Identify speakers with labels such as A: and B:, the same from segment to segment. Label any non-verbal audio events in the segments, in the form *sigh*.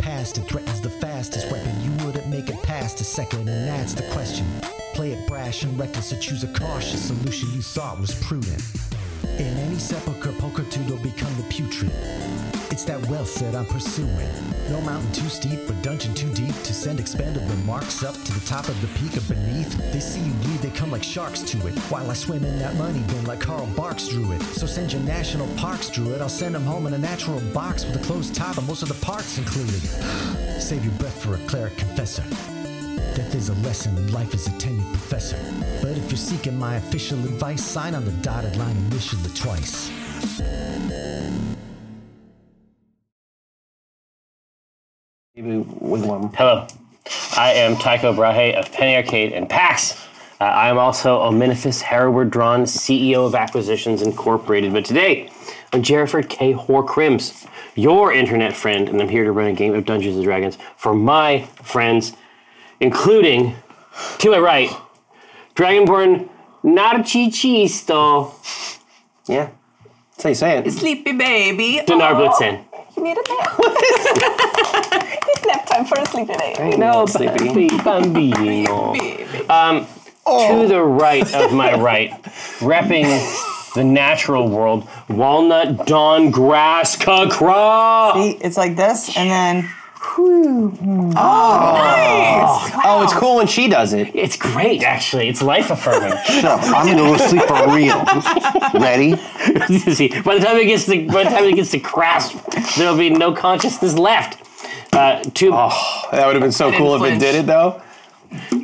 A: blast and threatens the fastest weapon. You wouldn't make it past a second, and that's the question. Play it brash and reckless, or choose a cautious solution you thought was prudent. In any sepulchre, pulchritude will become the putrid. It's that wealth that I'm pursuing. No mountain too steep or dungeon too deep to send expanded remarks up to the top of the peak of beneath. They see you bleed, they come like sharks to it. While I swim in that money bin like Carl Barks drew it. So send your national parks drew it. I'll send them home in a natural box with a closed top and most of the parts included. *gasps* Save your breath for a cleric confessor. Death is a lesson and life is a tenured professor. But if you're seeking my official advice, sign on the dotted line initially twice.
B: Maybe Wigwam.
C: Hello. I am Tycho Brahe of Penny Arcade and PAX. Uh, I am also Ominifus Harroward Drawn, CEO of Acquisitions Incorporated. But today, I'm Jerriford K. Horcrims, your internet friend, and I'm here to run a game of Dungeons and Dragons for my friends, including, to my right, Dragonborn Narcichisto
B: Yeah. That's how you say it.
D: Sleepy baby.
C: Dinar
D: Aw,
C: Blitzen.
D: You need a nap. *laughs* it's nap time for a sleepy baby.
B: No, sleepy.
D: *laughs*
C: Bambino.
D: Baby.
C: Um,
D: Oh.
C: to the right of my right, repping the natural world, Walnut Dawn Grass Kakra.
D: It's like this, and then.
B: Oh, it's cool when she does it.
C: It's great, actually. It's
D: *laughs*
C: life affirming.
E: No, I'm gonna go sleep for real. Ready?
C: See, by the time it gets to by the time it gets to Crasp, there'll be no consciousness left. Uh, to
D: Oh.
E: That would have been so cool if it did it though.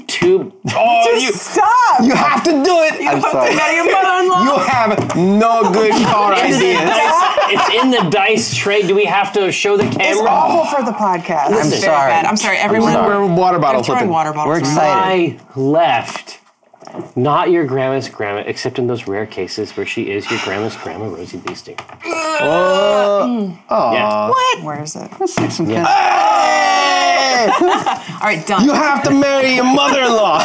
C: to
D: Just stop!
E: Oh, You have to do it. I'm sorry.
D: Now your mother-in-law.
E: You have no good car ideas.
C: it's in the dice tray. Do we have to show the
D: It's
C: camera?
D: awful for the podcast.
E: I'm
D: Very
E: sorry.
D: Bad. I'm sorry, everyone.
E: We're water bottle
D: I'm throwing
E: flipping.
D: water bottles
E: We're
D: around.
E: excited.
C: I left. Not your grandma's grandma, except in those rare cases where she is your grandma's grandma, Rosie Beasting. Oh, yeah.
D: Where is it?
E: Hey!
D: All right, done.
E: You have to marry your mother-in-law.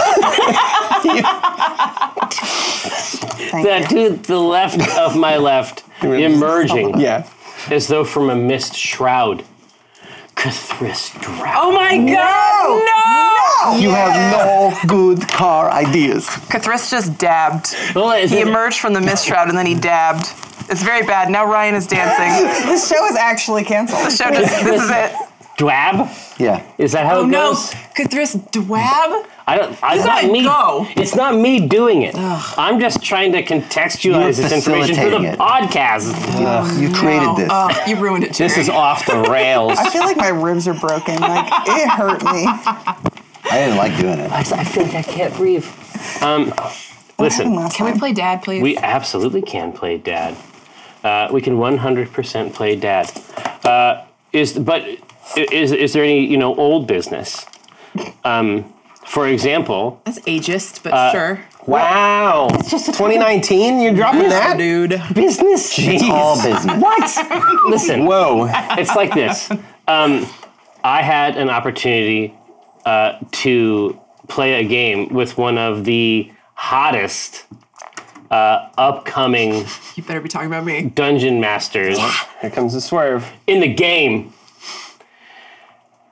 D: Thank
C: The,
D: you.
C: to the left of my
E: *laughs*
C: left, emerging
E: yeah.
C: as though from a mist shroud, Cathris Drow.
D: Oh my God! No!
E: You have no good car ideas.
D: Kathris just dabbed.
C: Well, is
D: He
C: it-
D: emerged from the mist shroud and then he dabbed. It's very bad. Now Ryan is dancing.
F: This show is actually canceled.
D: The show just, this is it.
E: Oh,
C: Dwab?
E: Yeah.
C: Is that how it
D: Oh, No,
C: goes?
D: Kathris Dwab?
C: I don't. I, it's
D: gotta
C: not me.
D: go.
C: It's not me doing it. I'm just trying to contextualize
E: You're
C: this information for the
E: facilitating it.
C: podcast.
E: you created
D: No.
E: this.
D: Oh, you ruined it, Jerry.
B: This is off the rails.
F: I feel like my ribs are broken. Like it hurt me.
E: I didn't like doing it.
C: I, I feel like I can't breathe. Um, listen.
D: Can we play Dad, please?
C: We absolutely can play dad. Uh, we can 100% play dad. Uh, is but i- is is there any you know old business? Um, for example,
D: That's ageist, but sure.
B: Wow. 2019? You're dropping that?
D: Dude.
C: business.
E: It's all business.
C: What? Listen,
B: Whoa.
C: it's like this. Um, I had an opportunity uh, to play a game with one of the hottest uh, upcoming
D: You better be talking about me.
C: dungeon masters
B: Here comes the swerve.
C: in the game,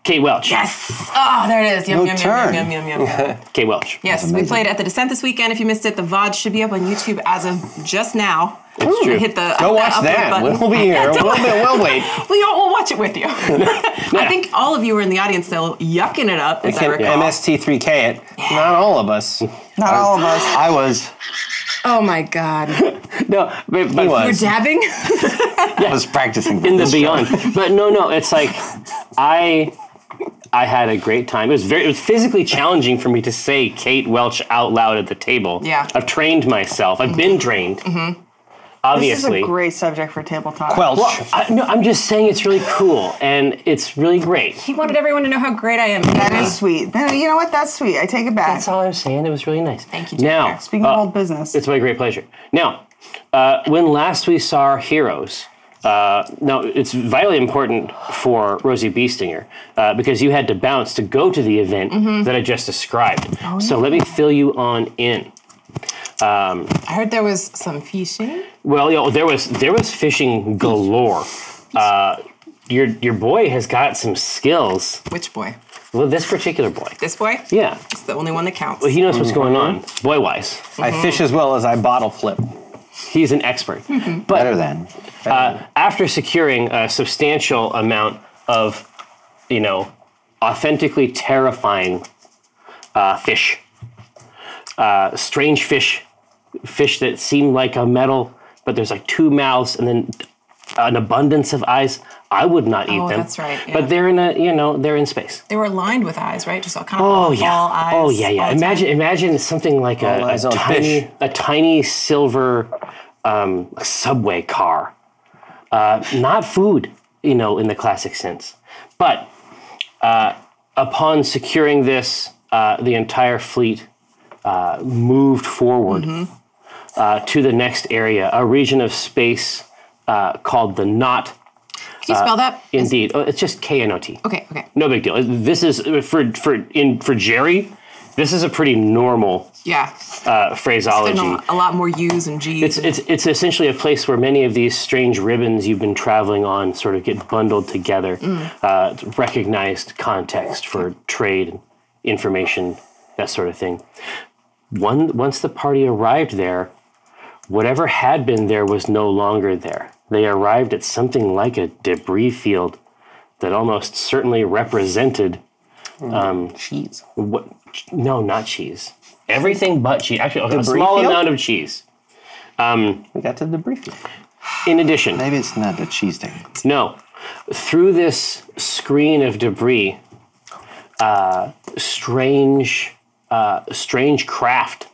C: Kate Welch.
D: Yes. Oh, there it is. Yum,
E: No
D: yum,
E: turn.
D: yum, yum, yum, yum, yum.
C: Kate Welch.
D: yes, we played at the Descent this weekend. If you missed it, the VOD should be up on YouTube as of just now.
C: It's true.
D: Hit the
B: Go
D: up-
B: watch
D: upload
B: that.
D: button.
B: We'll be here. We'll, be, we'll wait.
D: We all will watch it with you. I think all of you were in the audience though, yucking it up. As I
B: Can
D: recall.
B: MST3K it. Not all of us.
F: Not all of us.
E: I was
D: Oh my god, *laughs*
C: No, but, but
D: we're
B: was.
D: dabbing.
E: I was practicing.
C: in the
E: this show.
C: beyond. But no, no, it's like I I had a great time. It was very it was physically challenging for me to say Kate Welch out loud at the table.
D: Yeah.
C: I've trained myself. I've been trained.
F: This is
C: Obviously.
F: a great subject for tabletop.
B: Welch.
C: well, I, no, I'm just saying it's really cool and it's really
D: *laughs*
C: great.
D: he wanted everyone to know how great I am.
F: that is
C: uh,
F: sweet. No, You know what? That's sweet. I take it back.
C: That's all I'm saying. It was really nice.
D: Thank you, Junior.
C: Now,
F: Speaking of old business,
C: Uh, It's my great pleasure. Now, uh, when last we saw our heroes, uh, now it's vitally important for Rosie Beestinger uh, because you had to bounce to go to the event that I just described. so let me fill you on in.
D: I heard there was some fishing.
C: Well, you know, there was there was fishing galore. Uh, your your boy has got some skills.
D: Which boy?
C: Well, this particular boy.
D: This boy?
C: Yeah.
D: It's the only one that counts.
C: He knows what's going on, boy wise.
E: I fish as well as I bottle flip.
C: He's an expert. But
E: Better than.
C: uh, after securing a substantial amount of, you know, authentically terrifying uh, fish, uh, strange fish, fish that seem like a metal, but there's like two mouths and then an abundance of eyes. I would not eat
D: Oh,
C: them.
D: that's right, yeah.
C: But they're in a, you know, they're in space.
D: They were lined with eyes, right? Just all kind of
C: Oh
D: all
C: yeah.
D: eyes.
C: oh yeah, yeah.
D: all the time.
C: Imagine, imagine something like
E: All
C: a, a
E: eyes on
C: tiny,
E: fish.
C: a tiny silver um, subway car. Uh, not food, you know, in the classic sense. But uh, upon securing this, uh, the entire fleet uh, moved forward
D: Mm-hmm.
C: uh, to the next area, a region of space uh, called the Knot.
D: Could
C: uh,
D: you spell that?
C: Indeed, oh, it's just K N O T.
D: Okay, okay.
C: No big deal. This is uh, for for in for Jerry. This is a pretty normal
D: Yeah.
C: uh, phraseology.
D: There's a a lot more U's and G's.
C: It's, it's it's essentially a place where many of these strange ribbons you've been traveling on sort of get bundled together. Uh, it's recognized context for trade, information, that sort of thing. One once the party arrived there, whatever had been there was no longer there. They arrived at something like a debris field that almost certainly represented
E: Cheese.
C: what? No, not cheese. Everything but cheese. Actually, a
E: Debris
C: small
E: field?
C: amount of cheese.
E: We got to the briefing.
C: In addition,
E: Maybe it's not a cheese thing.
C: no, through this screen of debris, uh, strange, uh, strange craft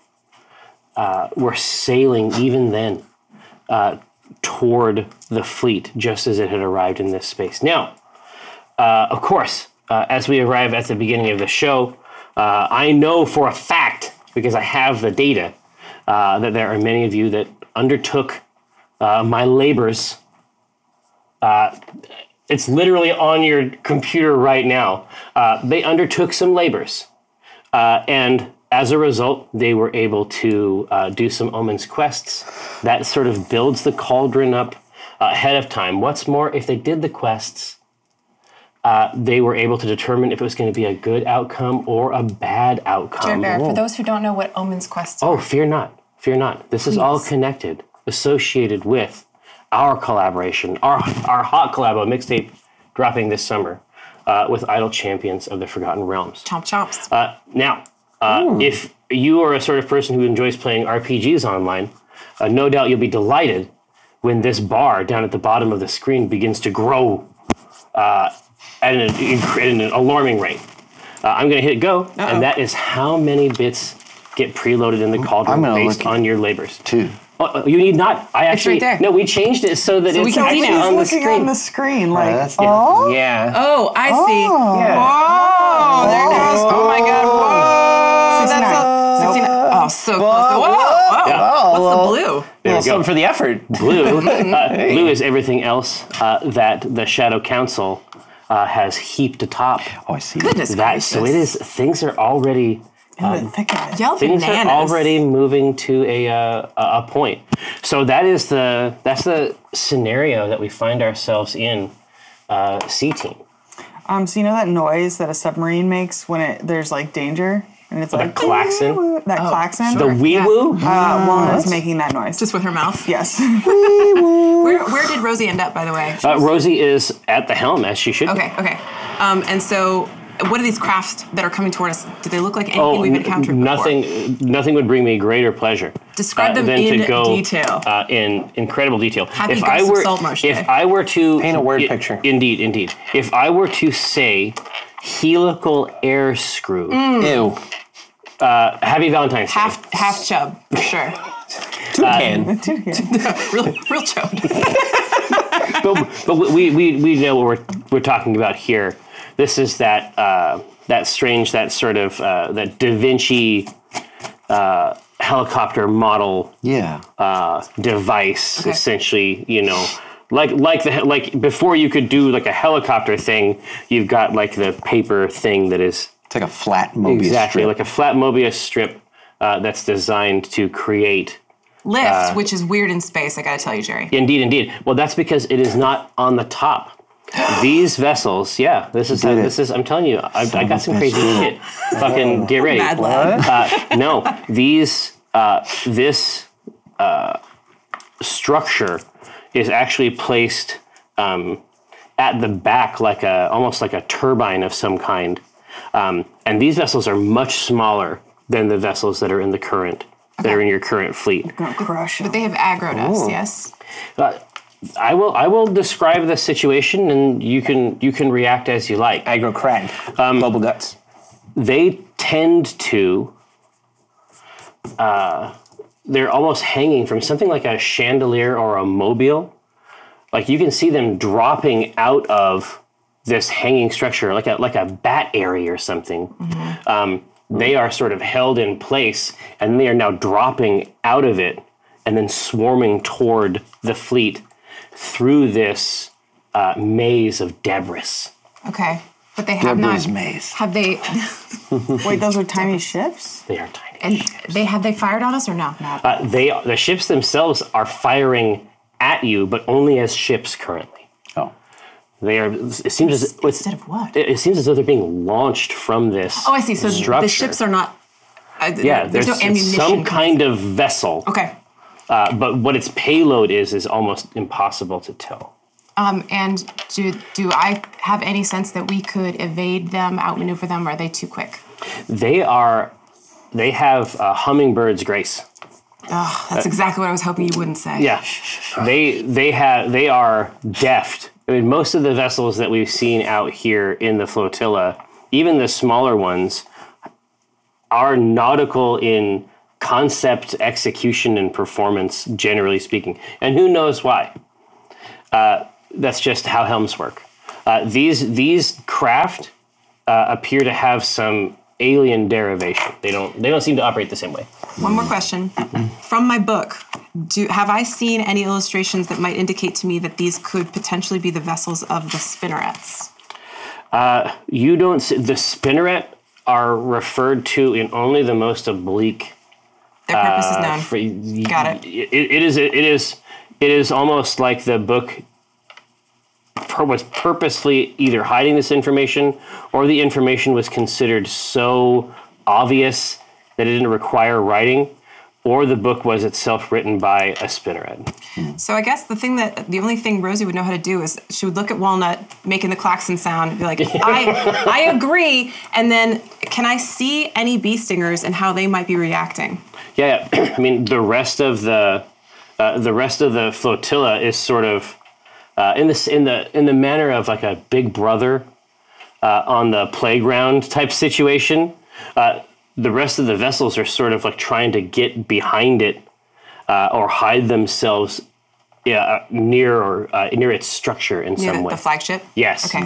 C: uh, were sailing even then uh, toward the fleet, just as it had arrived in this space. Now, uh, of course, uh, as we arrive at the beginning of the show, uh, I know for a fact because I have the data uh, that there are many of you that undertook uh, my labors it's literally on your computer right now. Uh, they undertook some labors, uh, and as a result, they were able to uh, do some omens quests. That sort of builds the cauldron up uh, ahead of time. What's more, if they did the quests, uh, they were able to determine if it was going to be a good outcome or a bad outcome.
D: Bear, for those who don't know what Omen's Quest
C: Oh, fear not. Fear not. This is all connected, associated with our collaboration, our, our hot collabo mixtape dropping this summer uh, with Idol Champions of the Forgotten Realms.
D: chomp chomps.
C: Uh, now, uh, if you are a sort of person who enjoys playing RPGs online, uh, no doubt you'll be delighted when this bar down at the bottom of the screen begins to grow uh, at, an, at an alarming rate. Uh, I'm going to hit go, and that is how many bits get preloaded in the cauldron
E: gonna
C: based
E: look
C: on your labors.
E: Two.
C: Oh, uh, you need not. I actually
D: right there.
C: no. We changed it so that
D: So we
C: it's
D: can see
C: actually
D: now.
C: on the
F: looking
C: screen.
F: on the screen like,
E: that's-
F: oh,
E: Yeah.
D: Oh, I see. Oh, there it goes. Oh my God. Whoa. So that's a, 69. Oh, so close. Whoa. Whoa. What's the blue?
C: There we go.
E: Well, something for the effort.
D: *laughs*
C: blue. Uh, Blue is everything else uh, that the Shadow Council uh, has heaped atop.
E: Oh, I see.
D: Goodness
C: That so it is. Things are already
F: in the thick of it.
D: Y'all
C: things
D: bananas.
C: are already moving to a uh, a a point. So that is the that's the scenario that we find ourselves in. Uh, C team.
F: Um, so you know that noise that a submarine makes when it there's like danger and it's like
C: klaxon?
F: That klaxon.
C: The wee woo.
F: uh, Walnut is making that noise.
D: Just with her mouth.
F: yes.
D: Where, where did Rosie end up, by the way?
C: Uh, Rosie is at the helm as she should. be.
D: okay, okay. Um, and so, what are these crafts that are coming toward us? Do they look like anything
C: Oh,
D: we've
C: n-
D: encountered before?
C: nothing. Nothing would bring me greater pleasure. uh,
D: Describe them
C: than to
D: in
C: go,
D: detail.
C: Uh, in incredible detail.
D: Happy
C: if I
D: Ghost of
C: were,
D: Saltmarsh Day.
C: if I were to
E: Paint a word
C: i-
E: picture.
C: Indeed, indeed. If I were to say helical air screw,
E: Ew.
C: Happy Valentine's Day.
D: Mm. Half, half chub, for sure. *laughs*
E: Toucan.
D: real, real chub.
C: *laughs* but but we, we, we know what we're, we're talking about here. This is that uh, that strange, that sort of uh, that Da Vinci uh, helicopter model
E: yeah.
C: uh, device,
D: Okay.
C: essentially. You know, like like the like before you could do like a helicopter thing, you've got like the paper thing that is
E: It's like a flat Mobius
C: exactly
E: strip.
C: like a flat Mobius strip uh, that's designed to create.
D: Lift,
C: Uh,
D: which is weird in space, I gotta tell you, Jerry.
C: Indeed, indeed. Well, that's because it is not on the top. These vessels, yeah. This is how,
E: did it.
C: this is. I'm telling you, I, I got
E: of
C: some
E: a bitch,
C: crazy
E: did
C: shit. Fucking get ready.
G: Mad lad.
C: Uh, no, these uh, this uh, structure is actually placed um, at the back, like a almost like a turbine of some kind. Um, and these vessels are much smaller than the vessels that are in the current that are in your current fleet.
F: Gonna crush
D: They have aggroed us, yes?
C: Uh, I will I will describe the situation, and you can you can react as you like.
H: Agro Crag.
E: Um,
H: Bubble guts.
C: they tend to uh, they're almost hanging from something like a chandelier or a mobile like you can see them dropping out of this hanging structure like a like a bat area or something um, they are sort of held in place and they are now dropping out of it and then swarming toward the fleet through this uh, maze of debris
D: Okay. But they have
E: Deborah's
D: not.
E: maze.
D: Have they *laughs*
F: Wait, those are tiny ships?
C: they are tiny
D: and they have they fired on us or no? Not.
C: Uh, they the ships themselves are firing at you, but only as ships currently.
H: Oh.
C: They are. It seems as it's,
D: Instead of what?
C: It, it seems as though they're being launched from this.
D: Oh, I see. So
C: structure.
D: the ships are not. Uh,
C: Yeah,
D: there's, no
C: it's
D: ammunition.
C: some kind of vessel.
D: Okay.
C: Uh, but what its payload is is almost impossible to tell.
D: Um, and do do I have any sense that we could evade them, outmaneuver them? Or are they too quick?
C: They are. They have a hummingbird's grace.
D: Oh, that's exactly what I was hoping you wouldn't say.
C: Uh, Yeah, they they have they are deft. I mean, most of the vessels that we've seen out here in the flotilla, even the smaller ones, are nautical in concept, execution, and performance. Generally speaking, and who knows why? Uh, that's just how helms work. Uh, these these craft uh, appear to have some alien derivation. They don't they don't seem to operate the same way.
D: One more question
C: Mm-hmm.
D: from my book. Do have I seen any illustrations that might indicate to me that these could potentially be the vessels of the spinnerets?
C: you don't see the spinneret are referred to in only the most oblique uh,
D: Their purpose is known.
C: for,
D: Got it.
C: it is it is it is almost like the book pur- was purposely either hiding this information or the information was considered so obvious that it didn't require writing or the book was itself written by a spinneret
D: So I guess the thing that the only thing Rosie would know how to do is she would look at Walnut making the klaxon sound and be like, I I agree. And then can I see any bee stingers and how they might be reacting?
C: Yeah, yeah. *clears throat* I mean the rest of the uh, the rest of the flotilla is sort of uh, in this in the in the manner of like a Big Brother uh, on the playground type situation. Uh, the rest of the vessels are sort of like trying to get behind it uh, or hide themselves yeah, uh, near or uh, near its structure in
D: You know,
C: some
D: the,
C: way.
D: the flagship?
C: Yes.
D: Okay.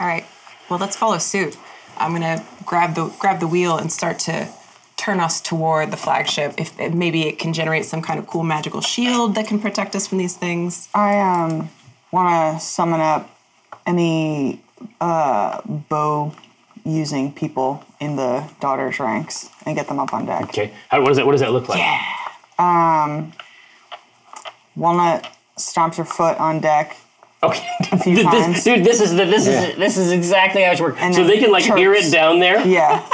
D: All right. Well let's follow suit. I'm gonna grab the grab the wheel and start to turn us toward the flagship if if maybe it can generate some kind of cool magical shield that can protect us from these things.
F: I um wanna summon up any uh bow using people in the daughter's ranks and get them up on deck.
C: Okay. How, what does that What does that look like?
F: Walnut stomps her foot on deck.
C: Okay. *laughs*
F: few
C: This-
F: times.
C: dude, this is the, this is this is exactly how it's working.
F: And
C: so
F: then
C: they can like hear
F: chirps.
C: it down there.
F: Yeah,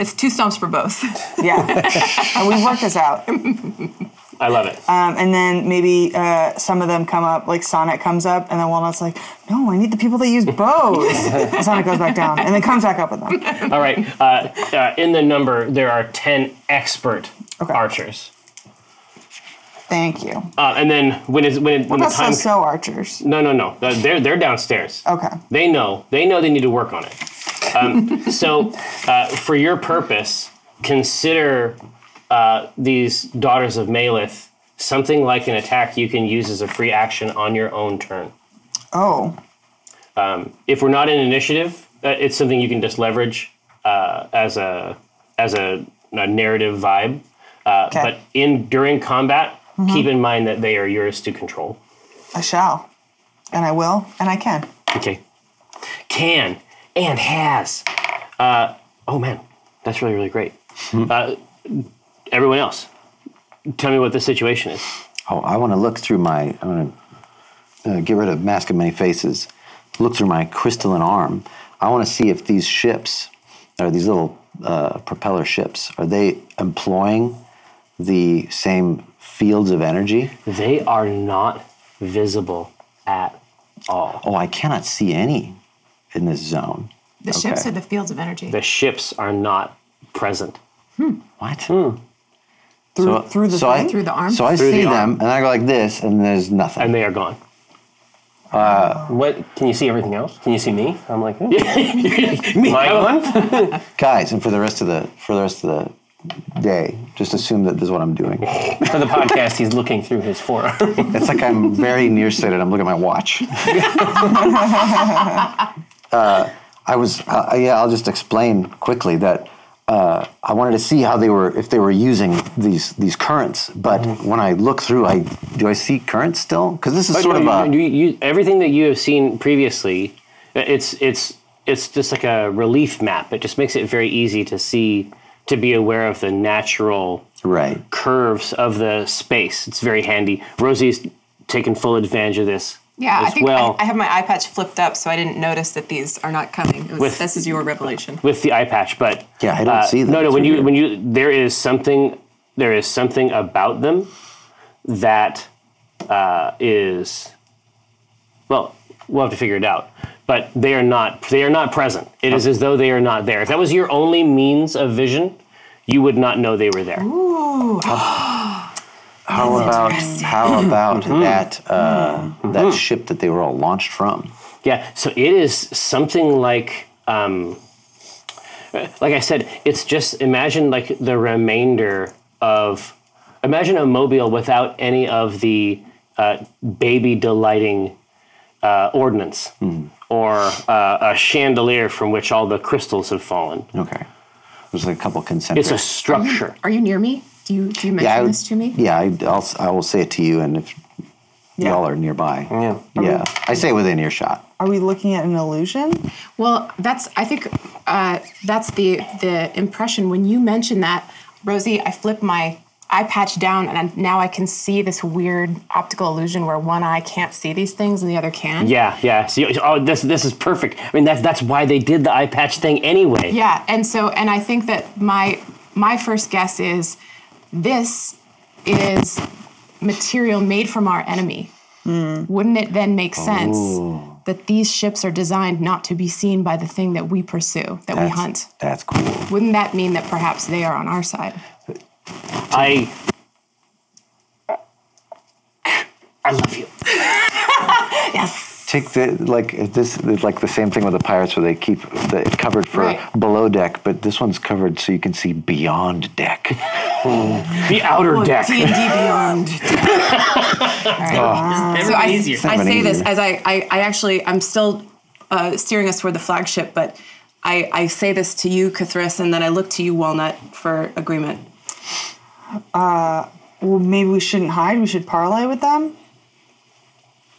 D: It's two stumps for both. *laughs*
F: yeah. and we worked this out. Um,
C: I love it.
F: and then maybe uh, some of them come up, like Sonic comes up, and then Walnut's like, "No, I need the people that use bows."
C: *laughs*
F: and Sonic goes back down, and then comes back up with them.
C: All right. Uh, uh, in the number, there are 10 expert
F: Okay.
C: archers.
F: Thank you.
C: Uh, and then when, is, when, it, when the
F: What about
C: time.
F: so-so archers?
C: No, no, no. Uh, They're, they're downstairs.
F: Okay.
C: They know. They know they need to work on it. Um, so, uh, for your purpose, consider uh, these Daughters of Malith something like an attack you can use as a free action on your own turn.
F: Oh,
C: if we're not in initiative, uh, it's something you can just leverage uh, as a as a, a narrative vibe. Uh,
F: Okay.
C: But in during combat, keep in mind that they are yours to control.
F: I shall, and I will, and I can.
C: Okay, can and has. Uh, oh man, that's really really great. Uh, everyone else, tell me what the situation is.
E: Oh, I want to look through my. I want to uh, get rid of Mask of Many Faces
I: look through my crystalline arm. I want to see if these ships, or these little uh, propeller ships, are they employing the same fields of energy?
C: They are not visible at all.
I: Oh, I cannot see any in this zone.
D: The ships are the fields of energy.
C: The ships are not present.
I: What?
F: Through,
I: So-
F: through the
I: so I-
F: thing?
D: Through the arm?
I: So I
C: Through
I: see
C: the arm.
I: them, and I go like this, and there's nothing.
C: and they are gone. Uh, what can you see? Everything else? Can you see me? I'm like "Hmm." *laughs* me. My one?
I: guys and for the rest of the for the rest of the day just assume that this is what i'm
C: *laughs*
I: doing
C: For the podcast, he's looking through his *laughs* forearm.
I: it's like i'm very nearsighted i'm looking at my
C: *laughs*
I: watch uh, i was uh, yeah i'll just explain quickly that uh, i wanted to see how they were if they were using these these currents but
C: Mm-hmm.
I: when i look through i do i see currents still because this is sort of uh, a
C: you, you- everything that you have seen previously. It's it's it's just like a relief map. It just makes it very easy to see to be aware of the natural
I: right
C: curves of the space. It's very handy. Rosie's taken full advantage of this.
D: yeah,
C: as
D: I think
C: well
D: I, I have my eye patch flipped up, so I didn't notice that these are not coming. It was,
C: With-
D: this is your revelation.
C: with the eye patch, but uh,
I: Yeah, I don't see them.
C: No, no.
I: It's
C: When you
I: weird.
C: when you there is something there is something about them that uh, is well, we'll have to figure it out. But they are not they are not present. It is as though they are not there. If that was your only means of vision, you would not know they were there.
I: how about how about that uh, that ship that they were all launched from
C: Yeah, so it is something like, um, like I said, it's just imagine like the remainder of, imagine a mobile without any of the uh, baby delighting uh, ordnance
D: Hmm.
C: or uh, a chandelier from which all the crystals have fallen.
I: Okay. There's like a couple concentric.
C: It's a structure.
D: Are you near me? Do you do you mention
I: I,
D: this to me?
I: Yeah, I, I'll, I will say it to you, and if
F: Yeah.
I: y'all are nearby, yeah, yeah, I say it within earshot.
F: Are we looking at an illusion?
D: Well, that's I think uh, that's the the impression when you mention that, Rosie. I flip my eye patch down, and I, now I can see this weird optical illusion where one eye can't see these things and the other can.
C: Yeah, yeah. So, you- oh, this this is perfect. I mean, that's that's why they did the eye patch thing anyway.
D: Yeah, and so and I think that my my first guess is this is material made from our enemy.
C: Hmm.
D: Wouldn't it then make sense that these ships are designed not to be seen by the thing that we pursue, that we
I: That's,
D: hunt?
I: That's cool.
D: Wouldn't that mean that perhaps they are on our side?
C: I. I love you.
I: Take the like this it's like the same thing with the pirates where they keep the, it covered for
D: Right.
I: below deck, but this one's covered so you can see beyond deck.
C: The outer deck.
J: D&D Beyond.
I: Ah.
D: so I,
C: easier.
D: I
I: Everything
D: say this
I: easier.
D: as I, I, I actually, I'm still uh, steering us toward the flagship, but I, I say this to you, Cathris, and then I look to you, Walnut, for agreement.
F: Well, maybe we shouldn't hide. We should parlay with them.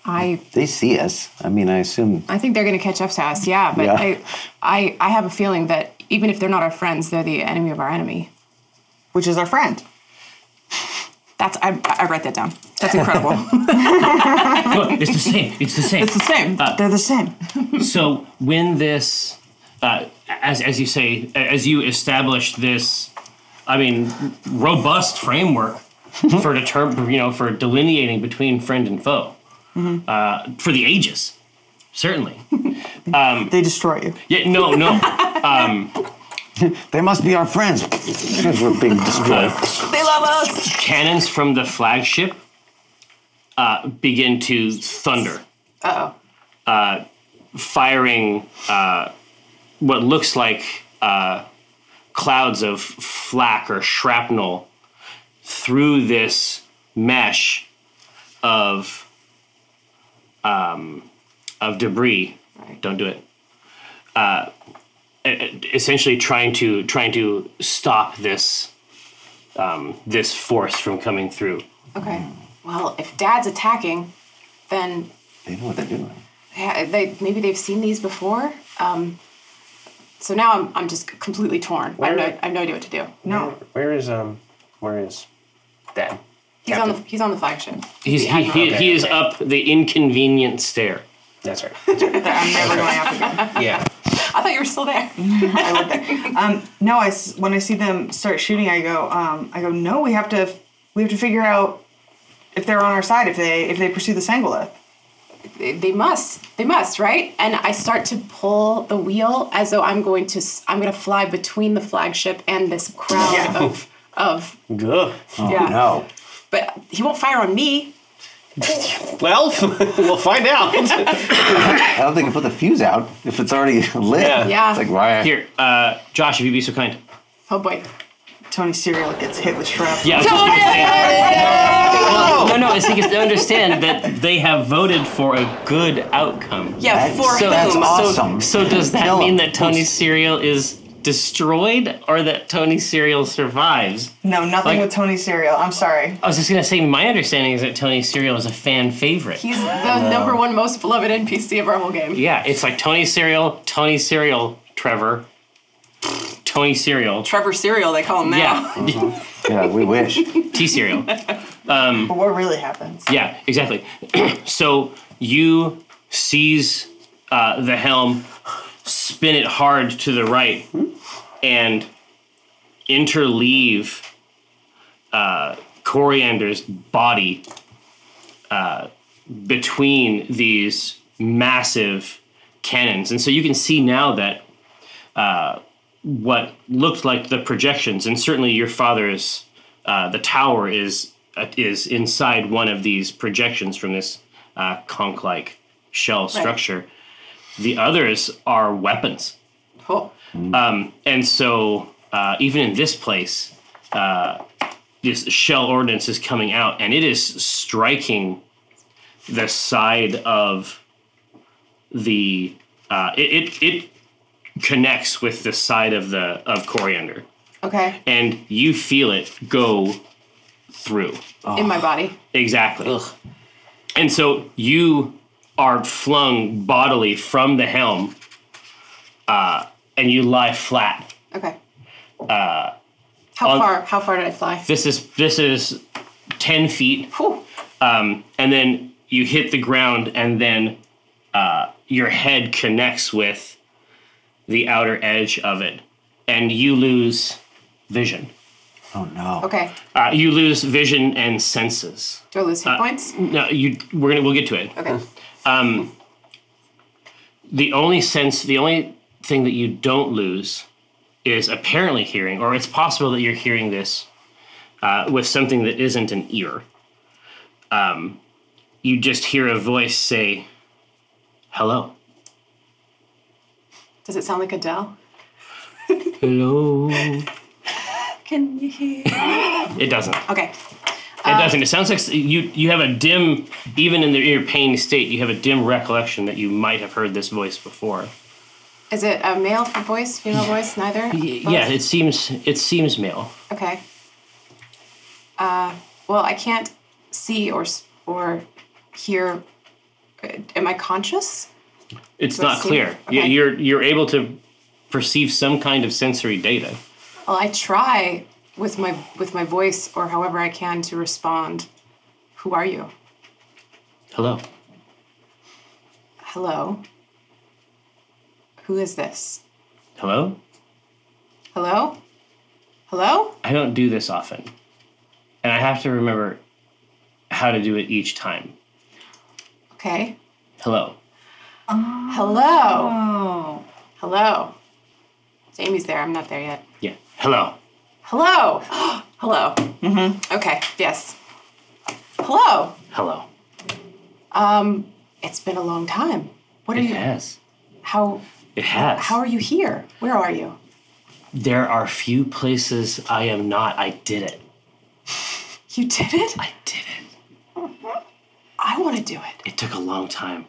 D: I,
I: They see us. I mean, I assume
D: I think they're going to catch up to us, yeah, but
I: Yeah.
D: I, I, I have a feeling that even if they're not our friends, they're the enemy of our enemy.
F: Which is our friend.
D: That's I, I write that down. That's incredible. *laughs*
C: Look, it's the same. It's the same.
F: It's the same. They're the same.
C: so when this, uh, as as you say, as you establish this, I mean, robust framework for determ, you know, for delineating between friend and foe, uh, for the ages, certainly.
F: They destroy you.
C: Yeah, no, no.
I: they must be our friends. We're being destroyed.
D: they love us.
C: cannons from the flagship uh, begin to thunder. Uh, firing uh, what looks like uh, clouds of flak or shrapnel through this mesh of um, of debris. Don't do it. Uh, e- e- essentially, trying to trying to stop this this force from coming through.
D: Okay. Well, if Dad's attacking, then
I: they know what they're doing.
D: Yeah, they, maybe they've seen these before. Um, so now I'm, I'm just completely torn. I have, no, I have no idea what to do. No,
K: Where is um? Where is that?
D: he's on the he's on the flagship.
C: He's, he, he, he is up the inconvenient stair.
D: *laughs*
E: That's right. That's right.
L: I'm never going out again.
E: Yeah.
D: I thought you were still there.
L: *laughs* I would think. Um, no, I s- when I see them start shooting, I go, um, I go, no, we have to, we have to figure out if they're on our side, if they, if they pursue the Sangolith.
D: they they must they must right and i start to pull the wheel as though i'm going to s- i'm going to fly between the flagship and this crowd
L: Yeah.
D: of
I: *laughs*
D: of
E: Good.
D: yeah
I: No.
D: but he won't fire on me
E: Well,
K: *laughs*
E: we'll find out.
I: I don't think you put the fuse out if it's already *laughs* lit.
E: Yeah.
D: Yeah.
I: It's like, why?
E: Here, uh, Josh, if you'd be so kind.
D: oh boy
L: Tony Serial gets hit with shrapnel.
E: Yeah. I was just gonna say- Well, no, no. I think it's to understand that they have voted for a good outcome.
D: yeah
I: That's-
D: for
I: so
D: whom
I: that's awesome.
C: So does that
I: Kill
C: mean
I: him.
C: that Tony Serial is destroyed or that Tony Serial survives?
L: No, nothing
C: Like-
L: with Tony Serial. I'm sorry.
C: I was just gonna say my understanding is that Tony Serial is a fan favorite.
D: he's the number one most beloved npc of our whole game
C: yeah, it's like Tony Serial, Tony Serial, Trevor, Tony Serial,
D: trevor serial they call him now
C: yeah,
I: Yeah, we wish.
C: T Serial.
L: But what really happens?
C: Yeah, exactly. *clears throat* so you seize uh, the helm, spin it hard to the right, and interleave uh, Coriander's body uh, between these massive cannons. And so you can see now that uh, what looked like the projections, and certainly your father's uh, the tower is uh, is inside one of these projections from this uh, conch-like shell structure. The others are weapons, Um,
D: oh,
C: and so uh, even in this place, uh, this shell ordnance is coming out, and it is striking the side of the. Uh, it, it it connects with the side of the of coriander,
D: okay
C: and you feel it go through.
D: in my body
C: Exactly. And so you are flung bodily from the helm, uh, and you lie flat.
D: okay uh how
C: on-
D: far how far did i fly
C: This is this is ten feet,
D: Whew.
C: um, and then you hit the ground, and then uh, your head connects with the outer edge of it, and you lose vision.
I: Oh, no.
D: okay
C: Uh, you lose vision and senses.
D: do i lose
C: uh,
D: hit points
C: No, you. We're gonna. We'll get to it. Um,
D: okay
C: the only sense the only thing that you don't lose is apparently hearing or it's possible that you're hearing this uh, with something that isn't an ear um, you just hear a voice say hello
D: does it sound like adele
C: hello
D: *laughs* can you hear
C: it doesn't
D: okay
C: it doesn't it sounds like s- you you have a dim even in the ear pain state you have a dim recollection that you might have heard this voice before
D: Is it a male for voice, female voice, neither?
C: Y-
D: Both?
C: yeah it seems it seems male
D: Okay. Uh, well, I can't see or s- or hear. Uh, Am I conscious?
C: It's
D: Do I
C: not
D: see?
C: clear. You-
D: Okay.
C: You're you're able to perceive some kind of sensory data.
D: Well, I try with my with my voice or however I can to respond. Who are you?
C: Hello.
D: Hello. Who is this?
C: Hello?
D: Hello. Hello.
C: I don't do this often. And I have to remember how to do it each time.
D: Okay.
C: Hello.
D: Hello. Hello. Jamie's there. I'm not there yet.
C: Yeah. Hello.
D: Hello. *gasps* Hello. Mm-hmm. Okay. Yes. Hello.
C: Hello.
D: Um, it's been a long time. What are
C: It
D: you?
C: has.
D: How
C: It has.
D: how are you here? Where are you?
C: there are few places I am not. I did it.
D: You did it.
C: I did it.
D: I want to do it.
C: It took a long time.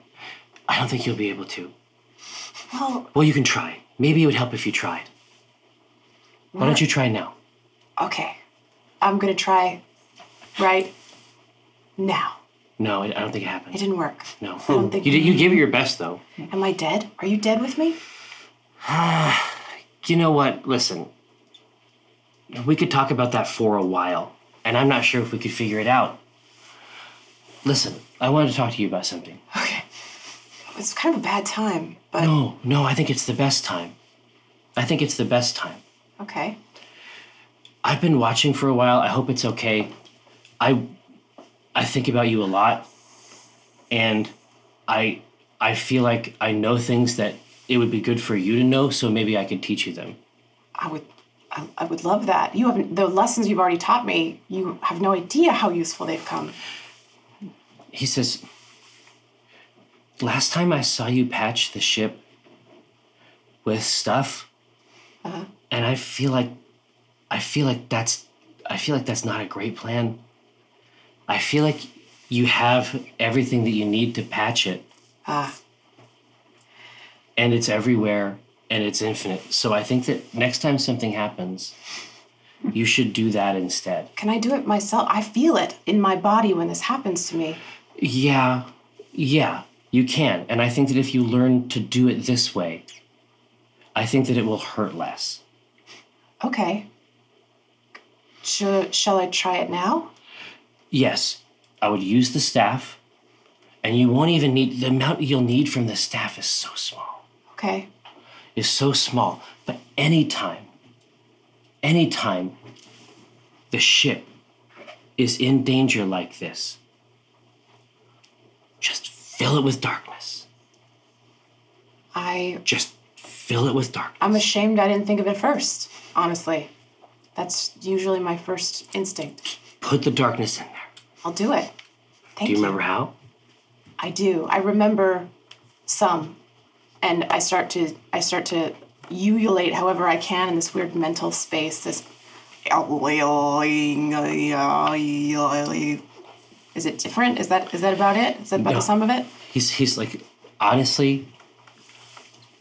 C: I don't think you'll be able to.
D: Well,
C: Well, you can try. Maybe it would help if you tried. Why don't you try now?
D: okay. I'm gonna try. Right. Now.
C: No, I I don't think it
D: It
C: happened.
D: didn't work.
C: No.
D: I don't think.
C: You, did, you gave it your best, though.
D: Am I dead? Are you dead with me?
C: You know what? Listen, we could talk about that for a while, and I'm not sure if we could figure it out. Listen, I wanted to talk to you about something.
D: Okay.
M: It's kind of a bad time, but
C: No, no, I think it's the best time. I think it's the best time.
M: okay.
C: I've been watching for a while. I hope it's okay. I I think about you a lot and I I feel like I know things that it would be good for you to know, so maybe I could teach you them.
M: I would, I, I would love that. You have the lessons you've already taught me. You have no idea how useful they've come.
C: He says, "Last time I saw you patch the ship with stuff, and I feel like I feel like that's I feel like that's not a great plan. I feel like you have everything that you need to patch it. And it's everywhere and it's infinite. So I think that next time something happens, you should do that instead.
M: Can I do it myself? I feel it in my body when this happens to me.
C: Yeah, yeah, you can. And I think that if you learn to do it this way, I think that it will hurt less.
M: Okay. Sh- shall I try it now?
C: Yes, I would use the staff, and you won't even need the amount you'll need from the staff is so small,
M: Okay.
C: is so small. But anytime, anytime the ship is in danger like this, just fill it with darkness.
M: I
C: Just fill it with darkness.
M: I'm ashamed I didn't think of it first. Honestly, that's usually my first instinct.
C: Put the darkness in there.
M: I'll do it. Thank
C: Do you remember how?
M: I do. I remember some, and I start to I start to ululate however I can in this weird mental space. This is it different? Is that is that about it? Is that about
C: No.
M: the sum of it?
C: He's he's like, honestly,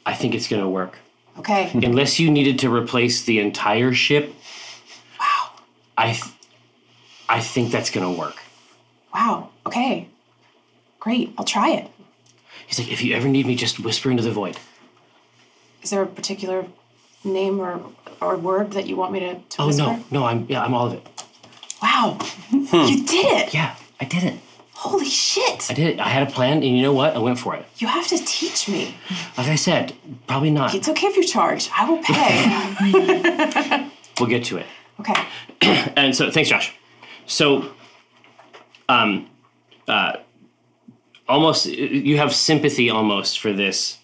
C: I think it's gonna work.
M: Okay.
C: Unless you needed to replace the entire ship. Wow. I th- I think that's gonna work.
M: wow. Okay. Great. I'll try it.
C: He's like, if you ever need me, just whisper into the void.
M: Is there a particular name or or word that you want me to, to
C: Oh
M: whisper?
C: no, no, I'm yeah, I'm all of it.
M: Wow.
C: Hmm.
M: you did it.
C: Yeah, I did it.
M: Holy shit.
C: I did it. I had a plan, and you know what? I went for it.
M: You have to teach me.
C: Like I said, probably not.
M: It's okay if you charge. I will pay.
C: We'll get to it.
M: okay.
C: and so thanks, Josh. So, um, uh, almost you have sympathy almost for this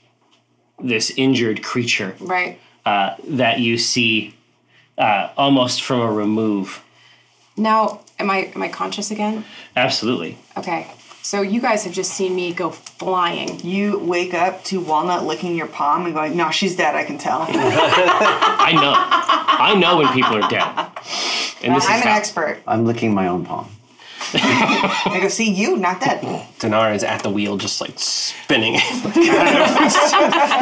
C: this injured creature
M: Right.
C: uh, that you see uh, almost from a remove.
M: Now, am I am I conscious again?
C: Absolutely.
M: Okay. So you guys have just seen me go flying.
F: You wake up to Walnut licking your palm and going, "No, she's dead. I can tell." I'm
C: I know. I know when people are dead. And this is
F: an
C: how-
F: expert.
I: I'm licking my own palm.
F: I go, "See you, not dead."
K: Dinara is at the wheel, just like spinning. *laughs*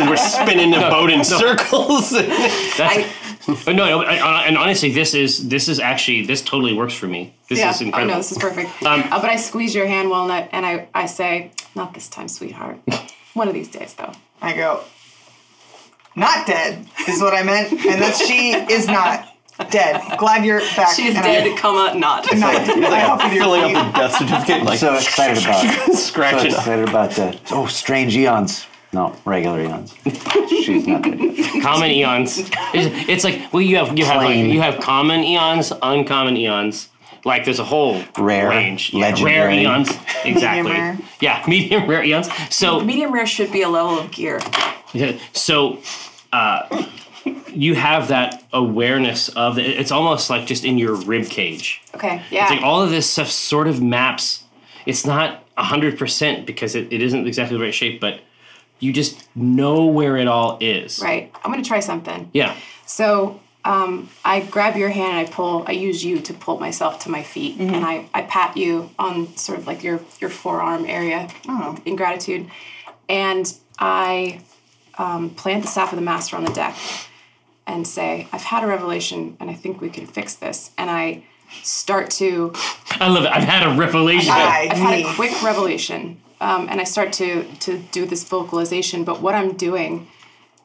K: we're spinning the boat in circles. *laughs*
C: That's, Oh, no, no, and- and honestly, this is this is actually this totally works for me. This is
M: oh
C: incredible. Um,
M: no, this is perfect. Uh, but I squeeze your hand, Walnut, and I, I say, not this
C: *laughs*
M: time, sweetheart. One of these days, though.
F: I go, "Not dead" is what I meant, and that she is not dead. Glad you're back.
M: She's
F: and
M: dead, comma, not.
F: I'm not dead. I hope you're
K: filling up the death certificate, like
I: so excited about it. so
K: scratching.
I: excited about that. Oh, strange eons. No, regular eons. She's not dead. *laughs*
C: common eons. It's, it's like well, you have you have like,
I: Plain.
C: you have common eons, uncommon eons. Like there's a whole
I: Rare,
C: range, Yeah, rare
I: legendary. *laughs*
C: eons, exactly.
F: rare.
C: Yeah, *laughs* medium rare eons. So
M: Medium rare should be a level of gear.
C: so uh, you have that awareness of it. it's almost like just in your rib cage.
M: Okay. Yeah.
C: It's like all of this stuff sort of maps. It's not 100% because it, it isn't exactly the right shape, but you just know where it all is.
M: right. I'm gonna try something.
C: Yeah.
M: So um, I grab your hand and I pull. I use you to pull myself to my feet, and I, I pat you on sort of like your your forearm area in gratitude, and I um, plant the staff of the master on the deck, and say, "I've had a revelation, and I think we can fix this." And I start to
C: I love it. I've had a revelation.
F: I
M: I've
F: me.
M: had a quick revelation, um, and I start to to do this vocalization. But what I'm doing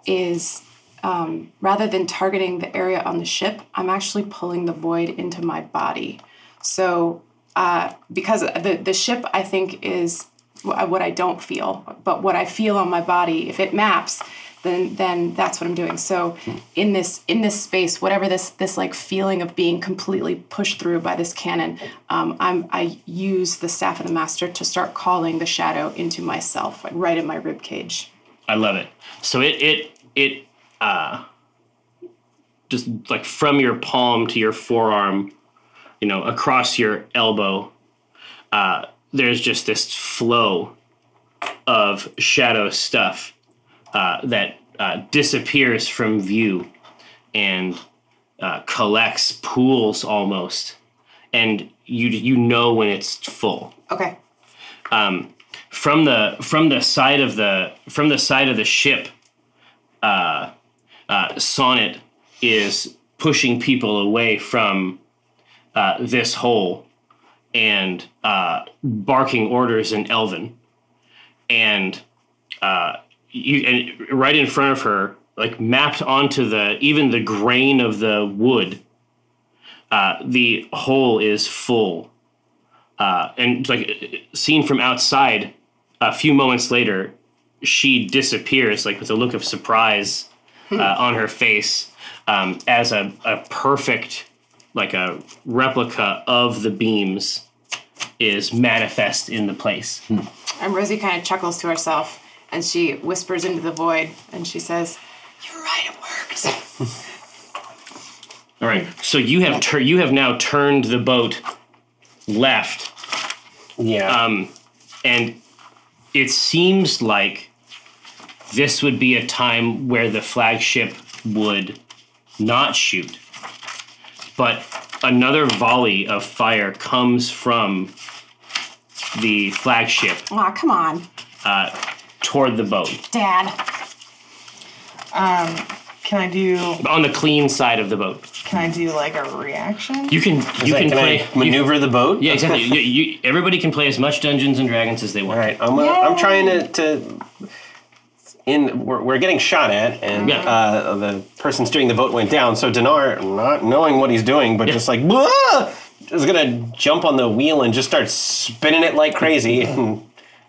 M: is, um, rather than targeting the area on the ship, I'm actually pulling the void into my body. So, uh, because the the ship, I think, is wh- what I don't feel, but what I feel on my body. If it maps, then then that's what I'm doing. So in this in this space, whatever this this like feeling of being completely pushed through by this cannon, um, I'm I use the staff of the master to start calling the shadow into myself, like right in my rib cage.
C: I love it. So it it it uh, just like from your palm to your forearm, you know, across your elbow, uh, there's just this flow of shadow stuff uh, that uh, disappears from view and uh, collects pools almost, and you you know when it's full
M: Okay.
C: from the from the side of the from the side of the ship uh, uh, sonnet is pushing people away from uh, this hole and uh, barking orders in elven and uh, you and right in front of her like mapped onto the even the grain of the wood uh, the hole is full uh, and like seen from outside a few moments later she disappears like with a look of surprise uh, on her face um, as a, a perfect like a replica of the beams is manifest in the place
M: And Rosie kind of chuckles to herself and she whispers into the void and she says, You're right, it worked.
C: all right so you have tur- you have now turned the boat left
K: Yeah. Um,
C: and it seems like this would be a time where the flagship would not shoot but another volley of fire comes from the flagship
M: Aw, come on,
C: toward the boat
M: Dad.
F: Can I do?
C: on the clean side of the boat
F: Can I do like a reaction?
C: you can you can,
K: can,
C: play
K: I maneuver the boat?
C: yeah exactly you, you, everybody can play as much dungeons and dragons as they want
K: All right. I'm, gonna, I'm trying to. to in we're, we're getting shot at, and
C: Yeah.
K: uh, the person steering the boat went down. So Dinar, not knowing what he's doing, but
C: Yeah.
K: just like "Wah!" is gonna jump on the wheel and just start spinning it like *laughs* crazy. And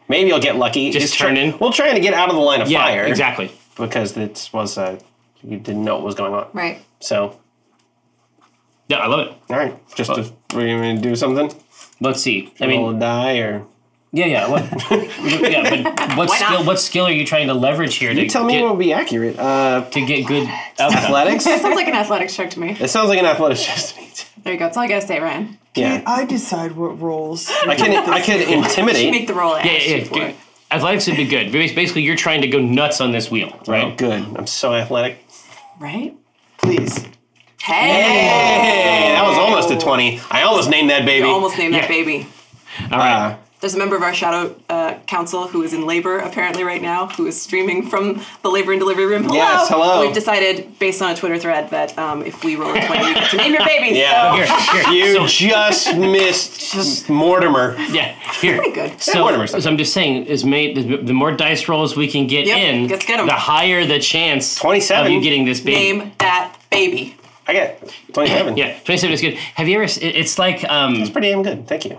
K: maybe you'll get lucky.
C: Just
K: try-
C: turn in.
K: Well, trying to get out of the line of
C: yeah
K: fire.
C: exactly
K: Because this was uh, you didn't know what was going on.
M: Right.
K: So
C: yeah i love it
K: all right, just to, we're gonna do something.
C: let's see i
K: Roll
C: mean
K: a die or
C: Yeah, yeah.
K: *laughs*
C: What, yeah, but what skill? What skill are you trying to leverage here?
K: you
C: to
K: tell me
C: get,
K: what would be accurate. *laughs* Uh,
C: to get good outcome?
K: athletics.
M: That sounds like an athletics check to me.
K: It sounds like an athletics chastity.
M: There you go. That's all I gotta say, Ryan.
K: Yeah.
F: I decide what rolls.
K: I can I can
M: You
K: intimidate.
M: make the roll.
C: Yeah, yeah, yeah. Good. Athletics would be good. Bas- Basically, you're trying to go nuts on this wheel,
K: Oh,
C: right?
K: good. I'm so athletic.
M: Right?
F: Please.
M: Hey!
K: Hey, that was almost
C: Oh.
K: a 20. I almost named that baby. Uh,
M: You almost named
C: Yeah.
M: that baby.
C: All right.
M: There's a member of our shadow uh, council who is in labor apparently right now, who is streaming from the labor and delivery room. Hello.
K: Yes, hello.
M: We've decided, based on a Twitter thread, that um, if we roll a 20, we get to name
C: *laughs*
M: your baby.
K: Yeah.
M: So.
C: here, here. so,
K: You
C: *laughs*
K: just missed Mortimer.
C: yeah, here.
M: good.
C: So,
K: Mortimer's not
C: so I'm just saying, is made the, the more dice rolls we can get
M: Yep,
C: in,
M: let's get 'em.
C: the higher the chance
K: 27.
C: of you getting this big.
M: Name that baby.
K: I got 27.
C: Yeah, 27 is good. Have you ever? s- it- It's like um,
K: It's pretty damn good. Thank you.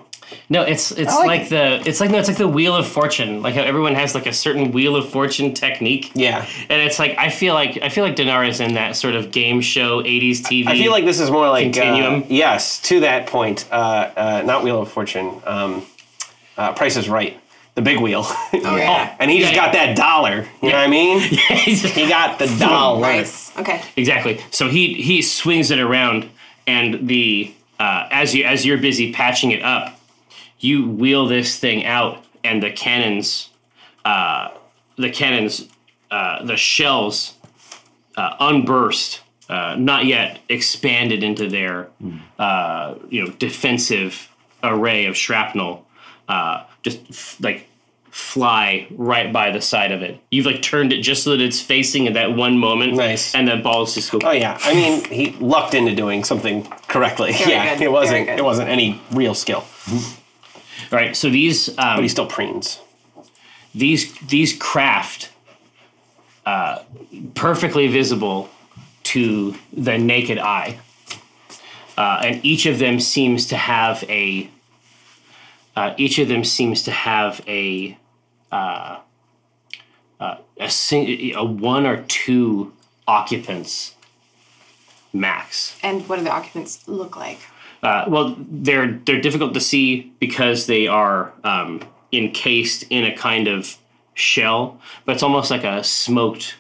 C: No, it's it's
F: like
C: like, the it's like no, it's like the wheel of fortune. Like how everyone has like a certain wheel of fortune technique.
K: Yeah.
C: And it's like I feel like I feel like Dinara's in that sort of game show '80s TV.
K: I feel like this is more like uh,
C: Continuum.
K: yes, to that point. Uh, uh, not Wheel of Fortune. Um, uh, Price is Right. The big wheel.
M: yeah.
K: *laughs* and he just
C: Yeah,
K: got that dollar. You know
C: *laughs*
K: what I mean? He got the dollar.
M: Nice. Okay.
C: exactly. So he he swings it around, and the uh, as you as you're busy patching it up, you wheel this thing out, and the cannons, uh, the cannons, uh, the shells, uh, unburst, uh, not yet expanded into their uh, you know defensive array of shrapnel, uh, just f- like fly right by the side of it. You've like turned it just so that it's facing at that one moment.
K: Nice.
C: And the balls just go.
K: Oh yeah, I mean he lucked into doing something correctly. yeah,
M: good,
K: it
M: very
K: wasn't
M: good.
K: it wasn't any real skill,
C: Mm-hmm. All right. So these um,
K: but he still preens.
C: these these craft uh, perfectly visible to the naked eye uh, and each of them seems to have a uh, each of them seems to have a uh, a, sing- a one or two occupants max.
M: And what do the occupants look like?
C: Uh, well, they're they're difficult to see because they are um, encased in a kind of shell, but it's almost like a smoked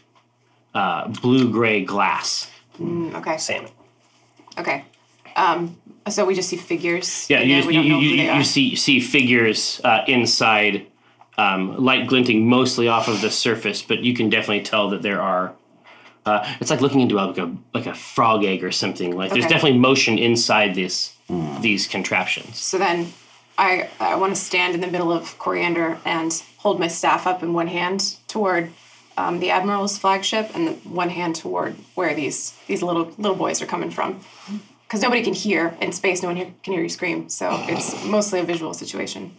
C: uh, blue gray glass.
M: Mm, Okay.
K: Salmon.
M: Okay. Um, so we just see figures.
C: Yeah,
M: and
C: you,
M: then
C: just,
M: we
C: you,
M: don't
C: you,
M: know who
C: you,
M: they
C: you
M: are.
C: see see figures uh, inside, um, light glinting mostly off of the surface, but you can definitely tell that there are. Uh, it's like looking into a, like a like a frog egg or something. Like there's
M: Okay.
C: definitely motion inside this these contraptions.
M: So then I, I want to stand in the middle of Coriander and hold my staff up in one hand toward um, the Admiral's flagship and the one hand toward where these, these little little boys are coming from.
C: Mm-hmm.
M: Because nobody can hear in space, no one hear, can hear you
C: *sighs*
M: scream. So it's mostly a visual situation.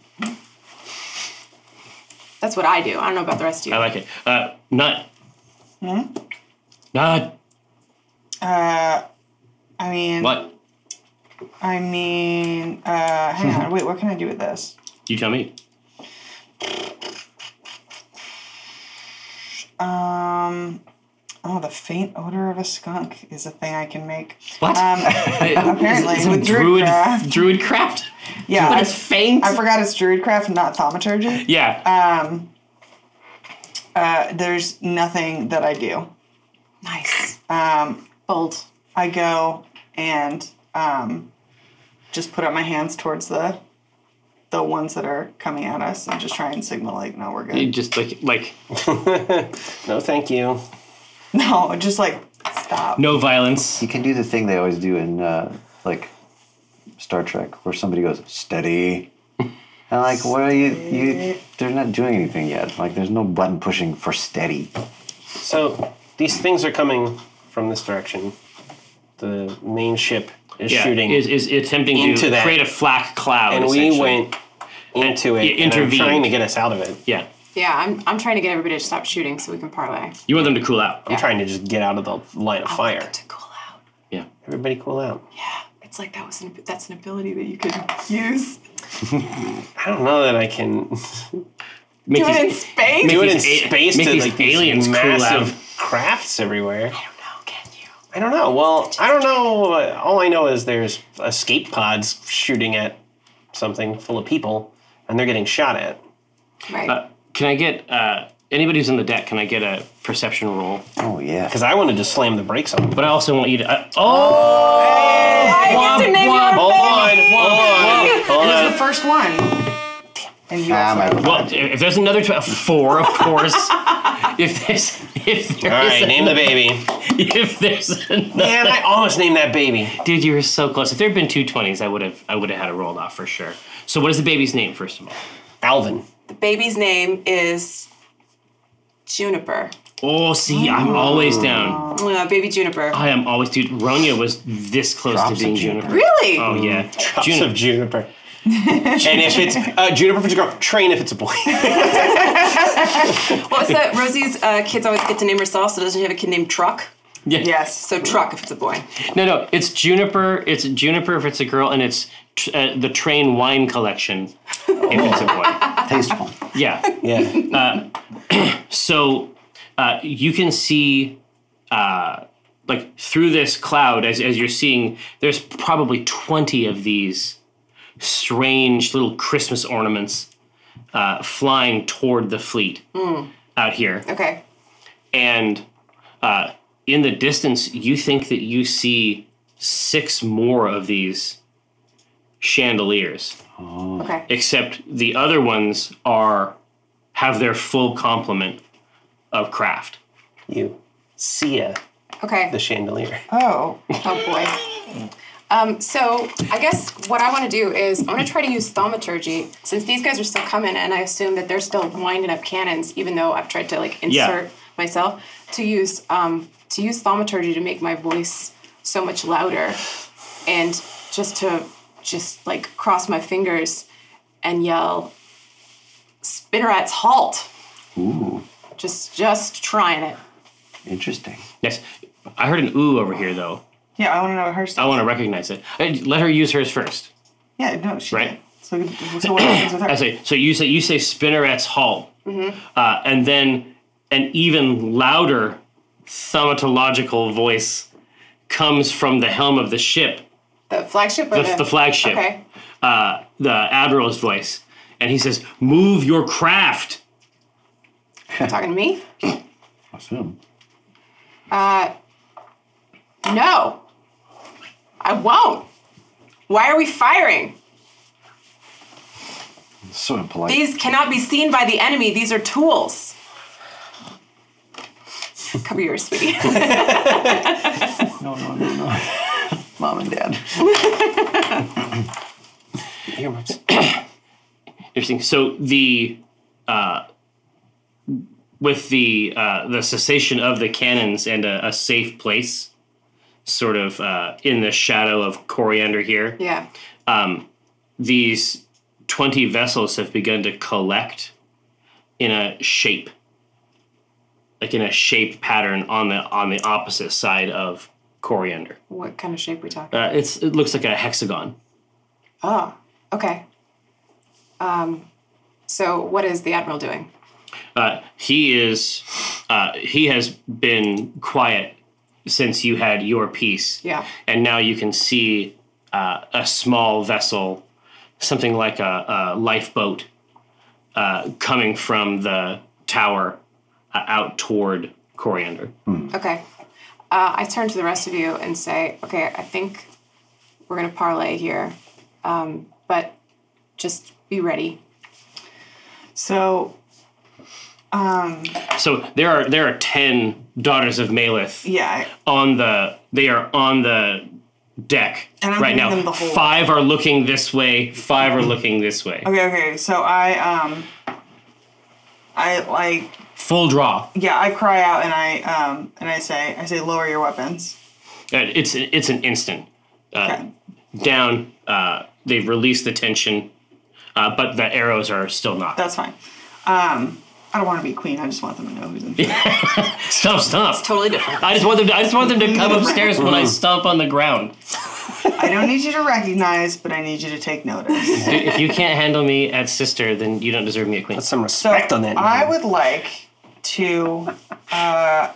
M: That's what I do. I don't know about the rest of you.
C: I like it. Uh, nut. Nut.
F: I mean,
C: What?
F: I mean, uh, hang on. Wait, what can I do with this?
C: You tell me.
F: Um, oh, the faint odor of a skunk is a thing I can make.
C: What? *laughs*
F: Um, apparently, with
C: druid
F: druidcraft.
C: druid craft.
F: Yeah,
C: But
F: I,
C: it's faint.
F: I forgot it's druidcraft, not thaumaturgy.
C: yeah.
F: Uh, there's nothing that I do.
M: Nice. Um, Bold.
F: I go and um, just put up my hands towards the the ones that are coming at us and just try and signal like, no, we're
C: You
F: good.
C: just like like
K: No, thank you.
F: *laughs* No, just like stop.
C: no violence.
I: You can do the thing they always do in uh, like Star Trek, where somebody goes steady. And like, what are you? You they're not doing anything yet. Like, there's no button pushing for steady.
K: So these things are coming from this direction. The main ship is
C: Yeah,
K: shooting,
C: is is attempting
K: into
C: to
K: that.
C: create a flak cloud.
K: and we
C: essentially.
K: went into it.
C: you
K: and they're
C: intervened.
K: trying to get us out of it.
C: Yeah,
M: Yeah, I'm, I'm trying to get everybody to stop shooting so we can parlay.
C: you want them to cool out.
K: I'm trying to just get out of the line
C: Oh,
K: of fire.
M: To cool out.
C: Yeah.
K: Everybody, cool out.
M: Yeah, it's like that was an, that's an ability that you could use.
K: I don't know that I can
C: Make
M: Do it in
C: these,
M: space?
K: do it in
C: these a-
K: space
C: make
K: to
C: these
K: like these
C: aliens cool
K: massive
C: out.
K: crafts everywhere.
M: I don't know, can you?
K: I don't know. Well, I don't know. uh, All I know is there's escape pods shooting at something full of people, and they're getting shot at.
M: Right.
C: uh, can I get uh, anybody who's on the deck? Can I get a perception roll?
I: Oh yeah.
K: Because I wanted to slam the brakes on. them.
C: But I also want you to. Uh, oh,
M: I get to name your
K: Hold Oh, on,
M: baby!
K: hold on,
F: It
K: hold
F: was
K: on.
F: the first one. And you
I: Ah, my-
C: well, if if there's another tw- four, of *laughs* course. if there's if
K: All
C: there's
K: right, name the baby.
C: if there's another,
K: Man, I almost named that baby.
C: dude, you were so close. If there had been two twenties, I would have I would have had it rolled off for sure. So what is the baby's name first of all?
K: Alvin.
M: The baby's name is Juniper.
C: Oh, see, I'm always down.
M: Uh, baby Juniper.
C: I am always, dude. Ronya was this close
I: Drops
C: to being
I: of juniper.
C: Juniper.
M: really?
C: Oh yeah,
K: Drops
C: Juniper.
K: of juniper. and if it's uh, juniper if it's a girl, train if it's a *laughs* boy.
M: What was that? Rosie's uh, kids always get to name herself, so doesn't she have a kid named Truck?
C: Yeah.
F: Yes.
M: So Truck if it's a boy.
C: No, no, it's Juniper. It's Juniper if it's a girl, and it's tr- uh, the Train Wine Collection if it's a boy.
I: Tasteful.
C: Yeah.
K: yeah.
C: So uh, you can see, uh, like through this cloud, as as you're seeing, there's probably twenty of these strange little Christmas ornaments uh, flying toward the fleet out here.
M: Okay.
C: and uh, in the distance you think that you see six more of these chandeliers
M: Okay.
C: except the other ones are have their full complement of craft
K: You. Sia,
M: Okay.
K: the chandelier.
F: Oh,
M: Oh boy. Um, so I guess what I want to do is I'm going to try to use thaumaturgy since these guys are still coming, and I assume that they're still winding up cannons, even though I've tried to like insert myself to use um, to use thaumaturgy to make my voice so much louder, and just to just like cross my fingers and yell, "Spinnerets halt!" Ooh. Just just trying it.
I: Interesting.
C: yes i heard an ooh over here though
F: yeah. I want to know her
C: i
F: stuff.
C: want to recognize it Uh, let her use hers first
F: Yeah, no, she
C: Oh. Right. *clears throat*
F: did. So, so what happens with her?
C: i say so you say you say spinnerets halt Uh, and then an even louder thaumatological voice comes from the helm of the ship,
L: The flagship or
C: the, the flagship, *laughs*
L: Okay.
C: uh, the admiral's voice, and he says, "Move your craft."
L: Talking to me?
I: Assume.
L: Uh, no. I won't. Why are we firing?
I: So impolite.
L: These cannot be seen by the enemy. These are tools. Cover yours, sweetie. *laughs*
I: no, no, no, no. Mom and dad.
C: Interesting. So the uh, with the uh, the cessation of the cannons and a, a safe place, sort of uh, in the shadow of Coriander here,
L: yeah.
C: these twenty vessels have begun to collect in a shape, like in a shape pattern on the on the opposite side of Coriander.
L: What kind of shape we talking?
C: Uh, it's it looks like a hexagon.
L: Oh, okay. Um, so what is the admiral doing?
C: Uh, he is. Uh, he has been quiet since you had your piece.
L: Yeah.
C: And now you can see uh, a small vessel, something like a, a lifeboat, uh, coming from the tower uh, out toward Coriander.
L: Okay. Uh, I turn to the rest of you and say, okay, I think we're gonna parlay here, um, but just be ready.
F: So
C: So there are there are ten daughters of Malith.
F: yeah, I-
C: on the they are on the deck
F: And I'm
C: right
F: giving
C: now.
F: them the whole-
C: Five are looking this way. Five are looking this way.
F: okay, okay. So I um, I like
C: Full draw. Uh,
F: yeah, I cry out and I um and I say I say lower your weapons.
C: It's it's an instant
N: Uh.
F: Okay.
C: down. Uh, they've released the tension, uh, but the arrows are still not.
F: That's fine. Um, I don't want to be queen. I just want them to know who's in. charge.
C: Stomp, stomp.
D: Totally different.
C: I just want them. To, I just want them to come upstairs when I stomp on the ground.
F: I don't need you to recognize, but I need you to
N: *laughs*
F: take notice.
C: if you can't handle me at sister, then you don't deserve me a queen.
N: Some respect on that.
F: I would like to, uh, um,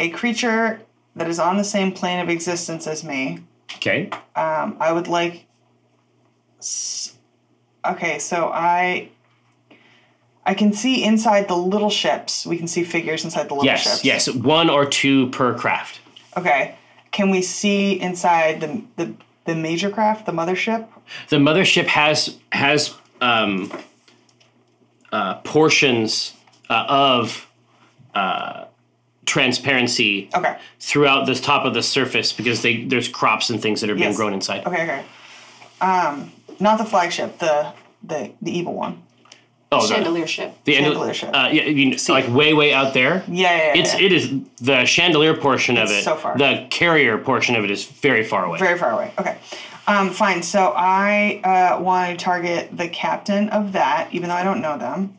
F: a creature that is on the same plane of existence as me.
C: Okay.
F: Um, I would like. s- Okay, so I. I can see inside the little ships. We can see figures inside the little
C: Yes.
F: ships.
C: Yes. One or two per craft.
F: Okay. Can we see inside the the, the major craft, the mothership?
C: the mothership has has um, uh, portions uh, of uh, transparency
F: Okay.
C: throughout the top of the surface because they there's crops and things that are being
F: Yes.
C: grown inside.
F: Okay. Okay. Um, not the flagship. The the the evil one.
C: Oh, the,
D: Chandelier ship.
C: the end
F: chandelier
C: of,
F: ship.
C: uh, yeah, you know, like way way out there.
F: Yeah. yeah, yeah
C: It's
F: yeah.
C: it is the chandelier portion of
F: It's
C: it.
F: so far.
C: The carrier portion of it is very far away.
F: very far away. Okay. Um, fine. So I uh, want to target the captain of that, even though I don't know them,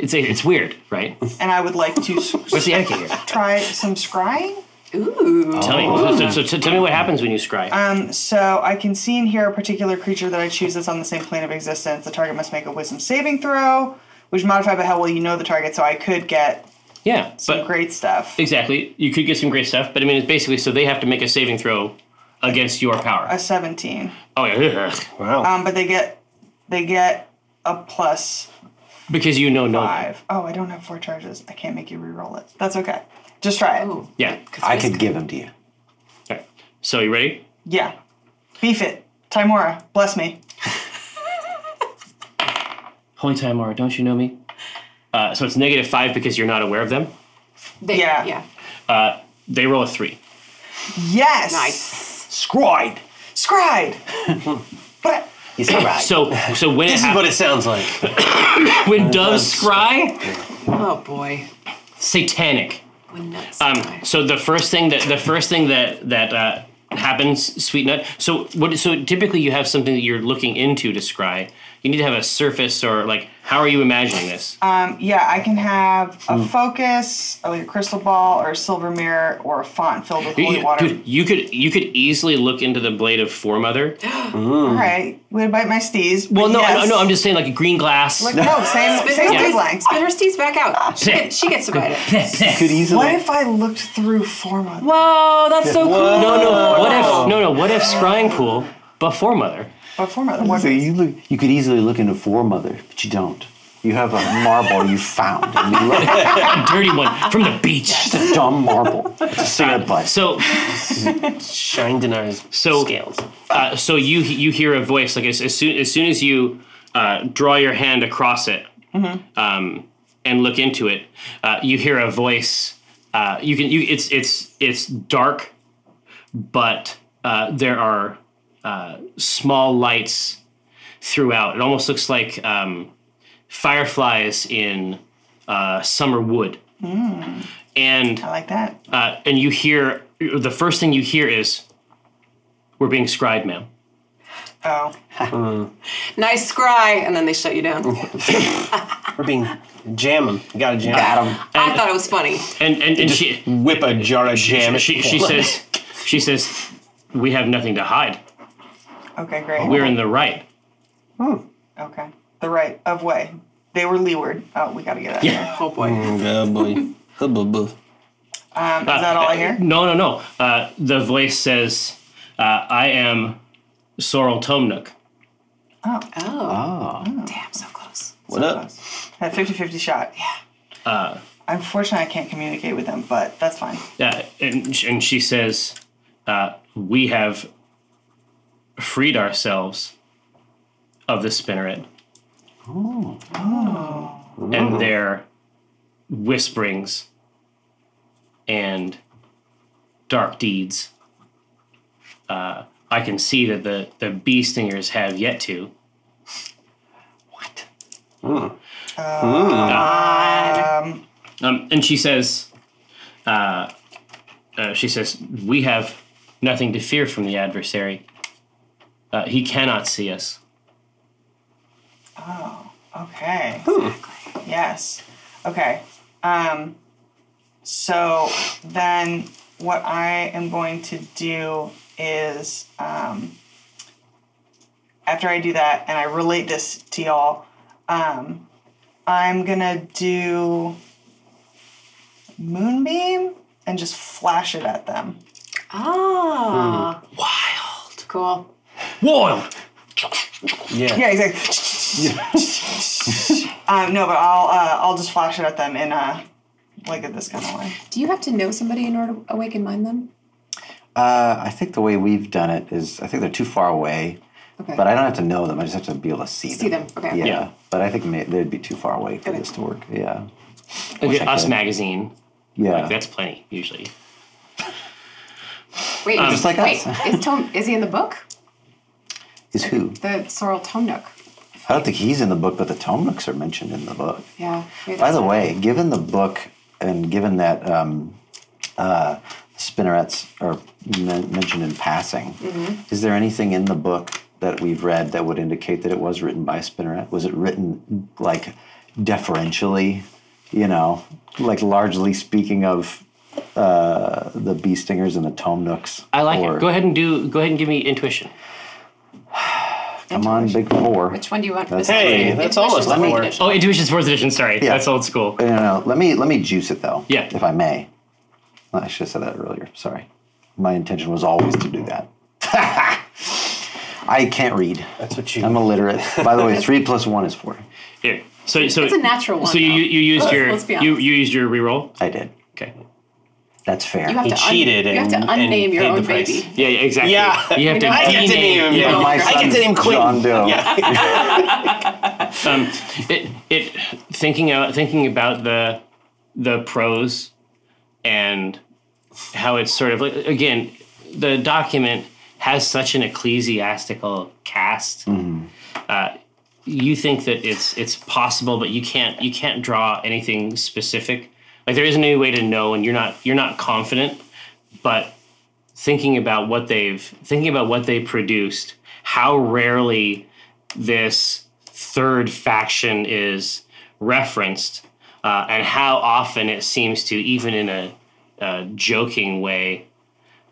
C: It's it's weird, right?
F: and I would like to
C: *laughs*
F: s-
C: What's the
F: *laughs*
C: etiquette here?
F: try some scrying.
C: Tell me. So, so, so tell me what happens when you scry.
F: Um, So I can see and hear a particular creature that I choose that's on the same plane of existence. The target must make a wisdom saving throw, which modified by how well you know the target, so I could get
C: yeah,
F: some
C: but
F: great stuff.
C: Exactly. You could get some great stuff, but I mean, it's basically so they have to make a saving throw against your
F: A
C: power.
F: 17.
C: Oh yeah,
F: Um, but they get they get a plus
C: because you know no.
F: five. Oh, I don't have four charges. I can't make you reroll it. That's okay. Just try it.
C: Yeah.
I: I could give him to you.
C: Alright. So you ready?
F: Yeah. Beef it. Timora, bless me.
C: Holy time, Mara, don't you know me? Uh, so it's negative five because you're not aware of them.
D: They,
F: Yeah.
D: Yeah.
C: They roll a three.
F: Yes.
D: Nice.
N: Scroid.
F: Scried. but
I: He's all right.
C: So so when it
N: This is what
C: happens,
N: it sounds like.
C: when doves scry,
D: Oh boy.
C: satanic.
D: When nuts.
C: Um, so the first thing that the first thing that that uh, happens, sweet nut. So what? So typically you have something that you're looking into to scry. You need to have a surface or like. How are you imagining this?
F: Um, yeah, I can have
C: Hmm.
F: a focus, or like a crystal ball, or a silver mirror, or a font filled with
C: You-
F: holy
C: you-
F: water.
C: dude, you could you could easily look into the blade of Foremother.
F: All right, would bite my steez.
C: Well,
F: but
C: no,
F: yes.
C: I, no, I'm just saying like a green glass.
F: Like, *laughs* no, same, same
D: Yeah.
F: wavelength.
D: Spin her steeds back out. She, get- she gets to bite it.
I: Could easily.
F: What if I looked through Forma?
D: Whoa, that's so cool.
C: No, no. What if no, no? What if Scrying Pool, but Foremother?
F: But Forma, what
I: So you, look, you could easily look into Foremother, but you don't. You have a marble you found. And you look at
C: Dirty one from the beach.
I: the dumb marble. It's a cigarette butt.
C: So
E: Shined in our
C: So-
E: scales.
C: uh, so you you hear a voice like as, as soon as soon as you uh, draw your hand across it um, and look into it, uh, you hear a voice. Uh, you can you it's it's it's dark, but uh, there are uh, small lights throughout. It almost looks like um, fireflies in uh, summer wood, and
F: I like that.
C: uh, and you hear the first thing you hear is, "We're being scried, ma'am."
F: Oh,
D: Nice scry, and then they shut you down.
E: We're being jam 'em. You gotta jam 'em.
D: I thought it was funny.
C: And and, and she
N: Whip a jar of jam.
C: she she says she says we have nothing to hide.
F: okay, great.
C: We're in the right.
F: okay, the right of way. They were leeward. Oh, we gotta get out. Yeah.
D: Oh boy.
N: Oh *laughs* boy. Oh, boo, boo.
F: Um, is that all I hear?
C: No no no. Uh, the voice says, uh, "I am Sorrel Tomnook."
D: Oh. Damn, so close.
N: What up?
F: That 50-50 shot. Yeah. Uh, Unfortunately, I can't communicate with them, but that's fine.
C: Uh, and sh- and she says, uh, "We have freed ourselves of the spinneret." And their whisperings and dark deeds. Uh, I can see that the the bee stingers have yet to. What? Um, and she says, uh, uh, she says, we have nothing to fear from the adversary. Uh, he cannot see us.
F: Okay. Yes. Okay. Um, so then what I am going to do is um, after I do that and I relate this to y'all, um, I'm going to do Moonbeam and just flash it at them.
D: Ah. Wild. Cool.
C: Wild.
F: Yeah, exactly. *laughs* um, no, but I'll uh, I'll just flash it at them in uh, like in this kind of way.
D: Do you have to know somebody in order to awaken mind them?
I: Uh, I think the way we've done it is I think they're too far away,
D: Okay.
I: but I don't have to know them. I just have to be able to see them.
D: See them. Okay.
I: Yeah.
C: Yeah.
I: But I think may, they'd be too far away for this to work. Yeah.
C: Okay,
I: I
C: Us
I: could.
C: magazine.
I: Yeah.
C: Like, that's plenty usually.
D: Wait,
C: Um,
D: is,
I: Just like
D: wait,
I: us. *laughs*
D: is Tom is he in the book?
I: Is who?
D: The Sorrel Tomnook.
I: I don't think he's in the book, but the Tomnooks are mentioned in the book.
D: Yeah. Wait,
I: By the
D: that's-
I: way, given the book and given that um, uh, spinnerets are men- mentioned in passing, is there anything in the book that we've read that would indicate that it was written by a spinneret? Was it written like deferentially, you know, like largely speaking of uh, the bee stingers and the tome nooks?
C: I like
I: or-
C: it. Go ahead and do. Go ahead and give me intuition.
I: Come on, big four.
D: Which one do you want?
I: That's-
D: This is
I: Hey,
D: the
E: that's
D: intuition
E: almost
D: or
I: like
D: the
I: it.
D: intuition?
C: Oh, intuition's fourth edition. Sorry,
I: Yeah.
C: that's old school.
I: No, no, no. Let me let me juice it though.
C: Yeah.
I: If I may. I should have said that earlier. Sorry. My intention was always to do that. *laughs* I can't read.
E: That's what you. *laughs*
I: I'm illiterate. By the way, three plus one is four.
C: Here. So, so
D: It's a natural one,
C: So you
D: though.
C: you you used
D: Let's-
C: your
D: let's be
C: you
D: honest.
C: you used your reroll.
I: I did.
C: Okay.
I: That's fair.
D: You have
E: He
D: to un-
E: cheated
D: you have to
E: and- and
D: unname your
E: paid the
D: own
E: price.
D: baby.
C: Yeah, yeah, exactly.
E: Yeah.
C: You have to.
D: I
E: get to
C: rename-
E: name him.
C: yeah,
I: Like my
E: I get
I: son,
E: to name Quinn.
I: John Doe.
C: um, it it thinking out thinking about the the pros and how it's sort of like again the document has such an ecclesiastical cast. Uh, you think that it's it's possible, but you can't you can't draw anything specific. Like there isn't any way to know, and you're not you're not confident. But thinking about what they've thinking about what they produced, how rarely this third faction is referenced uh, and how often it seems to, even in a, a joking way,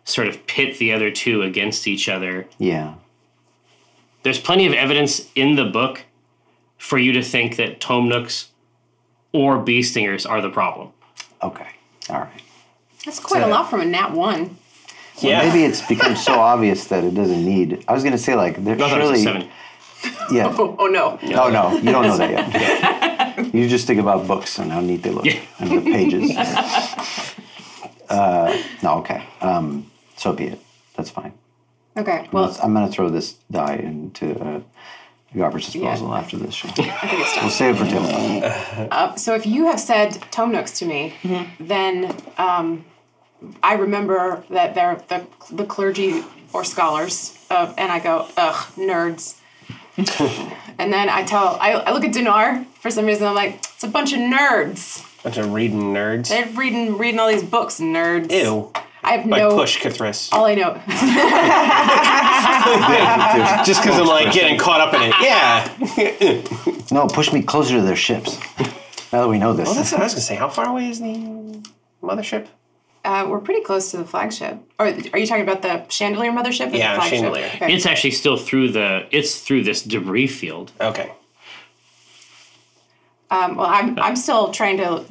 C: sort of pit the other two against each other.
I: Yeah.
C: There's plenty of evidence in the book for you to think that Tom Nooks or bee stingers are the problem.
I: Okay. All right.
M: That's quite a lot from a nat one.
I: Well, maybe it's become so obvious that it doesn't need. I was going to say like there's
C: I thought it was a
I: surely
C: seven.
I: yeah.
M: Oh, oh no.
I: Oh no, you don't know that
C: *laughs*
I: yet. You just think about books and how neat they look and the pages. uh, no, okay. Um, so be it. That's fine.
M: Okay. Well,
I: I'm going to throw this die into uh, Gobbert's disposal after this
N: *laughs*
I: show. We'll save it for table.
M: So if you have said Tom Nooks to me,
N: Mm-hmm.
M: then um, I remember that they're the, the clergy or scholars, of, and I go, ugh,
N: *laughs*
M: nerds. and then I tell, I, I look at Dinar for some reason. I'm like, it's a bunch of nerds.
N: Bunch of reading nerds.
M: They're reading reading all these books, nerds.
N: Ew.
M: I have
N: Like
M: no.
N: push Kathris.
M: All I know. *laughs*
N: Just because I'm like getting caught up in *laughs* it. Yeah.
I: No, push me closer to
N: *laughs*
I: their ships. Now that we know this,
N: Well, that's what I was gonna say. How far away is the mothership?
M: uh, we're pretty close to the flagship. Or are you talking about the chandelier mothership? Or
N: Yeah,
M: the flagship?
N: chandelier.
M: Okay.
C: It's actually still through the it's through this debris field.
N: Okay.
M: um, well, I'm, I'm still trying to.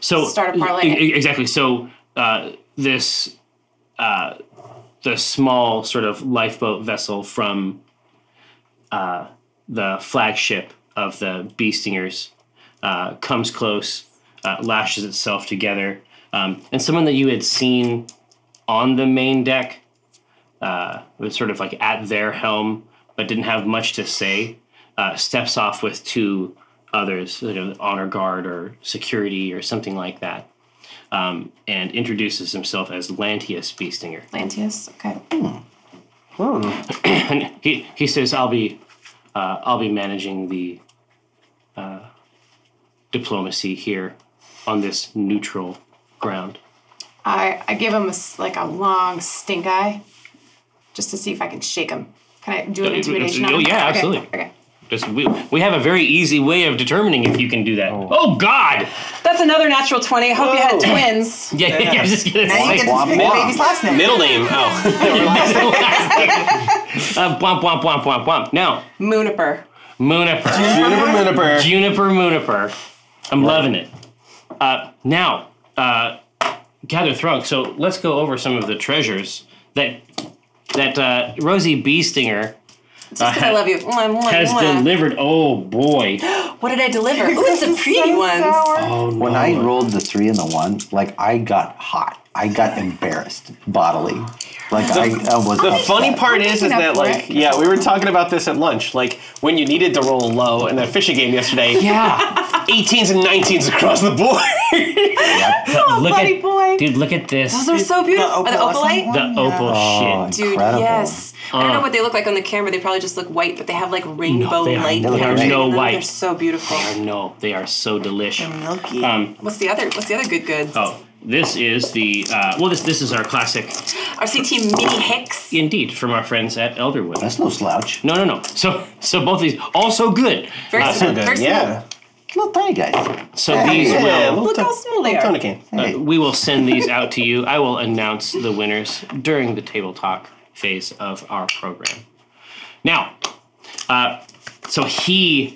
C: So
M: Start a parlay.
C: e- e- Exactly. So uh, this uh, the small sort of lifeboat vessel from uh, the flagship of the bee stingers uh, comes close, uh, lashes itself together, um, and someone that you had seen on the main deck uh, was sort of like at their helm, but didn't have much to say. Uh, steps off with two others, you know, honor guard or security or something like that, um, and introduces himself as Lantius Beestinger. *laughs*
M: Lantius, okay.
C: And he he says, "I'll be, uh, I'll be managing the uh, diplomacy here on this neutral ground."
M: I, I give him a s like a long stink eye, just to see if I can shake him. Can I do an
C: Uh,
M: intimidation? on
C: oh,
M: him?
C: yeah,
M: Okay,
C: absolutely.
M: Okay.
C: Just we, we have a very easy way of determining if you can do that. Oh, God!
D: That's another natural 20. I hope you had twins.
C: Yeah, yeah. I was just gonna
L: Now
C: say.
L: you get to pick the baby's last name.
N: Middle name. Oh.
C: *laughs* uh, womp womp womp womp womp. Now,
D: Mooniper.
L: *laughs*
C: Mooniper.
N: *laughs* Juniper Miniper.
C: Juniper Mooniper. I'm loving it. Uh, now, uh, gather thrunk. So let's go over some of the treasures that that uh, Rosie Beestinger
D: Just 'cause I love you. Mwah, mwah,
C: has
D: mwah.
C: delivered. Oh
D: *gasps*
C: boy!
D: What did I *laughs* deliver? Ooh, it's the pretty ones.
I: when I rolled the three and the one, like I got hot. I got embarrassed bodily. Like I, I was.
N: The
I: upset.
N: funny part is, is that like, yeah, we were talking about this at lunch. Like when you needed to roll low in that fishing game yesterday.
C: Yeah.
N: 18s and 19s across the board. *laughs*
C: look
L: buddy
C: at
L: boy.
C: dude. Look at this.
D: Those are so beautiful. The opalite?
C: the opal shit.
D: Dude,
I: Incredible.
D: yes. I don't know what they look like on the camera. They probably just look white, but they have like rainbow
C: Uh. they are-
D: light.
C: they
I: are
D: penetrating
C: no
D: them. They're
C: white.
D: so beautiful.
C: No, they are so delish.
E: Oh.
L: Milky.
E: Um,
D: What's the other? What's the other good goods?
C: Oh, this is the uh, well. This this is our classic,
D: RCT mini hicks.
C: indeed, from our friends at Elderwood.
I: That's no slouch.
C: No, no, no. So, so both these also good.
D: Very
C: Uh,
D: small. Very small.
N: yeah.
I: Little tiny guys.
C: so these
N: Yeah,
C: will.
N: little
D: Look how
N: ton-
D: small they
N: ton
D: are.
N: of cane.
I: Hey.
C: uh, we will send these out to you. I will announce the winners during the table talk phase of our program. Now, uh, so he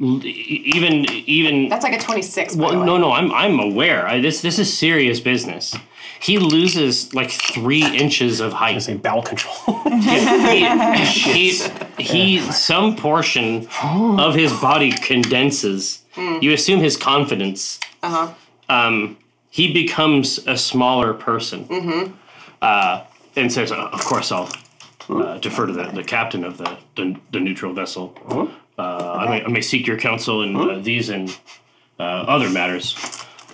C: l- e- even even
M: That's like a 26. by the
C: well,
M: way.
C: no no I'm I'm aware. I, this this is serious business. He loses like three inches of height.
N: Say bowel control.
C: *laughs* he, he some portion of his body condenses.
M: Hmm.
C: You assume his confidence. Uh-huh. Um, he becomes a smaller person. Mm-hmm. Uh, and says, "Uh, "Of course, I'll uh, defer to the, the captain of the the, the neutral vessel.
N: Uh-huh.
C: Uh, I, may, I may seek your counsel in uh, these and uh, other matters.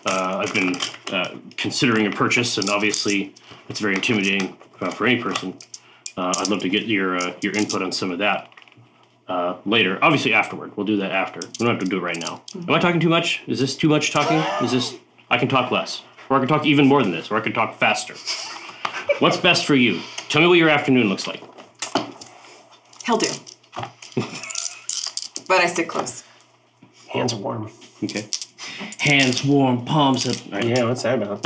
C: Uh, I've been uh, considering a purchase, and obviously, it's very intimidating uh, for any person." Uh, I'd love to get your uh, your input on some of that uh, later. Obviously, afterward. We'll do that after. We don't have to do it right now. Am I talking too much? Is this too much talking? Is this? I can talk less, or I can talk even more than this, or I can talk faster. What's best for you? Tell me what your afternoon looks like.
D: He'll do. but I stick close.
E: Hands are warm.
C: Okay. Hands warm, palms up. Right.
E: Yeah, what's that about?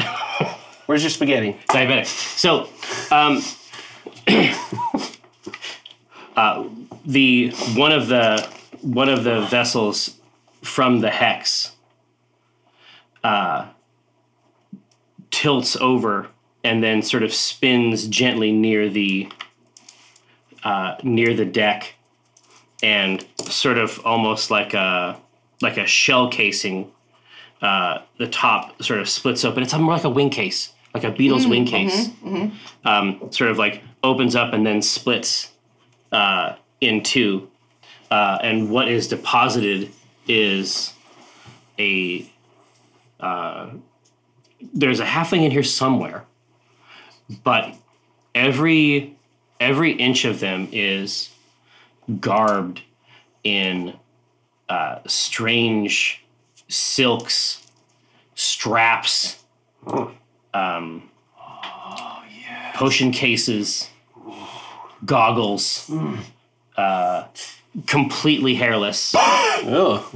E: *laughs* Where's your spaghetti?
C: diabetic. So, um, *coughs* uh, the one of the one of the vessels from the hex uh, tilts over and then sort of spins gently near the uh, near the deck and sort of almost like a like a shell casing uh, the top sort of splits open. It's more like a wing case, like a beetle's wing case. Um, sort of like opens up and then splits uh, in two. Uh, and what is deposited is a. Uh, there's a halfling in here somewhere, but every every inch of them is garbed in uh, strange silks, straps, um, potion cases, goggles, uh, completely hairless. *laughs*
E: Oh,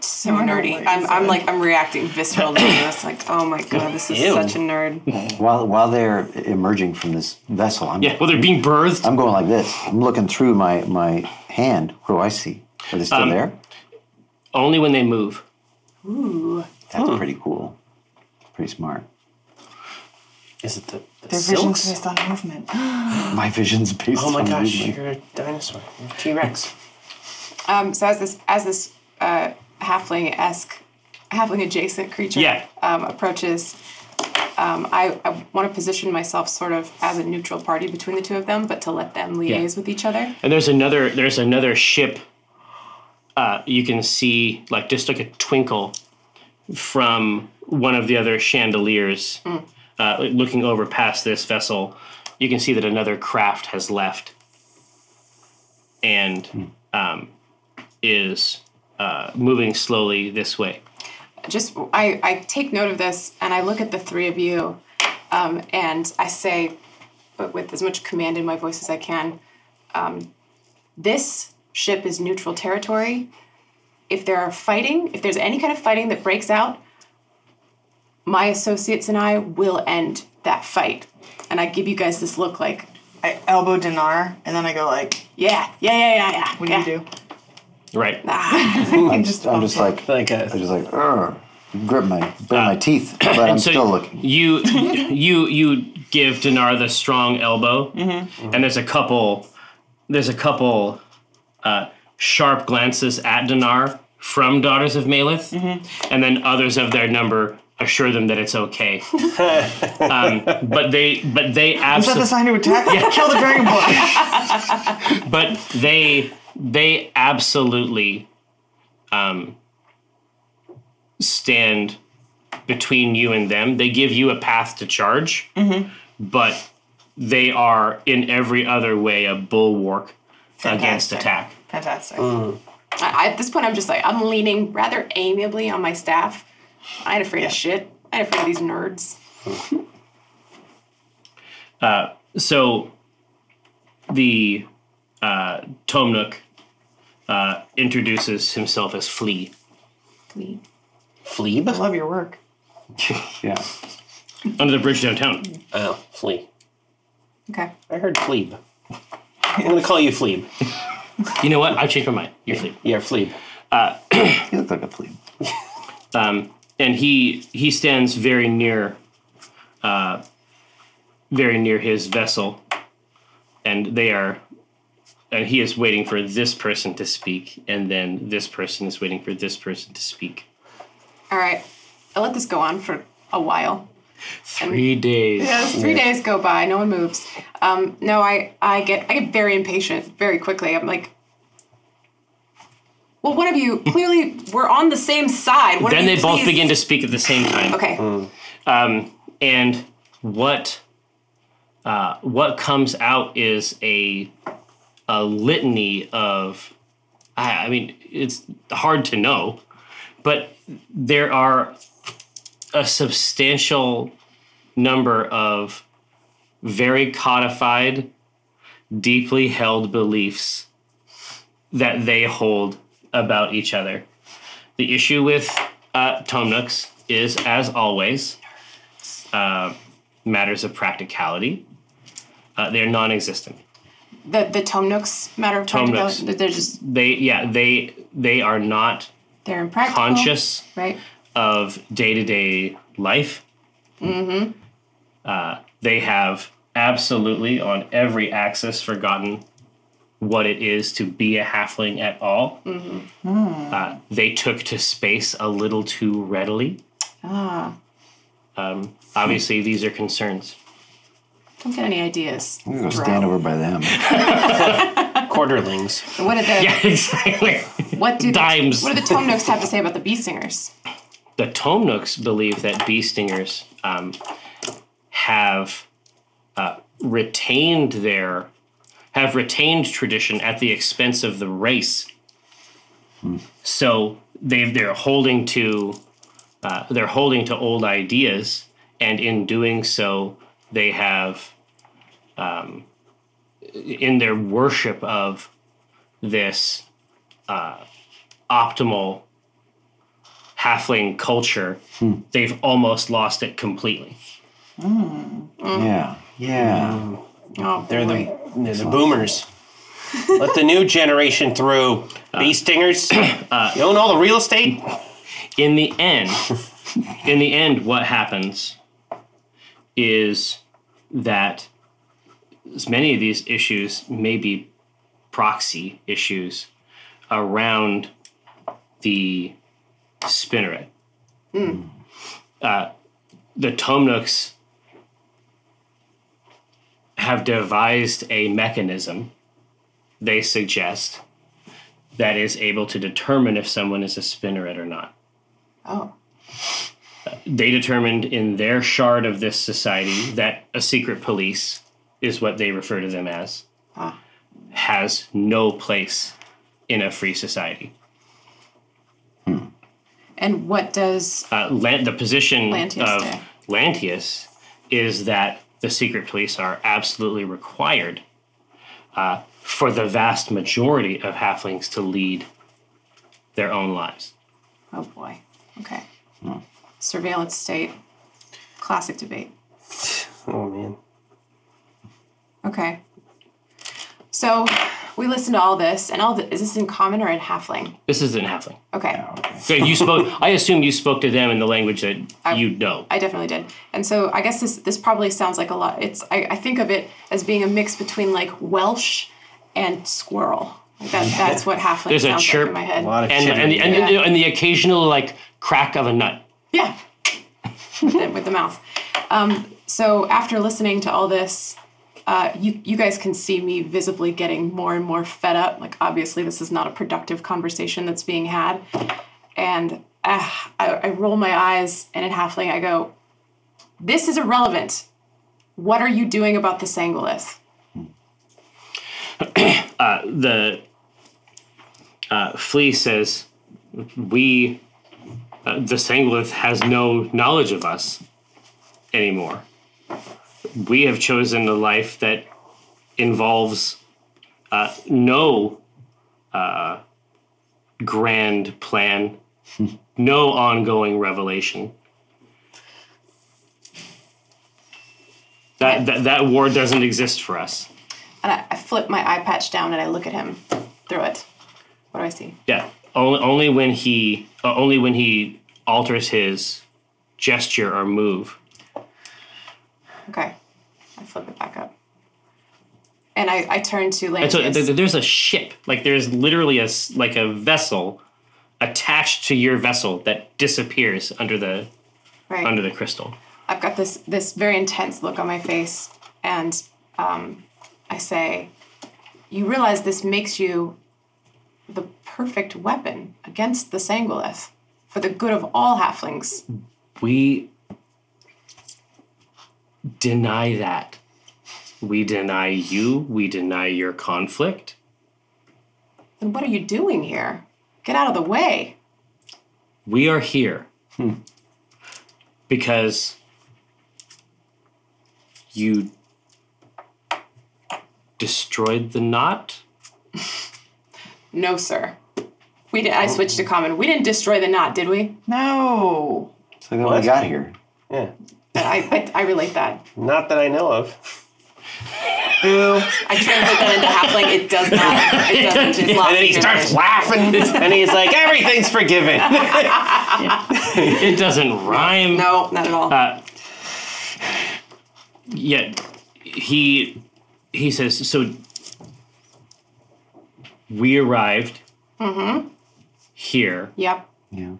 D: So nerdy. I'm, I'm like I'm reacting
C: *coughs*
D: viscerally to this. Like, oh my god, this is
E: Ew.
D: such a nerd.
I: While while they're emerging from this vessel, I'm
C: yeah, well, they're being birthed.
I: I'm going like this. I'm looking through my my hand. What do I see? Are they still
N: Um,
I: there?
C: Only when they move.
I: That's pretty cool. Pretty smart.
E: is it the, the
L: Their vision's
E: silks?
L: based on movement.
I: My vision's based.
E: Oh my
I: on
E: gosh,
I: movement.
E: you're a dinosaur. You're a T Rex.
M: Um, so as this as this uh, halfling esque, halfling adjacent creature
C: Yeah.
M: um, approaches, um, I, I want to position myself sort of as a neutral party between the two of them, but to let them liaise with each other.
C: And there's another. There's another ship. Uh, you can see like just like a twinkle from one of the other chandeliers, uh, like, looking over past this vessel. You can see that another craft has left, and um, is uh, moving slowly this way.
M: Just I, I take note of this and I look at the three of you, um, and I say, but with as much command in my voice as I can, um, this ship is neutral territory. If there are fighting, if there's any kind of fighting that breaks out, my associates and I will end that fight. And I give you guys this look like,
L: I elbow Dinar, and then I go like,
M: yeah, yeah, yeah, yeah, yeah.
L: "What do
M: yeah.
L: you do?"
C: Right.
I: I'm just, I'm just like,
E: Like a,
I: I'm just like, "Urgh," grip my, grip
E: Ah.
I: my
E: *coughs*
I: teeth, but I'm still looking. *laughs*
C: You you you give Dinar the strong elbow,
L: Mm-hmm.
C: and there's a couple there's a couple uh, sharp glances at Dinar from Daughters of Malith,
L: Mm-hmm.
C: and then others of their number assure them that
L: *laughs*
C: it's okay. um, but they but they
L: Is that
C: absolutely
L: the sign to attack? Kill the
E: *laughs*
L: dragonborn.
C: but they they absolutely um, stand between you and them. They give you a path to charge, but they are in every other way a bulwark against
F: Fantastic.
C: attack.
F: Fantastic.
E: Uh.
M: I, I- at this point, I'm just like, I'm leaning rather amiably on my staff. I ain't afraid of shit. I ain't afraid of these nerds.
C: So the uh, Tomnook uh, introduces himself as Flea.
M: Please.
E: Fleeb?
L: Love your work.
I: Yeah.
C: Under the bridge downtown.
E: Oh, Flea.
M: Okay.
E: I heard Fleeb. I'm gonna call you Fleeb.
C: You know what? I changed my mind. You're Flea.
E: Yeah, Fleeb.
I: You look like a flea.
C: um, and he he stands very near, uh, very near his vessel, and they are, and he is waiting for this person to speak, and then this person is waiting for this person to speak.
M: All right. I let this go on for a while.
C: Three days.
M: As three days go by, no one moves. Um, no, I, I get I get very impatient very quickly. I'm like, well, one of you clearly we're on the same side. One of
C: Then
M: you
C: they both
M: please-
C: begin to speak at the same time.
M: Okay.
N: Hmm.
C: Um, and what uh, what comes out is a a litany of I, I mean it's hard to know, but there are a substantial number of very codified, deeply held beliefs that they hold about each other. The issue with uh, Tom Nooks is, as always, uh, matters of practicality. Uh, they're non-existent.
M: The the tome nooks matter of
C: Tome
M: practical-
C: nooks.
M: They're just
C: They, yeah, they they are not
M: they're impractical.
C: conscious
M: right?
C: of day to day life. Uh, they have absolutely, on every axis, forgotten what it is to be a halfling at all. Uh, they took to space a little too readily. Um, obviously, these are concerns. *laughs*
M: Don't get any ideas.
I: I'm gonna go stand over
E: *laughs*
I: by them.
N: Quarterlings.
M: What did the
C: Yeah, exactly.
M: what do
C: Dimes.
M: what do the tome nooks have to say about the bee singers?
C: the Tome Nooks believe that bee stingers um, have uh, retained their have retained tradition at the expense of the race. So they they're holding to uh, they're holding to old ideas, and in doing so, they have um, in their worship of this uh, optimal halfling culture, they've almost lost it completely.
I: Yeah, yeah.
M: Oh,
N: They're
M: boy.
N: the, they're the boomers. Let the new generation through. Bee stingers. you own all the real estate.
C: In the end, in the end, what happens is that as many of these issues may be proxy issues around the spinneret. Uh, the Tomnooks have devised a mechanism, they suggest, that is able to determine if someone is a spinneret or not.
M: Oh.
C: They determined in their shard of this society that a secret police is what they refer to them as has no place in a free society.
M: And what does
C: Uh, Lan- the position
M: Lantius
C: of
M: there.
C: Lantius is that the secret police are absolutely required uh, for the vast majority of halflings to lead their own lives.
M: oh boy. Okay. Surveillance state. Classic debate.
N: Oh man.
M: Okay. So we listen to all this and all the, is this in common or in halfling?
C: This isn't
M: *laughs*
C: halfling.
M: Okay.
C: So you spoke. I assume you spoke to them in the language that you know.
M: I definitely did. And so I guess this this probably sounds like a lot. It's I, I think of it as being a mix between like Welsh and squirrel. Like that that's what halfling
C: There's a
M: sounds
C: chirp,
M: like in my head.
N: lot of
C: and
N: shit.
C: and, the, and,
M: Yeah.
C: and the occasional like crack of a nut.
M: yeah. with, the, with the mouth. Um, so after listening to all this, uh, you you guys can see me visibly getting more and more fed up. Like obviously this is not a productive conversation that's being had. And uh, I, I roll my eyes and in halfling I go, This is irrelevant. What are you doing about the Sangolith?
C: the uh, flea says, "We, uh, the Sanglith, has no knowledge of us anymore. We have chosen a life that involves uh, no uh, grand plan, no ongoing revelation." That, that, that war doesn't exist for us.
M: And I, I flip my eye patch down and I look at him through it. What do I see?
C: Yeah, only, only when he uh, only when he alters his gesture or move.
M: Okay. I flip it back up. And I, I turn to
C: And so
M: Lantius.
C: th- th- there's a ship, like there's literally a s- like a vessel attached to your vessel that disappears under the
M: right.
C: under the crystal.
M: I've got this this very intense look on my face, and um, I say, "You realize this makes you the perfect weapon against the Sangolith for the good of all halflings."
C: We deny that. We deny you. We deny your conflict.
M: Then what are you doing here? Get out of the way.
C: We are here because you destroyed the knot.
M: No, sir. We did, I switched to common. We didn't destroy the knot, did we?
F: No.
I: So then we got here.
E: Yeah.
M: I, I, I relate that.
E: Not that I know of.
M: I translate that into halfling. It does
E: *laughs*
M: not. It doesn't. It's
E: and then he
C: *laughs*
E: starts laughing, and he's like, "Everything's forgiven." *laughs*
C: It doesn't rhyme.
M: No, not at all.
C: Uh, yet he he says so. We arrived
E: Mm-hmm.
C: here.
M: yep.
I: Yeah.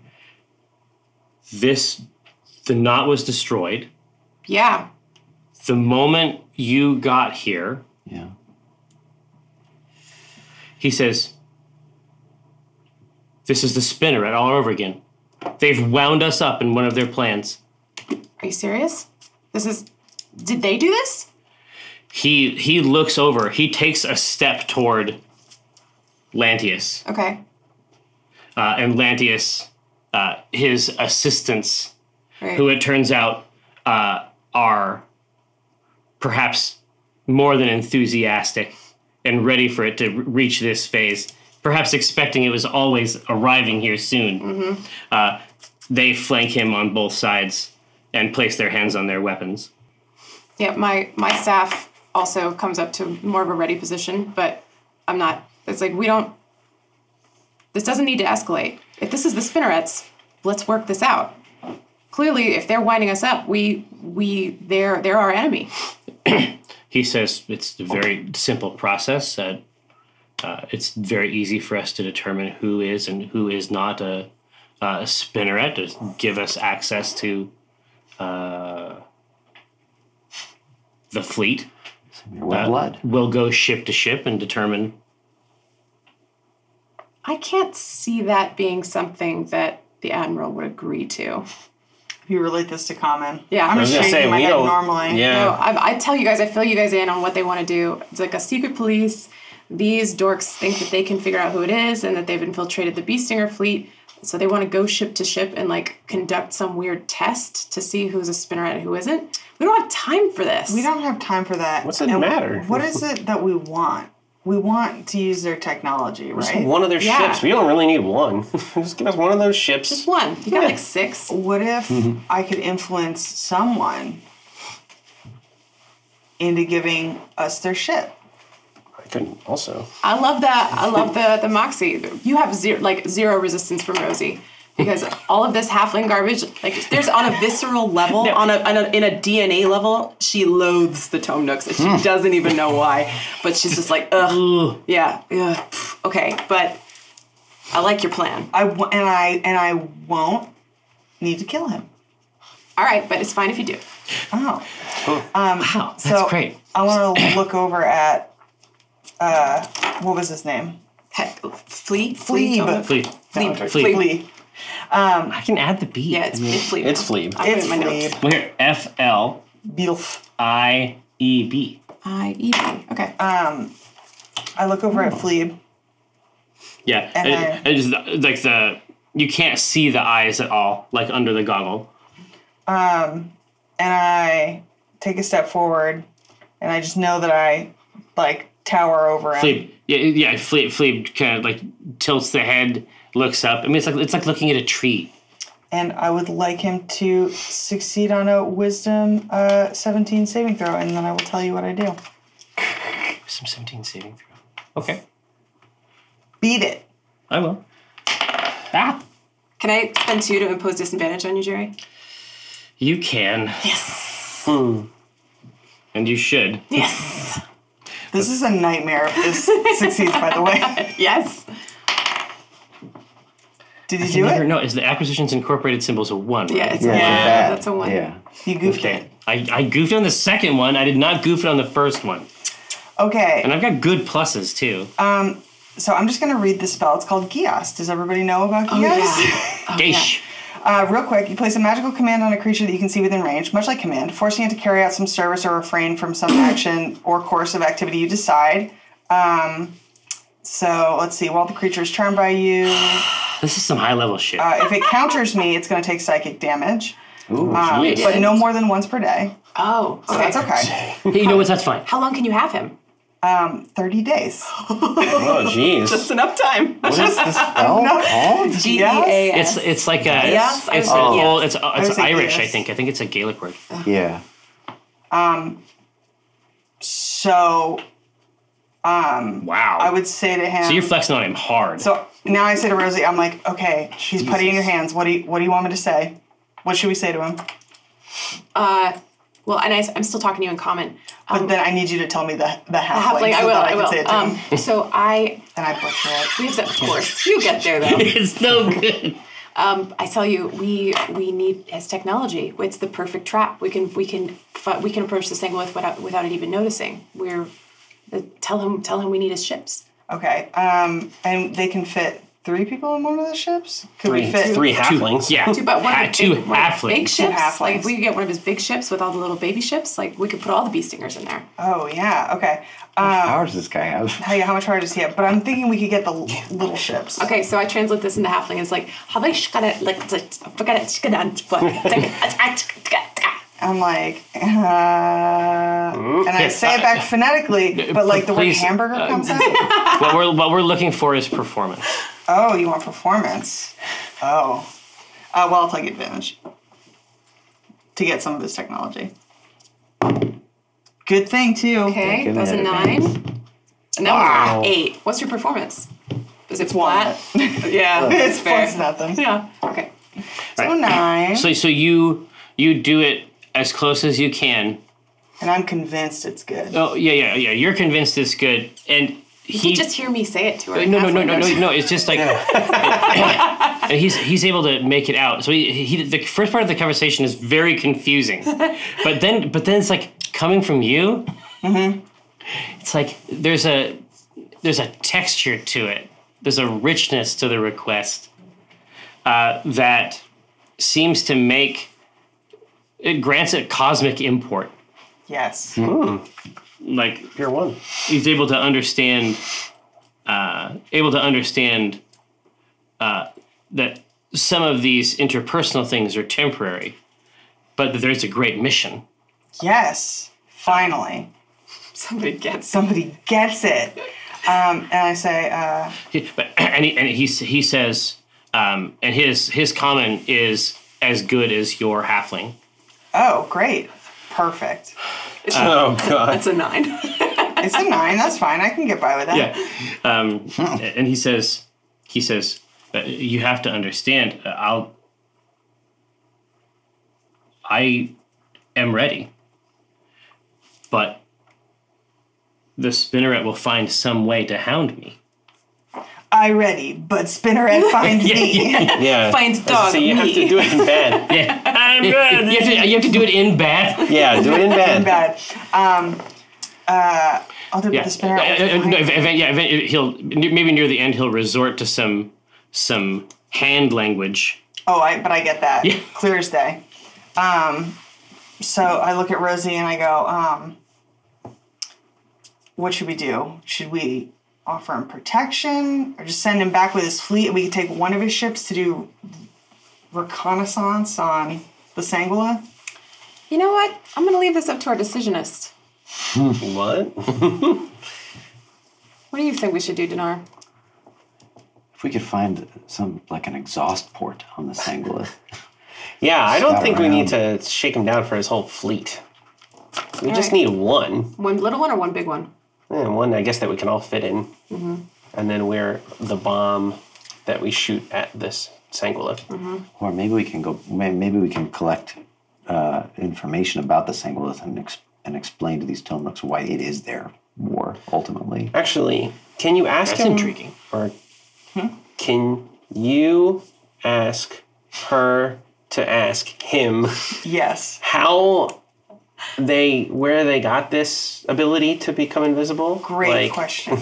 C: This the knot was destroyed.
M: Yeah.
C: The moment you got here,
I: Yeah.
C: he says, "This is the spinneret all over again. They've wound us up in one of their plans."
M: Are you serious? This is. Did they do this?
C: He he looks over. He takes a step toward Lantius.
M: Okay.
C: uh, and Lantius, uh, his assistants,
M: Right.
C: who it turns out uh, are perhaps more than enthusiastic and ready for it to re- reach this phase, perhaps expecting it was always arriving here soon. Uh, they flank him on both sides and place their hands on their weapons.
M: Yeah, my my staff also comes up to more of a ready position, but I'm not. It's like we don't. This doesn't need to escalate. If this is the spinnerets, let's work this out. Clearly, if they're winding us up, we we they're they're our enemy.
C: He says it's a very simple process. Uh, uh, it's very easy for us to determine who is and who is not a, a spinneret to give us access to uh, the fleet. Uh,
I: With blood.
C: We'll go ship to ship and determine.
M: I can't see that being something that the admiral would agree to.
F: If you relate this to common.
M: Yeah.
F: I'm
M: I was
F: just
E: gonna
F: shaking
E: say,
F: my
E: we
F: head
E: don't-
F: normally.
M: No,
E: Yeah.
M: I, I tell you guys, I fill you guys in on what they want to do. It's like a secret police. These dorks think that they can figure out who it is and that they've infiltrated the Beastinger fleet. So they want to go ship to ship and like conduct some weird test to see who's a spinner and who isn't. We don't have time for this.
F: We don't have time for that.
E: What's it
F: And
E: matter?
F: What is it that we want? We want to use their technology,
E: Just
F: right?
E: one of their
M: Yeah.
E: ships. We don't really need one. *laughs* Just give us one of those ships.
M: One, you got like six.
F: What if
M: Mm-hmm.
F: I could influence someone into giving us their ship?
E: I couldn't. Also,
M: I love that. I love the the moxie. You have zero like zero resistance from Rosie because all of this halfling garbage, like there's on a visceral level, on, a, on a in a DNA level, she loathes the tome nooks and she doesn't even know why, but she's just like, Hmm. ugh, yeah, yeah, pff, okay. But I like your plan.
F: I w- and I and I won't need to kill him.
M: All right, but it's fine if you do.
F: Oh,
C: Wow, that's
F: so
C: great.
F: I want to look over at uh, what was his name?
M: Heck, flea,
F: Fleeb.
M: flea, tome nook?
C: Flee.
M: flea,
C: Flee.
F: Lee.
C: I can add the B.
M: Yeah, it's, it's flea.
E: it's
M: now.
E: Fleeb.
M: I put it
F: It's
M: in my notes.
F: Fleeb.
C: Well, here, F L
F: Beelf.
C: I E B.
M: I E B. Okay.
F: I look over at Fleeb.
C: Yeah,
F: And
C: and,
F: I-
C: and just the- like the you can't see the eyes at all, like under the goggle.
F: and I take a step forward, and I just know that I like tower over him.
C: Fleeb, yeah, yeah, Fleeb, Fleeb kind of like tilts the head, looks up. I mean, it's like it's like looking at a tree.
F: And I would like him to succeed on a wisdom uh, 17 saving throw, and then I will tell you what I do.
C: Some seventeen saving throw. Okay,
F: Beat it.
C: I will. Ah,
D: Can I spend two to impose disadvantage on you, Jerry?
C: you can. Yes. And you should.
M: *laughs*
F: This is a nightmare if this succeeds, by the way.
D: Yes.
F: Did you
C: You
F: do
C: never
F: it?
C: know. Is the acquisitions incorporated symbols a one? right?
D: Yeah, it's
I: Yeah,
D: yeah.
I: bad.
D: that's a one.
I: Yeah.
F: You goofed
C: Okay.
F: it.
C: I, I goofed on the second one. I did not goof it on the first one.
F: Okay,
C: And I've got good pluses too.
F: Oh, so I'm just going to read the spell. It's called Gias. Does everybody know about Gias?
C: Geish.
F: *laughs* Uh, real quick, you place a magical command on a creature that you can see within range, much like command, forcing it to carry out some service or refrain from some action or course of activity you decide. Um, so let's see. While the creature is charmed by you, uh,
C: This is some high level shit.
F: if it counters me, it's going to take psychic damage,
I: Ooh,
F: um,
C: jeez.
F: but no more than once per day.
M: Oh, okay.
F: That's okay.
C: you know what? That's fine.
M: How long can you have him?
F: um, 30 days.
N: Oh, jeez.
D: Just enough time.
I: What
E: *laughs*
I: is this spell called?
D: G E
F: *laughs*
D: A
C: It's
D: S.
C: it's like a
D: Yes, I
C: it's
D: would say
C: an
D: yes.
C: old- it's uh, it's
F: would say
C: Irish I
F: yes. Uh,
C: think I think it's a Gaelic word.
I: Yeah.
F: So
C: Wow.
F: I would say to him.
C: so you're flexing on him hard.
F: So now I say to Rosie, I'm like, okay, he's putty in your hands. What do you What do you want me to say? What should we say to him?
M: Uh, well, and I, am still talking to you in common.
F: But then I need you to tell me the the half
M: Halfling,
F: so
M: Um, I will.
F: that I,
M: I
F: can say it
M: will.
F: to
M: Um,
F: him.
M: so I,
F: And I butcher it.
M: we have to, of course, you get
F: *laughs*
M: there
C: *laughs*
M: though.
C: it's no good.
M: Um, I tell you, we we need his technology. It's the perfect trap. We can we can fu- we can approach this thing with without without it even noticing. We're uh, tell him tell him we need his ships.
F: Okay. Um, and they can fit three people in one of the ships. Could we fit
N: Three halflings.
C: Yeah.
M: Two, but one
C: Ha-
M: of the
C: Ah, two
M: big, one of the big
C: halflings.
M: ships,
F: halflings.
M: like if we could get one of his big ships with all the little baby ships, like we could put all the bee stingers in there.
F: Oh yeah. Okay.
I: How
F: Um,
I: much does this guy have?
F: how, how much harder does he have? But I'm thinking we could get the l- little ships.
M: Okay, so I translate this into halfling. It's like how they got it, like forget it, forget it, but
F: I'm like, *laughs* uh, and I say it back
C: *laughs*
F: phonetically, but like the word
C: please, uh, *laughs*
F: hamburger comes out.
C: what we're what we're looking for is performance.
F: Oh, you want performance? Oh, uh, well, I'll take advantage to get some of his technology. Good thing too.
M: Okay,
I: give
M: that
I: me
M: was a
I: an
M: nine. And now we're at eight. What's your performance? Is
C: *laughs*
M: it flat? yeah,
F: It's
M: it's fair.
F: plus nothing.
M: Yeah. Okay.
F: So nine,
C: So so you you do it as close as you can.
F: and I'm convinced it's good.
C: Oh yeah yeah yeah. You're convinced it's good and
M: You
C: he
M: can just hear me say it to her.
C: no, no, no, no, no, no. It's just like And *laughs* he's he's able to make it out. So he, he the first part of the conversation is very confusing, but then but then it's like coming from you. It's like there's a there's a texture to it. There's a richness to the request uh, that seems to make it grants it cosmic import.
F: Yes.
C: Mm-hmm. Like
N: Pier one.
C: he's able to understand uh, able to understand uh, that some of these interpersonal things are temporary but that there's a great mission
F: Yes. Finally,
M: *laughs* Somebody gets.
F: somebody gets it. Um, and I say, uh,
C: He- but, *clears throat* and, he, and he, s- he says um, and his his comment is as good as your halfling
F: "Oh, great, perfect."
N: Oh god.
M: That's a nine. *laughs*
F: It's a nine. That's fine. I can get by with that.
C: *laughs* yeah um, and he says he says "Uh, you have to understand uh, i'll i am ready but the spinneret will find some way to hound *laughs* me
F: I ready,
C: *laughs*
F: but Spinneret finds me.
N: *laughs* Yeah.
D: Finds
N: I was gonna
D: dog
N: say, you have to do it in bed.
C: yeah i'm you have to, you have to do it in bed
N: yeah, do it in bed.
F: *laughs* Bad. Um, uh, I'll do it
C: yeah,
F: with the
C: Uh,
F: Spinneret.
C: uh, no, ev- ev- yeah ev- he'll maybe near the end he'll resort to some some hand language
F: Oh, I, but I get that.
C: Yeah.
F: Clear as day. Um, so I look at Rosie and I go, um, what should we do? Should we offer him protection or just send him back with his fleet and we could take one of his ships to do reconnaissance on the Sangula?
M: You know what? I'm gonna leave this up to our decisionist.
N: What?
M: What do you think we should do, Dinar?
I: If we could find some like an exhaust port on the Sangula.
N: Yeah, I don't
I: Scout
N: think we need
I: around.
N: to shake him down for his whole fleet. We just
M: right.
N: need one.
M: One little one or one big one?
N: And one, I guess, that we can all fit in. And then we're the bomb that we shoot at this Sangula.
I: or maybe we can go. may- Maybe we can collect uh, information about the Sangolith and ex- and explain to these Tomnooks why it is their war ultimately.
N: Actually, can you ask
C: that's
N: him?
C: intriguing
N: Or can you ask her to ask him *laughs*
F: Yes.
N: how they, where they got this ability to become invisible?
F: Great
N: Like,
F: question.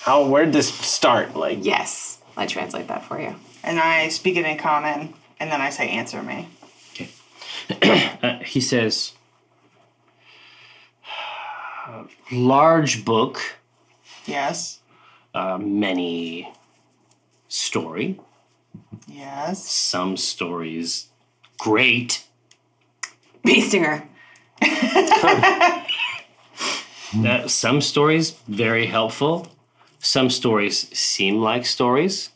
N: How, where did this start? Like,
M: Yes. I translate that for you.
F: and I speak it in common and then I say, answer me.
C: he says large book
F: Yes.
C: uh, many story
F: Yes.
C: some stories great
M: Bee stinger.
C: That some stories very helpful. Some stories seem like stories.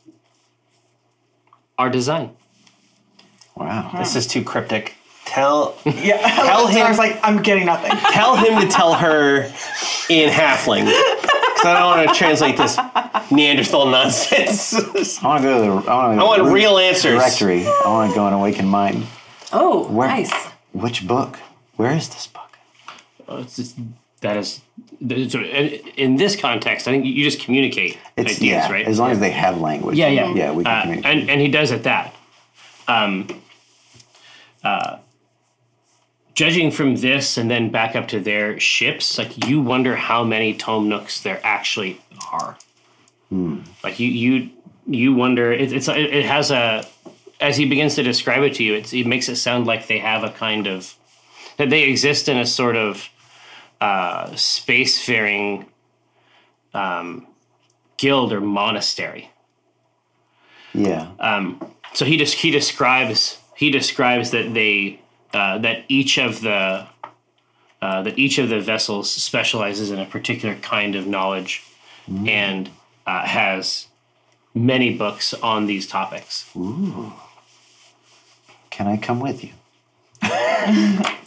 C: Our design.
I: Wow.
N: This is too cryptic. Tell
F: *laughs* Yeah,
N: Tell him-
F: I was like, I'm getting nothing.
N: tell him to tell her in halfling. Because I don't want to translate this Neanderthal nonsense. *laughs*
I: I want to go to the. I, wanna go to
N: I want
I: the root
N: real answers.
I: Directory. I want to go and awaken mine.
D: Oh,
I: Where,
D: nice.
I: Which book? Where is this book?
C: Uh, it's just- that is, it's- in this context, I think you just communicate
I: It's
C: ideas,
I: yeah.
C: right?
I: As long as they have language.
C: Yeah, yeah.
I: yeah. We can
C: Uh,
I: communicate.
C: and and he does at that. Um, uh, judging from this and then back up to their ships, like you wonder how many tome nooks there actually are. Like you you you wonder it, it's it, it has a as he begins to describe it to you, it's, it makes it sound like they have a kind of that they exist in a sort of uh, spacefaring um, guild or monastery
I: yeah.
C: so he just he describes he describes that they uh, that each of the uh, that each of the vessels specializes in a particular kind of knowledge and uh, has many books on these topics.
I: can I come with you?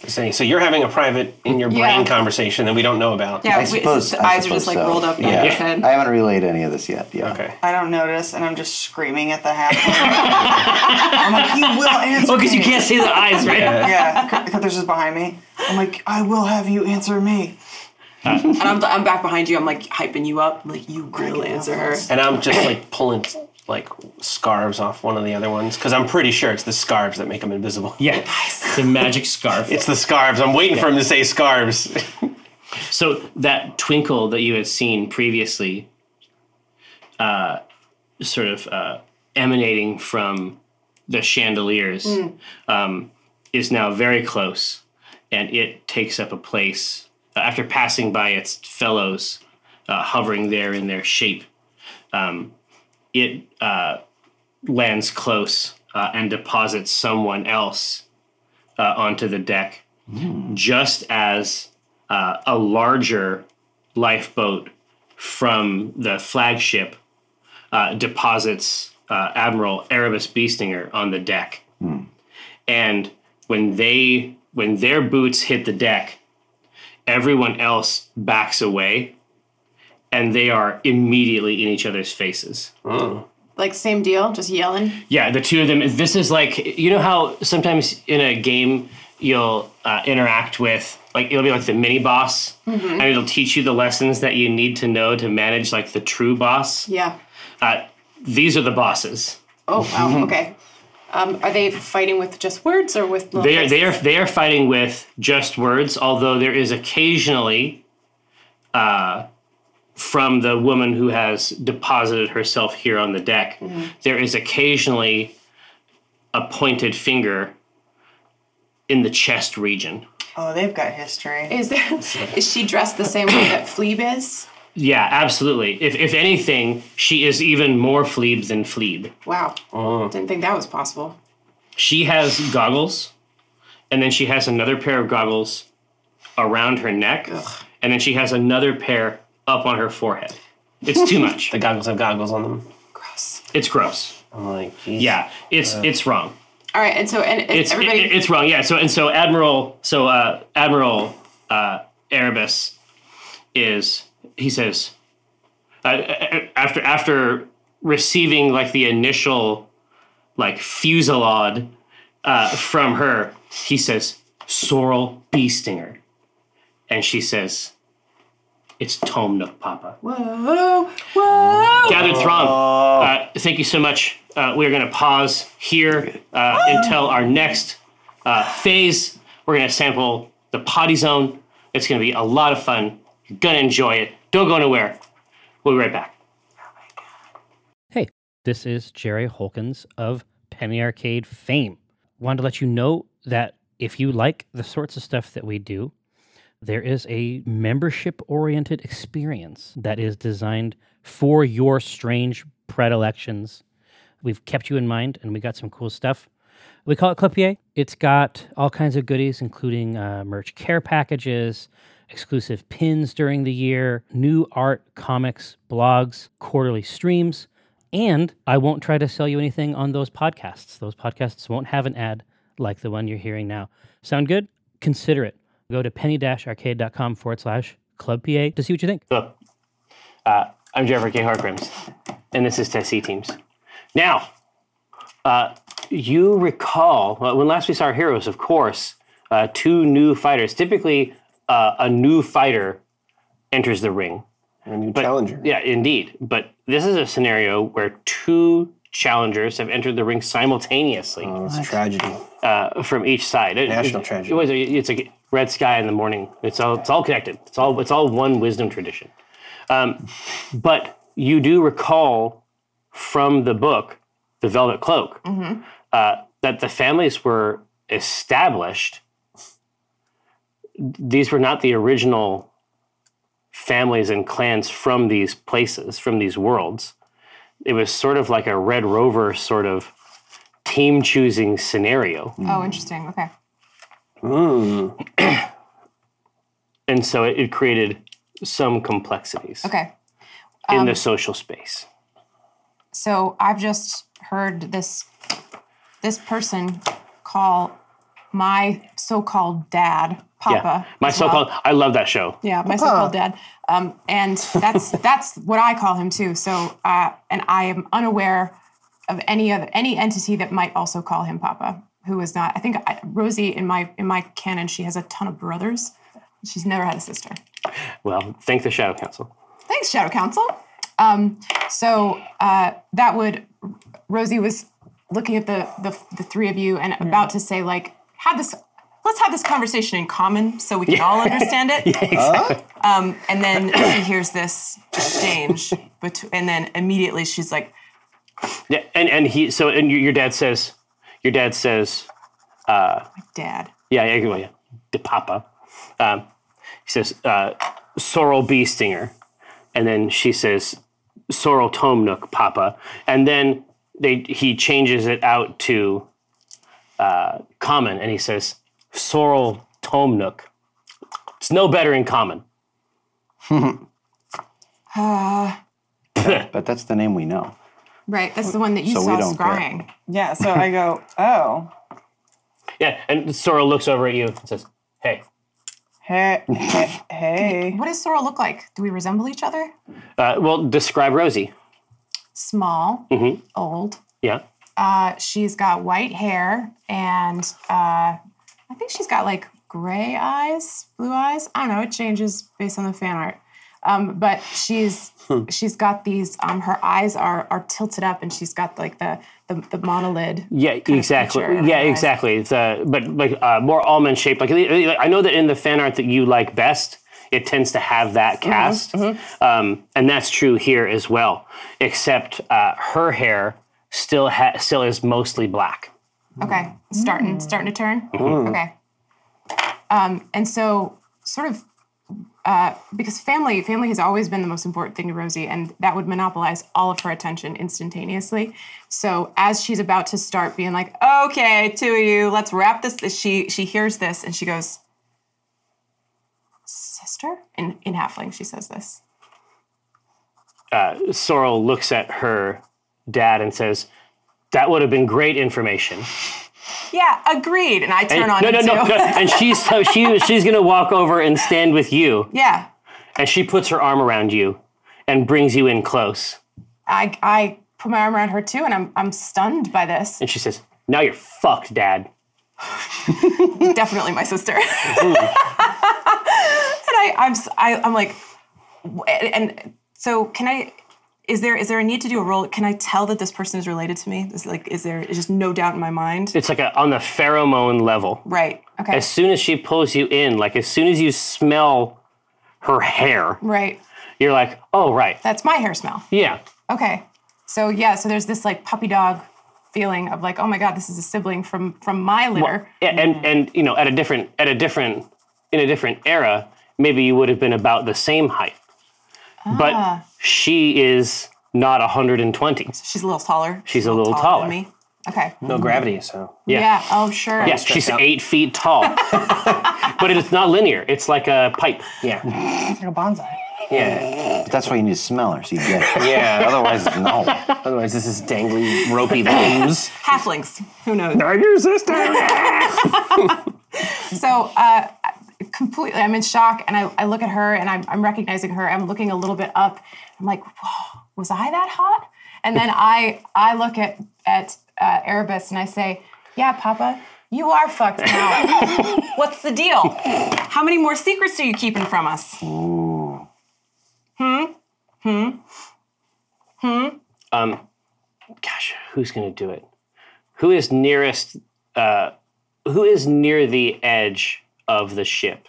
N: Saying, so you're having a private in your brain
M: Yeah.
N: conversation that we don't know about.
D: Yeah,
I: I
D: we-
I: suppose.
D: the
I: I
D: eyes are just
I: suppose
D: like
I: so.
D: rolled up.
I: Yeah.
D: Yeah. Head.
I: I haven't relayed any of this yet. Yeah.
N: Okay.
F: I don't notice, and I'm just screaming at the half. *laughs* I'm like, you will answer.
C: Oh, because you
F: me."
C: can't see the eyes, right?
F: Yeah, Cutler's just behind me. I'm like, I will have you answer me.
D: and I'm, I'm back behind you. I'm like hyping you up. Like you will answer her.
N: And I'm just like pulling like scarves off one of the other ones because I'm pretty sure it's the scarves that make them invisible.
C: *laughs* Yeah, the magic scarf.
N: It's the scarves. I'm waiting for him to say scarves.
C: So that twinkle that you had seen previously, uh, sort of uh, emanating from the chandeliers, um, is now very close, and it takes up a place uh, after passing by its fellows, uh, hovering there in their shape. Um, it uh, lands close uh, and deposits someone else uh, onto the deck, just as uh, a larger lifeboat from the flagship uh, deposits uh, Admiral Erebus Beestinger on the deck. And when they when their boots hit the deck, everyone else backs away, and they are immediately in each other's faces.
M: Like same deal, just yelling.
C: Yeah, the two of them. This is like you know how sometimes in a game you'll uh, interact with like it'll be like the mini boss, and it'll teach you the lessons that you need to know to manage like the true boss.
M: Yeah.
C: Uh, these are the bosses.
M: Oh wow. Okay. Um, are they fighting with just words or with? little
C: They are they are
M: faces?
C: they are fighting with just words, although there is occasionally. Uh, from the woman who has deposited herself here on the deck, there is occasionally a pointed finger in the chest region.
F: Oh, they've got history.
M: Is there? Is she dressed the same way that Fleeb is?
C: Yeah, absolutely. If, if anything, she is even more Fleeb than Fleeb.
M: Wow. Didn't think that was possible.
C: She has goggles, and then she has another pair of goggles around her neck, and then she has another pair up on her forehead. It's too much.
N: the *laughs* goggles have goggles on them.
C: It's gross.
N: I'm like, geez.
C: Yeah, it's it's wrong.
M: All right, and so and, and
C: it's
M: everybody.
C: it- it's wrong. Yeah. So and so Admiral so uh, Admiral uh, Erebus is he says uh, uh, after after receiving like the initial like fusillade uh, from her, he says Sorrel Beestinger, and she says. It's Tom Nook Papa.
M: whoa, whoa!
C: Gathered throng. Uh, thank you so much. Uh, we're going to pause here uh, until our next uh, phase. We're going to sample the potty zone. It's going to be a lot of fun. You're going to enjoy it. Don't go anywhere. We'll be right back. Hey, this is Jerry Holkins of Penny Arcade fame. Wanted to let you know that if you like the sorts of stuff that we do, there is a membership oriented experience that is designed for your strange predilections. We've kept you in mind and we got some cool stuff. We call it Clipier. It's got all kinds of goodies, including uh, merch care packages,
O: exclusive pins during the year, new art, comics, blogs, quarterly streams, and I won't try to sell you anything on those podcasts. Those podcasts won't have an ad like the one you're hearing now. Sound good? Consider it. Go to penny-arcade.com forward slash club PA to see what you think.
C: Uh, I'm Jeffrey K. Hargrims, and this is Tennessee Teams. Now, uh, you recall uh, when last we saw our heroes, of course, uh, two new fighters. Typically, uh, a new fighter enters the ring.
E: A new
C: But-
E: challenger.
C: Yeah, indeed. But this is a scenario where two challengers have entered the ring simultaneously
E: Oh, it's a tragedy.
C: uh, from each side. It-
E: National
C: it-
E: tragedy.
C: It was, it's like red sky in the morning. It's all it's all connected. It's all it's all one wisdom tradition. Um, but you do recall from the book, The Velvet Cloak, uh, that the families were established. These were not the original families and clans from these places, from these worlds. It was sort of like a Red Rover sort of team choosing scenario.
D: Oh, interesting. Okay.
C: and so it, it created some complexities
D: Okay. um,
C: in the social space.
D: So I've just heard this this person call my so-called dad Papa.
C: yeah, my
D: as well.
C: so-called. I love that show.
D: Yeah, my so-called dad. Um, and
I: *laughs*
D: that's that's what I call him too. So uh, and I am
I: *laughs*
D: unaware of any other any entity that might also call him Papa, who is not. I think I, Rosie in my in my canon, she has a ton of brothers. She's never had a sister.
C: Well, thank the Shadow Council.
D: Thanks, Shadow Council. Um, so uh, that would Rosie was looking at the the, the three of you and about to say like, have this. Let's have this conversation in common so we can *laughs* all understand it. *laughs* Um, and then she hears this exchange, betw- and then immediately she's like,
C: Yeah, and and he so and your, your dad says, your dad says,
D: "Dad,
C: yeah, yeah, well, yeah, the Papa. Um, he says, uh, Sorrel Bee Stinger, and then she says, Sorrel Tomnook Papa, and then they he changes it out to uh, common, and he says, Sorrel Tomnook. It's no better in common.
I: But that's the name we know.
D: right? That's the one that you
I: So we
D: saw
I: don't care.
D: scrying."
F: Yeah, so I go, oh,
C: Yeah, and Sorrel looks over at you and says, Hey.
F: hey, hey, hey.
D: What does Sorrel look like? Do we resemble each other?
C: Uh, well, describe Rosie.
D: Small,
I: Mm-hmm.
D: old.
C: Yeah.
D: Uh, she's got white hair, and uh, I think she's got like gray eyes, blue eyes. I don't know. It changes based on the fan art. Um, but she's she's got these. Um, her eyes are are tilted up, and she's got like the the, the monolid.
C: Yeah,
D: of
C: exactly.
D: feature in
C: Yeah,
D: her eyes.
C: exactly. It's uh, but like uh, more almond shaped. Like I know that in the fan art that you like best, it tends to have that
D: Mm-hmm,
C: cast, Um, and that's true here as well. Except uh, her hair still ha- still is mostly black.
D: Okay, starting starting to turn.
C: Mm-hmm.
D: Okay. Um, and so sort of uh, because family family has always been the most important thing to Rosie, and that would monopolize all of her attention instantaneously. So as she's about to start being like, "Okay, two of you, let's wrap this," she she hears this and she goes, "Sister," in in halfling, she says this.
C: Uh, Sorrel looks at her dad and says, "That would have been great information."
D: Yeah, agreed. And I turn
C: And,
D: on
C: no, no,
D: it
C: no,
D: too.
C: no. And she's so she she's gonna walk over and stand with you,
D: Yeah,
C: and she puts her arm around you and brings you in close.
D: I I put my arm around her too, and I'm I'm stunned by this.
C: And she says, Now you're fucked, Dad.
D: definitely my sister. and
C: Mm-hmm.
D: *laughs* I, I'm, s- I, am like, w- and, and so can I? Is there is there a need to do a roll? Can I tell that this person is related to me? Is like, is there is just no doubt in my mind?
C: It's like a, on the pheromone level.
D: Right. Okay.
C: As soon as she pulls you in, like as soon as you smell her hair,
D: Right.
C: you're like, Oh, right.
D: That's my hair smell.
C: Yeah.
D: Okay. So yeah. So there's this like puppy dog feeling of like, oh my god, this is a sibling from from my litter.
C: Yeah, and and you know, at a different at a different in a different era, maybe you would have been about the same height. But she is not 120.
D: She's a little taller. She's,
C: a little
D: than
C: taller.
D: me. Okay.
E: No gravity, so.
C: Yeah.
D: Yeah. Oh sure.
C: Yeah, she's
E: out.
C: eight feet tall. but *laughs* but it's not linear. It's like a pipe. Yeah.
F: It's like a bonsai.
C: Yeah.
I: But that's why you need a smeller, so you get it. *laughs*
C: Yeah.
I: Otherwise, no.
C: Otherwise, this is dangly, ropey limbs.
D: Halflings. Who knows?
C: I'm your sister.
D: *laughs* So uh, completely, I'm in shock, and I, I look at her, and I'm, I'm recognizing her. I'm looking a little bit up. I'm like, Whoa, was I that hot? And then I I look at at uh, Erebus, and I say, Yeah, Papa, you are fucked now. *laughs* What's the deal? How many more secrets are you keeping from us? Hmm. Hmm. Hmm.
C: Um, gosh, who's gonna do it? Who is nearest? Uh, who is near the edge of the ship?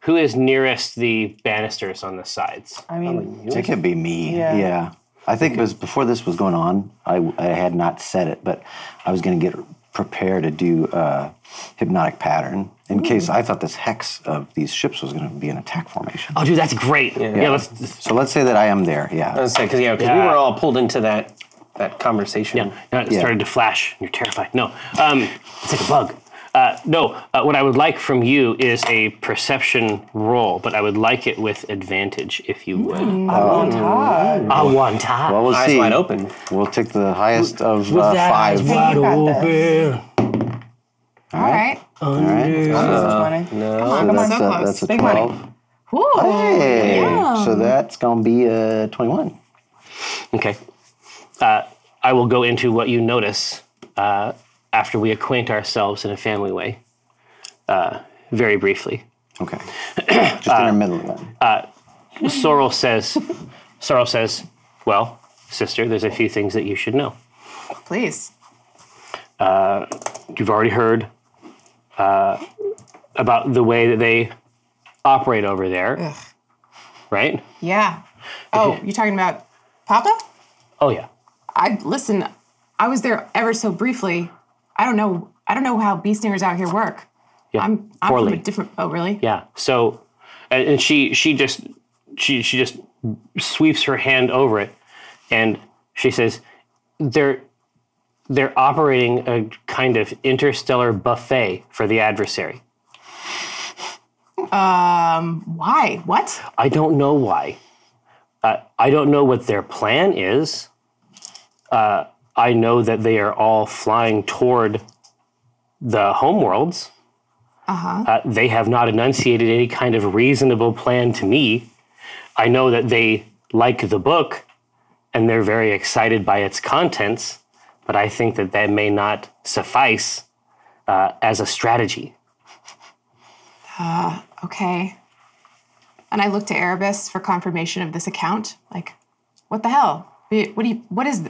C: Who is nearest the banisters on the sides?
P: I mean,
I: It could be me.
P: Yeah.
I: Yeah. I think it was before this was going on. I, I had not said it, but I was going to get prepared to do uh, hypnotic pattern in
F: Mm.
I: case I thought this hex of these ships was going to be an attack formation.
C: Oh, dude, that's great. Yeah, let's.
I: So let's say that I am there. Yeah.
C: Let's say because yeah, because we
K: Yeah.
C: were all pulled into that that conversation. Yeah, now it
I: Yeah.
C: started to flash. and You're terrified. No, um, it's like a bug. Uh, no, uh, what I would like from you is a perception roll, but I would like it with advantage if you would. I want time.
I: Mm. Well, uh, we'll
C: Eyes
I: see.
C: wide open.
I: We'll take the highest of uh, five.
F: All right.
I: All right.
F: on,
I: So
F: come on,
I: that's
F: so
I: a,
F: close.
I: that's a
F: Big money.
I: 12.
D: Ooh.
I: Hey,
D: Yeah.
I: so that's gonna be a twenty-one.
C: Okay. Uh, I will go into what you notice uh, after we acquaint ourselves in a family way, uh, very briefly.
I: Okay, *coughs* just intermittently.
C: Sorrel says, *laughs* Sorrel says, well, sister, there's a few things that you should know.
D: Please.
C: You've already heard uh, about the way that they operate over there, right?
D: Yeah. Oh, you're talking about Papa?
C: Oh yeah.
D: I listen. I was there ever so briefly. I don't know. I don't know how bee stingers out here work.
C: Yeah.
D: I'm, I'm
C: Poorly.
D: from a different. Oh, really?
C: Yeah. So, and, and she she just she she just sweeps her hand over it, and she says, "They're they're operating a kind of interstellar buffet for the adversary.
D: Why? What?
C: I don't know why. Uh, I don't know what their plan is. Uh, I know that they are all flying toward the homeworlds. Uh-huh. they have not enunciated any kind of reasonable plan to me. I know that they like the book and they're very excited by its contents, but I think that that may not suffice uh, as a strategy.
D: Okay. And I looked to Erebus for confirmation of this account. Like, what the hell? What do you? What is?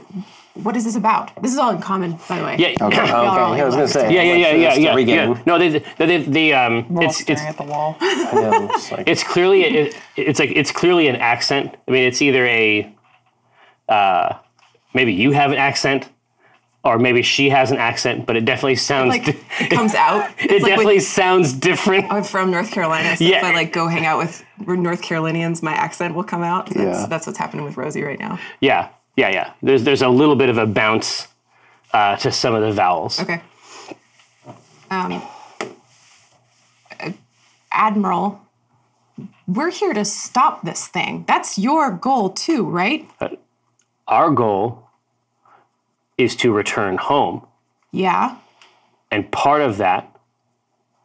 D: What is this about? This is all in common, by the way.
C: *coughs* Yeah,
I: Okay,
D: yeah, I was gonna say.
C: yeah, yeah,
E: uh,
C: yeah, yeah, yeah, yeah. No, they, they, they, they, um,
P: we're all
C: it's,
P: staring
C: it's,
P: at the wall.
I: *laughs*
C: it's clearly it, it's like it's clearly an accent. I mean, it's either a uh, maybe you have an accent, or maybe she has an accent, but it definitely sounds
D: Like it comes out.
C: *laughs* it
D: It's like
C: definitely
D: when- Uh,
C: sounds different.
D: I'm from North Carolina, so
C: Yeah.
D: if I like go hang out with North Carolinians, my accent will come out. That's,
I: Yeah.
D: that's what's happening with Rosie right now.
C: Yeah, yeah, yeah. There's there's a little bit of a bounce uh, to some of the vowels.
D: Okay. Um, uh, Admiral, we're here to stop this thing. That's your goal too, right?
C: Our goal is to return home,
D: Yeah.
C: and part of that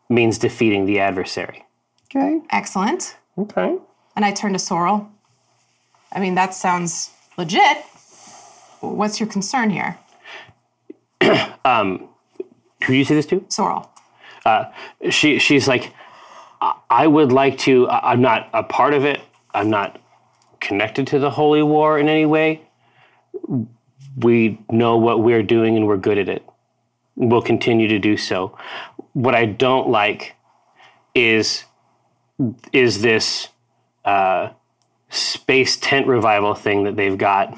C: means defeating the adversary.
I: Okay.
D: Excellent.
C: Okay.
D: And I turn to Sorrel. I mean, that sounds legit. What's your concern here,
C: Who do you say this to?
D: Sorrel?
C: she she's like "I- i would like to I- i'm not a part of it i'm not connected to the holy war in any way we know what we're doing and we're good at it we'll continue to do so what i don't like is is this uh, space tent revival thing that they've got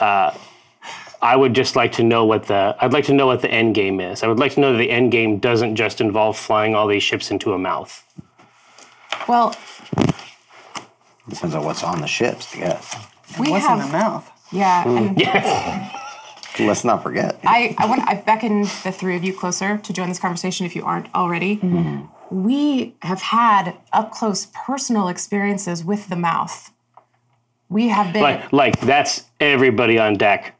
C: uh, I would just like to know what the I'd like to know what the end game is. I would like to know that the end game doesn't just involve flying all these ships into a mouth.
D: Well,
I: Depends on what's on the ships, I guess.
D: we
F: What's in
D: have
F: the mouth?
D: yeah, and
I: Let's not forget.
D: I, I want I beckon the three of you closer to join this conversation if you aren't already. We have had up close personal experiences with the mouth. We have been
E: Like, like that's everybody on deck.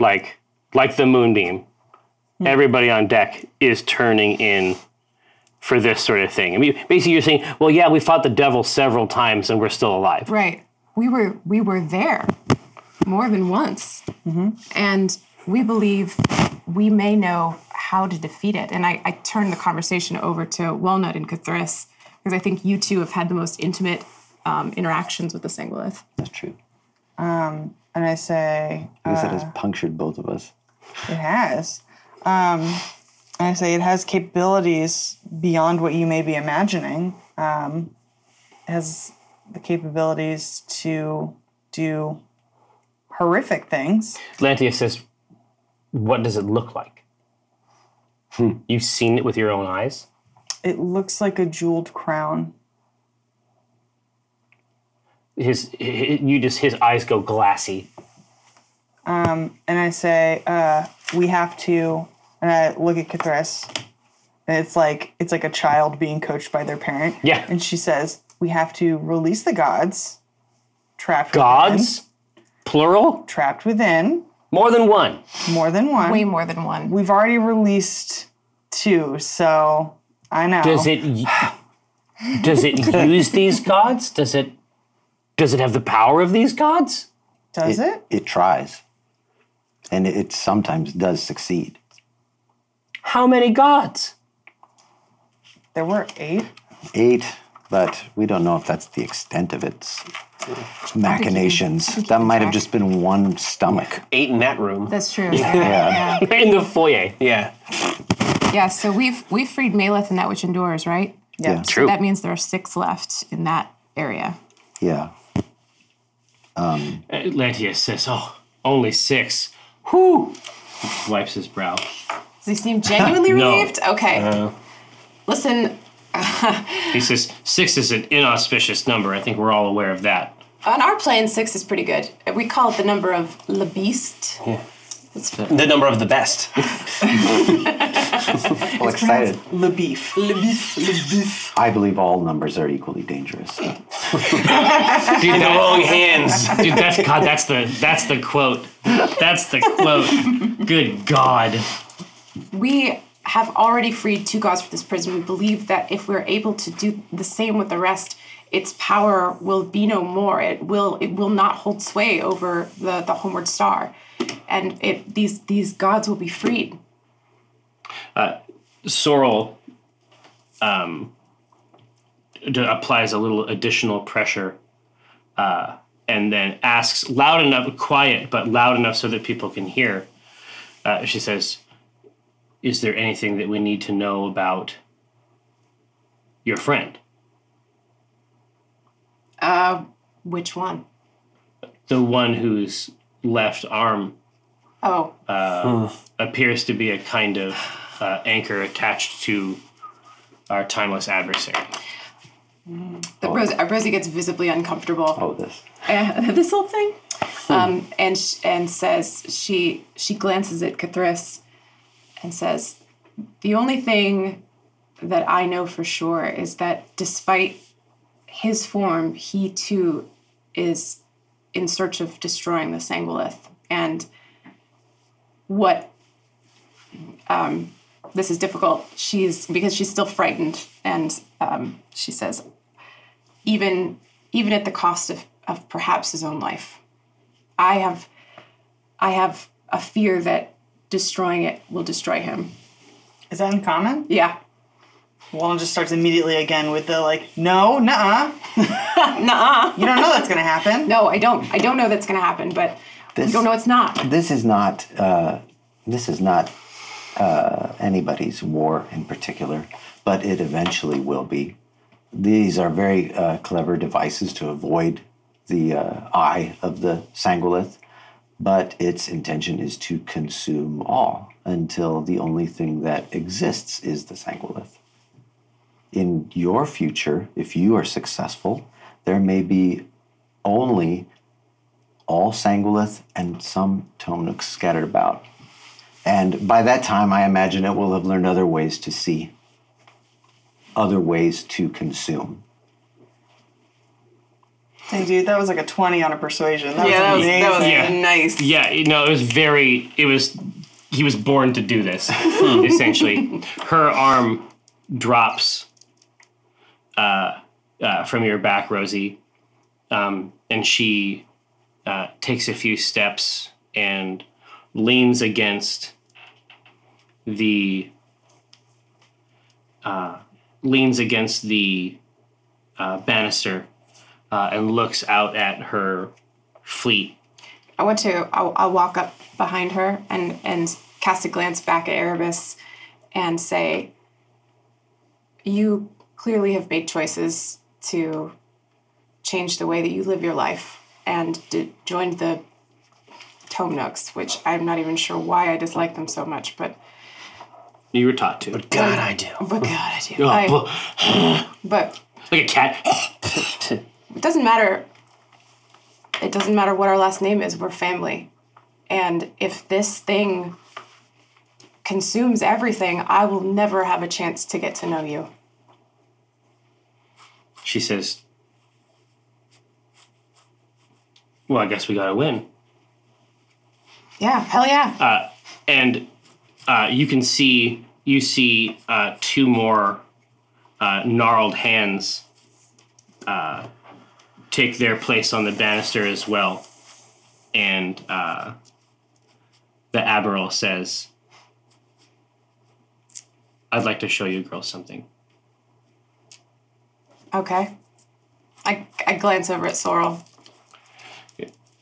E: Like, like the moonbeam. Everybody on deck is turning in for this sort of thing. I mean, basically, you're saying, well, yeah, we fought the devil several times and we're still alive.
M: Right. We were we were there more than once,
D: Mm-hmm. and we believe we may know how to defeat it. And I, I turn the conversation over to Walnut and Cathris because I think you two have had the most intimate um, interactions with the Sanglith.
I: That's true.
F: Um, and I say,
I: I guess that has punctured both of us.
F: It has. Um, and I say it has capabilities beyond what you may be imagining. Um, it has the capabilities to do horrific things.
E: Lantia says, what does it look like? You've seen it with your own eyes?
F: It looks like a jeweled crown.
E: His, hi- hi you just, his eyes go glassy.
F: Um, and I say, uh, we have to, and I look at Cathres, and it's like, it's like a child being coached by their parent.
E: Yeah.
F: And she says, we have to release the gods trapped
E: Gods? Plural?
F: within, trapped within
E: More than one.
F: more than one.
D: Way more than one.
F: We've already released two, so I know.
E: Does it y- does it use these gods? Does it does it have the power of these gods?
F: Does it?
I: It tries, and it, it sometimes does succeed.
E: How many gods? *laughs*
F: There were eight.
I: Eight, but we don't know if that's the extent of its machinations. That might have just been one stomach.
E: Eight in that room.
D: That's true.
I: Yeah.
E: in the foyer. Yeah.
D: Yeah, so we've we've freed Maleth and that which endures, right?
I: Yeah.
D: So that means there are six left in that area.
I: Yeah.
C: Atlanteus says, "Oh, only six. Whew!" Wipes his brow.
D: Does he seem genuinely
C: No.
D: relieved? Okay. Listen,
C: He says, six is an inauspicious number. I think we're all aware of that.
D: on our plane, six is pretty good. We call it the number of Le Beast.
N: The number of the best. *laughs*
I: Well, excited.
F: Le beef. Le beef. Le beef.
I: I believe all numbers are equally dangerous.
C: Dude,
N: The
C: that,
N: wrong hands.
C: dude, that's God. That's the that's the quote. That's the quote. Good God.
D: We have already freed two gods for this prison. We believe that if we're able to do the same with the rest, its power will be no more. It will it will not hold sway over the, the homeward star. And it, these these gods will be freed.
C: Sorrel um, d- applies a little additional pressure uh, and then asks loud enough, quiet, but loud enough so that people can hear. Uh, she says, Is there anything that we need to know about your friend?
D: Which one?
C: The one whose left arm
D: Oh,
C: appears to be a kind of uh, anchor attached to our timeless adversary.
D: the Rosie, Rosie gets visibly uncomfortable.
I: Oh, this. Hmm.
D: uh, *laughs* this whole thing, um, and sh- and says she she glances at Cathris and says, "The only thing that I know for sure is that despite his form, he too is in search of destroying the Sangolith and what." Um, this is difficult. She's because she's still frightened, and um, she says, even even at the cost of, of perhaps his own life. I have I have a fear that destroying it will destroy him.
F: Is that uncommon?
D: Yeah.
F: Wallen just starts immediately again with the like, no, nuh-uh.
D: *laughs* Nuh-uh.
F: You don't know that's gonna happen.
D: *laughs* No, I don't I don't know that's gonna happen, but we
I: This-
D: don't know it's not.
I: This is not. Uh, this is not uh, anybody's war in particular, but it eventually will be. These are very uh, clever devices to avoid the uh, eye of the Sangolith, but its intention is to consume all until the only thing that exists is the Sangolith. in your future, if you are successful, there may be only all Sangolith and some Tomnooks scattered about. And by that time, I imagine it will have learned other ways to see, other ways to consume.
F: Dang, dude, that was like a 20 on a persuasion. That
L: Yeah,
F: was amazing.
L: that was-
C: nice. Yeah, you know, it was very. It was. He was born to do this. essentially, her arm drops uh, uh, from your back, Rosie, um, and she uh, takes a few steps and leans against the uh, leans against the uh, banister uh, and looks out at her fleet.
M: I want to. I'll, I'll walk up behind her and and cast a glance back at Erebus, and say, "You clearly have made choices to change the way that you live your life, and d- joined the Tome Nooks, which I'm not even sure why I dislike them so much, but
C: You were taught to. But
M: God,
C: I do.
M: but God, I do.
C: Oh,
M: I-
C: bull-
M: but
C: like a cat. *laughs*
M: it doesn't matter it doesn't matter what our last name is we're family and if this thing consumes everything i will never have a chance to get to know you
C: she says, "Well, I guess we gotta win."
M: yeah hell yeah
C: Uh, and uh, you can see you see uh, two more uh, gnarled hands uh, take their place on the banister as well, and uh, the admiral says, "I'd like to show you girls something."
M: okay i, I glance over at sorrel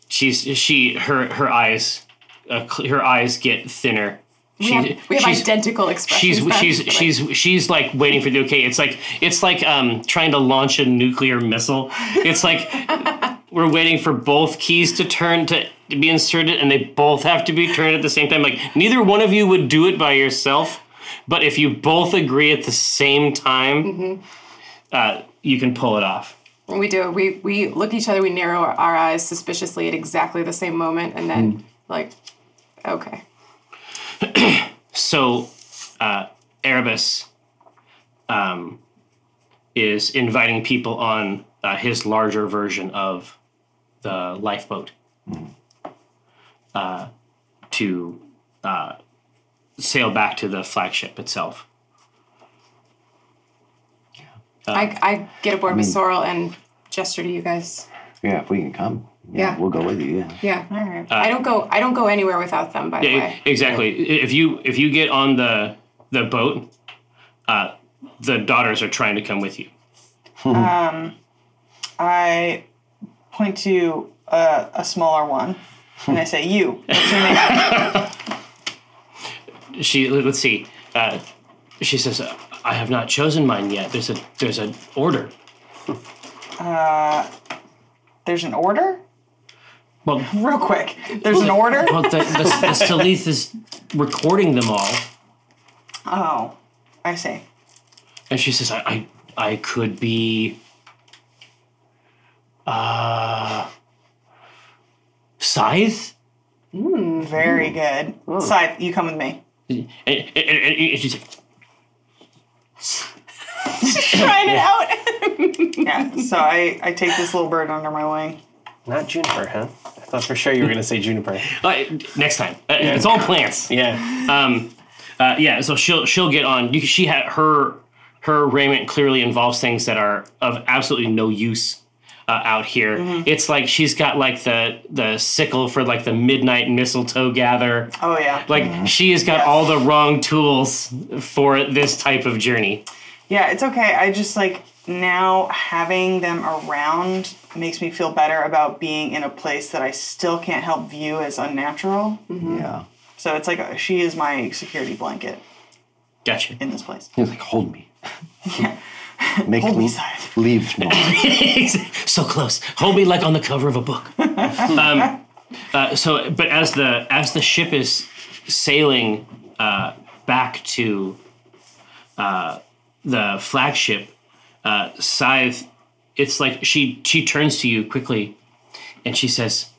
C: she's she her her eyes uh, cl- her eyes get thinner.
M: we
C: She-
M: have, we have
C: she's-
M: identical expressions
C: She's
M: back.
C: she's she's she's like waiting for the okay. It's like it's like um trying to launch a nuclear missile. It's
M: *laughs*
C: like we're waiting for both keys to turn to, to be inserted, and they both have to be turned at the same time. Like neither one of you would do it by yourself, but if you both agree at the same time,
M: Mm-hmm.
C: uh, you can pull it off.
M: when we do it we, we look at each other we narrow our, our eyes suspiciously at exactly the same moment and then
C: Hmm.
M: like okay
C: so uh, Erebus um, is inviting people on uh, his larger version of the lifeboat uh, to uh, sail back to the flagship itself. Uh, hmm.
M: I, I get aboard with
I: Mm.
M: sorrel and gesture to you guys
I: Yeah, if we can come,
M: Yeah.
I: we'll go with you. Yeah.
M: Yeah. All right.
C: Uh,
M: I don't go. I don't go anywhere without them. By the
C: Yeah,
M: way.
C: exactly. I- If you if you get on the the boat, uh, the daughters are trying to come with you.
F: Um, I point to a, a smaller one and I say, You, what's your
D: *laughs*
F: name?
C: she let's see uh, she says uh, i have not chosen mine yet there's a there's an order
F: uh, there's an order?
C: well
F: Real quick, there's an
D: *laughs*
F: order?
C: well the, the, the Stalith is recording them all
F: Oh, I see.
C: and she says i i, I could be uh scythe
F: very good. Scythe, you come with me.
C: and, and, and, and she's like,
F: Trying it out. *laughs* yeah, so I, I take this little bird under my wing.
E: Not juniper, huh? I thought for sure you were going to say juniper.
C: Uh, next time. Uh, It's all plants. Yeah. Um, uh, yeah. So she'll she'll get on. You, she had her her raiment clearly involves things that are of absolutely no use uh, out here.
F: Mhm.
C: It's like she's got like the the sickle for like the midnight mistletoe gather.
F: Oh, yeah.
C: Like she has got all the wrong tools for this type of journey.
F: Yeah, it's okay. I just like now having them around makes me feel better about being in a place that I still can't help view as unnatural.
E: Mm-hmm.
I: Yeah.
F: So it's like uh, she is my security blanket.
C: Gotcha.
F: In this place.
I: He's like, hold me. Make
F: Hold me,
I: me leave. No.
C: *laughs* so close. Hold me like on the cover of a book. um, uh, so, but as the as the ship is sailing uh, back to uh, the flagship, uh, Scythe, it's like she she turns to you quickly, and she says,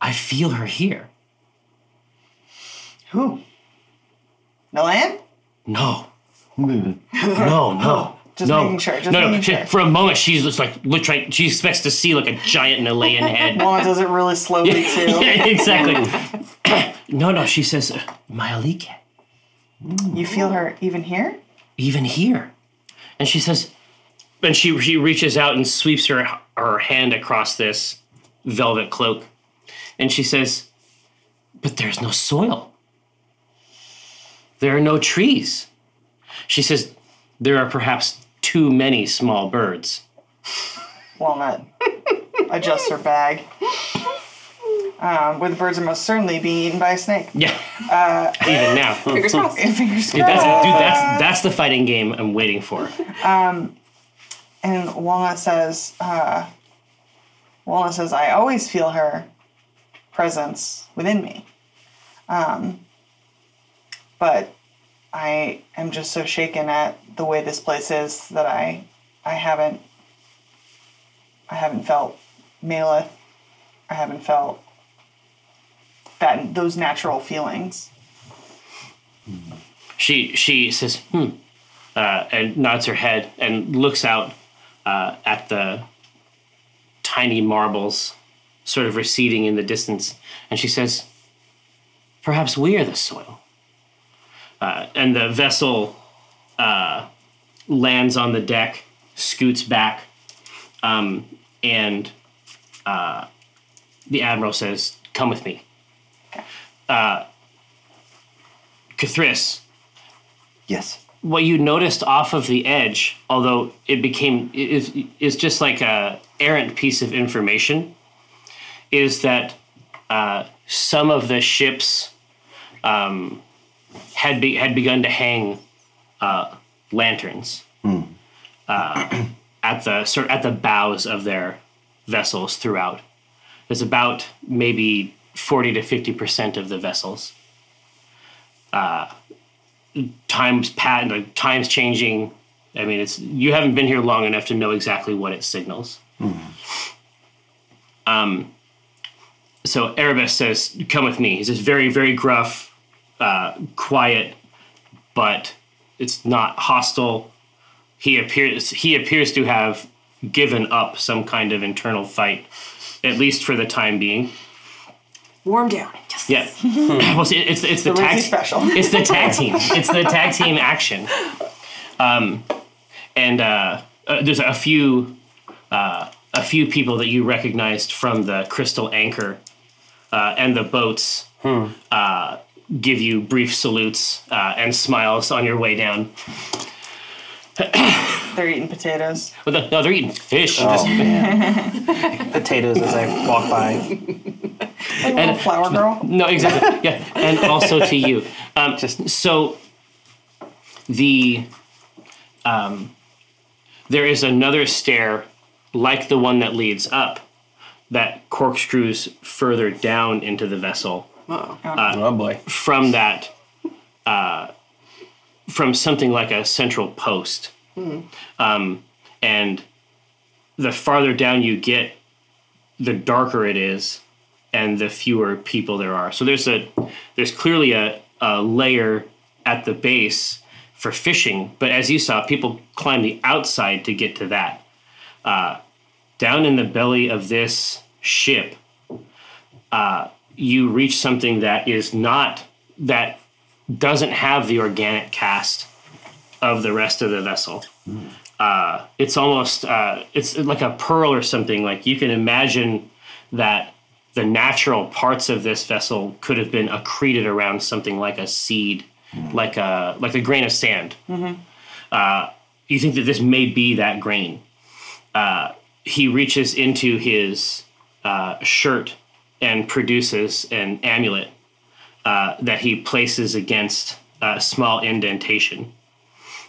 C: I feel her here.
F: Who? Milan? *laughs*
C: No. No, no.
F: Just
C: no.
F: making sure, just
C: no, no.
F: making
C: She-
F: sure.
C: For a moment, she's just like, literally, she expects to see like a giant
F: *laughs*
C: Nalayan head.
F: Mama does it
C: *laughs*
F: really slowly
C: Yeah,
F: too.
C: yeah, exactly. *coughs* no, no, she says, Myalike,
F: You feel her even here?
C: even here. And she says, and she, she reaches out and sweeps her, her hand across this velvet cloak. And she says, But there's no soil. There are no trees. She says, There are perhaps too many small birds.
F: Walnut adjusts her bag. Um, where the birds are most certainly being eaten by a snake.
C: Yeah.
F: Uh,
C: *laughs* Even now.
F: Fingers crossed. Fingers
C: Dude, that's,
F: crossed.
C: dude, that's, that's the fighting game I'm waiting for.
F: Um, and Walnut says, uh, Walnut says, I always feel her presence within me. Um, but I am just so shaken at the way this place is that I, I haven't, I haven't felt Maleth. I haven't felt that those natural feelings.
C: She she says, "Hmm," uh, and nods her head and looks out uh, at the tiny marbles sort of receding in the distance, and she says, "Perhaps we are the soil." Uh, and the vessel uh, lands on the deck, scoots back, um, and uh, the admiral says, "Come with me." Uh, Cathris,
I: Yes.
C: what you noticed off of the edge, although it became is is just like a errant piece of information, is that uh, some of the ships um, had be, had begun to hang uh, lanterns uh, at the sort of at the bows of their vessels throughout. There's about maybe forty to fifty percent of the vessels. Uh, times pat like, times changing. I mean, it's you haven't been here long enough to know exactly what it signals. Um, so Erebus says, "Come with me." He's this very, very gruff, uh, quiet, but it's not hostile. He appears he appears to have given up some kind of internal fight, at least for the time being.
D: Warm down.
C: Yeah. *clears throat* well, see, it's it's the,
D: The
C: tag
D: Rizzy special.
C: *laughs* It's the tag team. It's the tag team action. Um, and uh, uh, there's a few uh, a few people that you recognized from the Crystal Anchor uh, and the boats. Uh, give you brief salutes uh, and smiles on your way down.
F: They're eating potatoes.
C: Well, Oh, no, no, they're eating fish.
F: Oh,
C: Potatoes as I walk by.
F: Like a little flower girl.
C: No, exactly. Yeah, and also to you. Um, so the um, there is another stair like the one that leads up that corkscrews further down into the vessel.
D: Uh-oh.
C: Uh, oh boy!
N: *laughs*
C: From that, uh, from something like a central post, um, and the farther down you get, the darker it is, and the fewer people there are. So there's a there's clearly a, a layer at the base for fishing, but as you saw, people climb the outside to get to that. Uh, down in the belly of this ship, uh, you reach something that is not that doesn't have the organic cast of the rest of the vessel uh, it's almost uh, it's like a pearl or something. Like you can imagine that the natural parts of this vessel could have been accreted around something like a seed, like a like a grain of sand.
F: Mm-hmm.
C: Uh, you think that this may be that grain. Uh, he reaches into his uh, shirt and produces an amulet uh, that he places against a small indentation.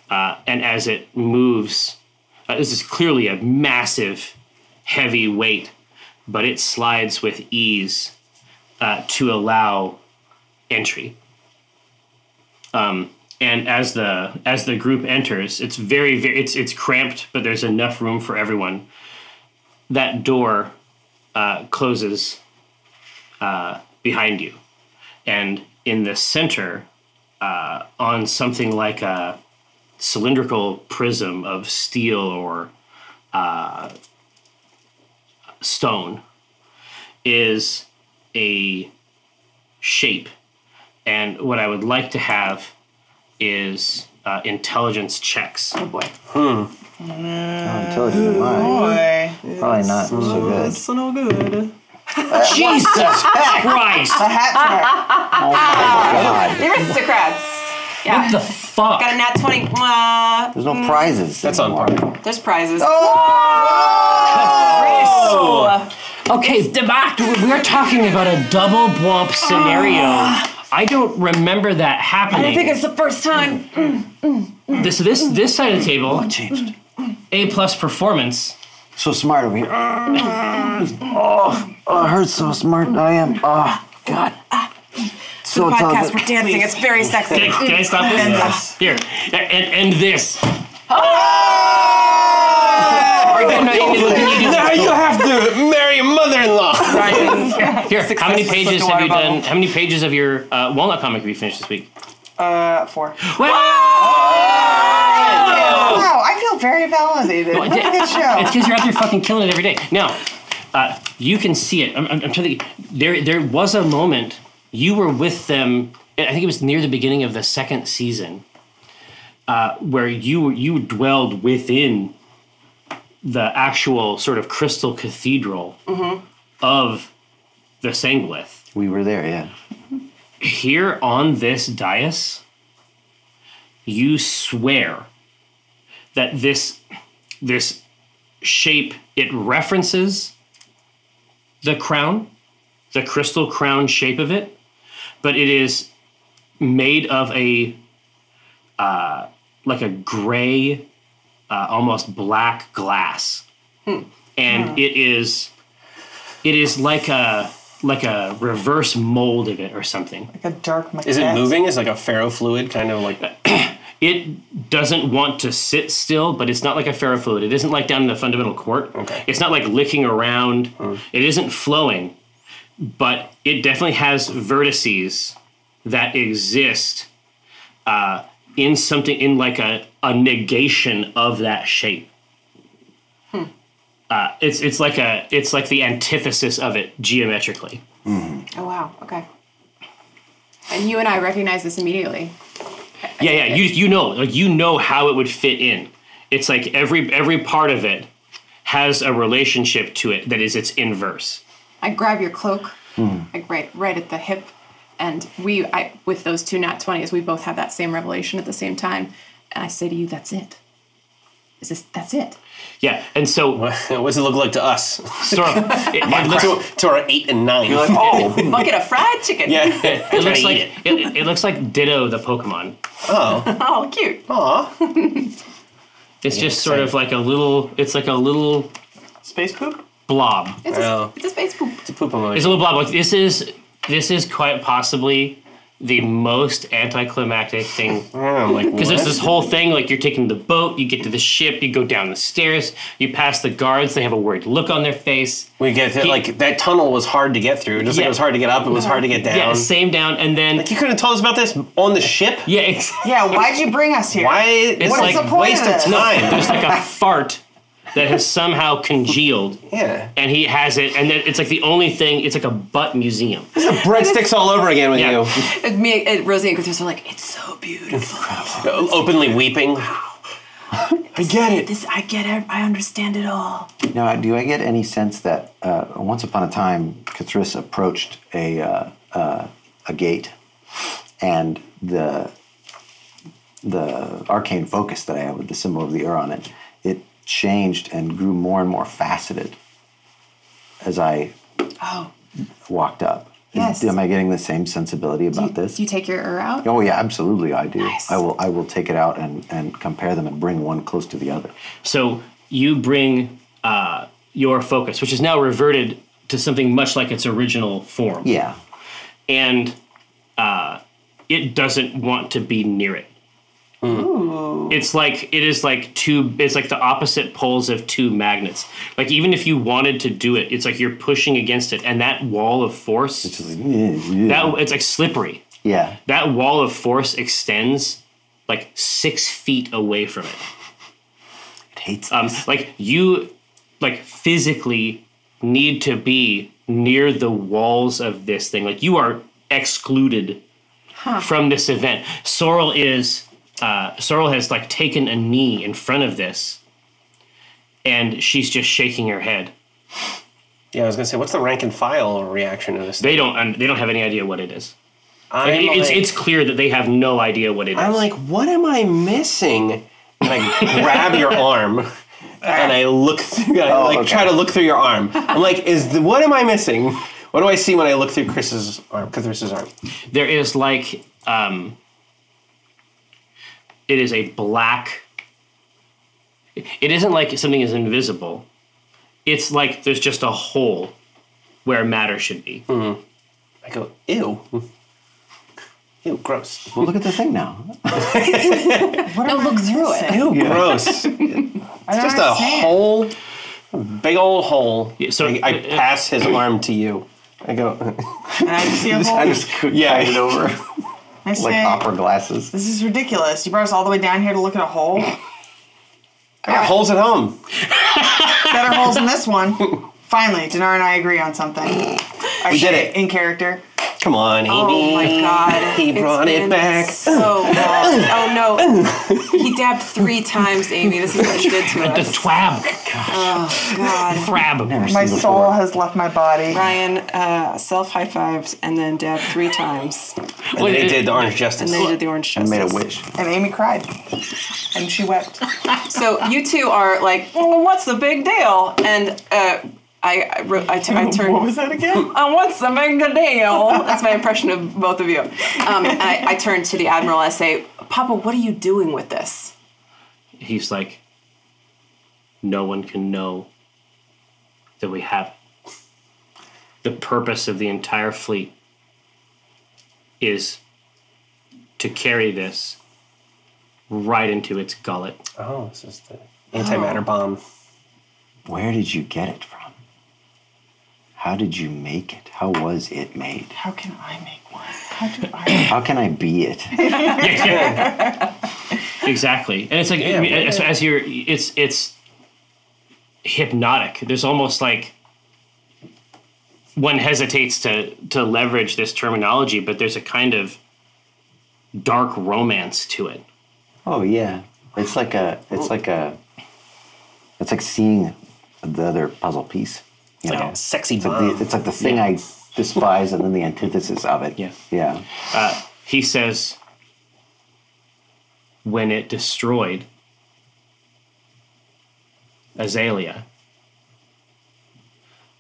C: Uh, and as it moves, uh, this is clearly a massive, heavy weight, but it slides with ease uh, to allow entry. Um, and as the as the group enters, it's very very it's it's cramped, but there's enough room for everyone. That door uh, closes uh, behind you. And in the center, uh, on something like a cylindrical prism of steel or uh, stone, is a shape. And what I would like to have is uh, intelligence checks. Oh boy. Hmm.
D: Uh,
I: Intelligence am
D: oh,
I: I? Probably not so good.
L: So no good.
C: *laughs* Jesus Christ!
L: The hat
I: Oh my god.
D: The aristocrats. Yeah. What the
C: fuck?
D: Got a nat 20. Uh,
I: There's no prizes. That's on par.
D: There's prizes.
C: Oh! Okay, we're talking about a double bump scenario. I don't remember that happening.
D: it's the first time.
C: this this this side of the table changed. A plus performance.
I: So
D: *laughs*
I: smart of me. Oh, oh, I heard so smart I am. Oh, God.
D: So
I: So
D: the podcast,
I: talented.
D: we're dancing. It's very sexy.
C: Can, I- can I stop this?
D: And, uh,
C: Here, and and this. Oh!
N: Now you have to marry a mother-in-law.
C: Here, how many
N: Successful
C: pages
N: Fedora
C: have you
N: bubble.
C: done? How many pages of your uh, walnut comic have you finished this week?
F: Uh, four. Oh,
L: Wow, I feel very validated.
C: No, I
L: Look
C: did-
L: at this show.
C: It's because you're out there fucking killing it every day. Now, uh, you can see it. I'm, I'm, I'm trying to. There, there was a moment you were with them. I think it was near the beginning of the second season, uh, where you you dwelled within the actual sort of crystal cathedral
M: Mm-hmm.
C: of the Sanglith.
I: We were there, yeah.
C: Here on this dais, you swear that this this shape it references the crown, the crystal crown shape of it, but it is made of a uh, like a gray, uh, almost black glass, and it is it is like a like a reverse mold of it or something.
F: Like a dark maquette.
N: Is it moving? Is it like a ferrofluid kind of like that?
C: it doesn't want to sit still, but it's not like a ferrofluid. It isn't like down in the fundamental court. Okay. It's not like licking around. It isn't flowing, but it definitely has vertices that exist uh, in something in like a, a negation of that shape.
M: Hmm.
C: Uh, it's it's like a it's like the antithesis of it geometrically.
M: Oh wow. Okay. And you and I recognize this immediately.
C: Yeah, yeah. You you know, like you know how it would fit in. It's like every every part of it has a relationship to it that is its inverse.
M: I grab your cloak,
C: Hmm.
M: like right right at the hip, and we I with those two nat twenties, we both have that same revelation at the same time. And I say to you, that's it. Is this that's it?
C: Yeah, and so what
N: does it look like to us?
C: *laughs* it,
M: looks-
N: *laughs* to, to our eight and nine. You're like, oh, *laughs*
D: Bucket of fried chicken.
N: Yeah.
C: It looks like it. It, looks like Ditto the Pokemon.
N: Oh.
D: oh, cute.
N: Aw.
C: It's just sort of like a little. It's like a little
F: space poop
C: blob.
M: It's, a, it's a space poop.
N: It's a poop emoji.
C: It's a little blob. Like this is this is quite possibly the most
N: *laughs*
C: anticlimactic thing.
N: like,
C: Because there's
N: what?
C: this whole thing like you're taking the boat, you get to the ship, you go down the stairs, you pass the guards, they have a worried look on their face.
N: We get it, like that tunnel was hard to get through. Just like
C: Yeah.
N: it was hard to get up, it was hard to get down.
C: Yeah, same down, and then
N: like you couldn't have told us about this on the ship.
C: *laughs* Yeah, it's,
F: Yeah, why'd you bring us here?
N: Why?
C: It's
F: What's
C: like
F: the point
C: waste
F: of,
C: of *laughs*
F: this?
K: *laughs*
C: time. There's
N: *laughs*
C: like a fart that has somehow congealed.
N: Yeah.
C: And he has it, and then it's like the only thing. It's like a butt museum.
N: breadsticks all over again with
D: And me and Rosie and Guthers are like, it's so beautiful.
N: you. O- Openly weeping.
D: I get it. This, I get it. I understand it all.
I: Now, do I get any sense that uh, once upon a time, Kathris approached a uh, uh, a gate, and the the arcane focus that I have with the symbol of the Ur on it, it changed and grew more and more faceted as I
M: Oh.
I: walked up.
M: Yes.
I: Am I getting the same sensibility about this?
M: Do you take your
D: er
M: ur out?
I: Oh yeah, absolutely I do. I will I will take it out and, and compare them and bring one close to the other.
C: So you bring uh, your focus, which is now reverted to something much like its original form.
I: Yeah.
C: And uh, it doesn't want to be near it. It's like it is like two. It's like the opposite poles of two magnets. Like even if you wanted to do it, it's like you're pushing against it, and that wall of force. It's just like, that. It's like slippery.
I: Yeah.
C: That wall of force extends like six feet away from it. It
I: hates.
C: Um, like you, like physically need to be near the walls of this thing. Like you are excluded from this event. Sorrel is uh, Sorrel has like taken a knee in front of this, and she's just shaking her head.
K: *laughs* Yeah, I was gonna say, what's the rank and file reaction to this?
C: They don't. un they don't have any idea what it is. Like,
K: I'm
C: it- it's
K: like-
C: it's clear that they have no idea what it is.
K: I'm like, what am I missing? And
C: *laughs*
K: I grab your arm and I look through, I
I: Oh,
K: like
I: okay.
K: try to look through your arm. I'm like, is the, what am I missing? What do I see when I look through Chris's arm? Chris's arm.
C: there is like um it is a black it isn't like something is invisible it's like there's just a hole where matter should be
D: Mm.
K: i go ew ew gross
I: Well, look at the thing now.
D: No, look through it.
K: Ew, gross. It's just a hole, big old hole. so I, I pass his arm to you. I go. *laughs*
F: And I see a
I: I
F: hole.
I: just could yeah. it over
F: I
I: like
F: say,
I: opera glasses.
F: this is ridiculous. You brought us all the way down here to look at a hole.
K: I got holes at home.
F: Better holes than this one. Finally, Dinar and I agree on something. I
K: We did it.
F: In character.
K: Come on, Amy.
D: Oh my god.
K: He brought
D: It's been
K: it back.
D: So long. Oh
K: *laughs*
D: no. He dabbed three times, Amy. This is what he did to
C: the
D: us.
C: twab
D: Oh
C: *laughs*
D: god.
C: frab
F: My soul has left my body.
M: Ryan uh, self high fives and then dabbed
D: *laughs*
M: three times,
K: And they did the orange justice.
M: and they did the orange
I: I
M: justice.
I: made a wish.
F: And Amy cried. And she wept.
M: So you two are like, well, what's the big deal? And uh, I, I, wrote- I, tu- I turned.
F: What was that *laughs* again?
M: Uh, what's the big deal? That's my impression of both of you. Um, and I, I turned to the admiral and I say, Papa, what are you doing with this?
C: he's like no one can know that we have it." the purpose of the entire fleet is to carry this right into its gullet
K: Oh, this is the antimatter bomb.
I: Where did you get it from? How did you make it? How was it made?
F: How can I make one? How do I?
I: *coughs* How can I be it?
C: *laughs* exactly and it's like I mean, as, as you're it's it's hypnotic there's almost like one hesitates to to leverage this terminology but there's a kind of dark romance to it
I: Oh yeah, it's like a, it's like a, it's like seeing the other puzzle piece. You know,
K: Sexy
I: it's like,
K: bomb.
I: the, it's like the thing I despise, and then the antithesis of it.
C: Yeah.
I: yeah.
C: he says when it destroyed azalea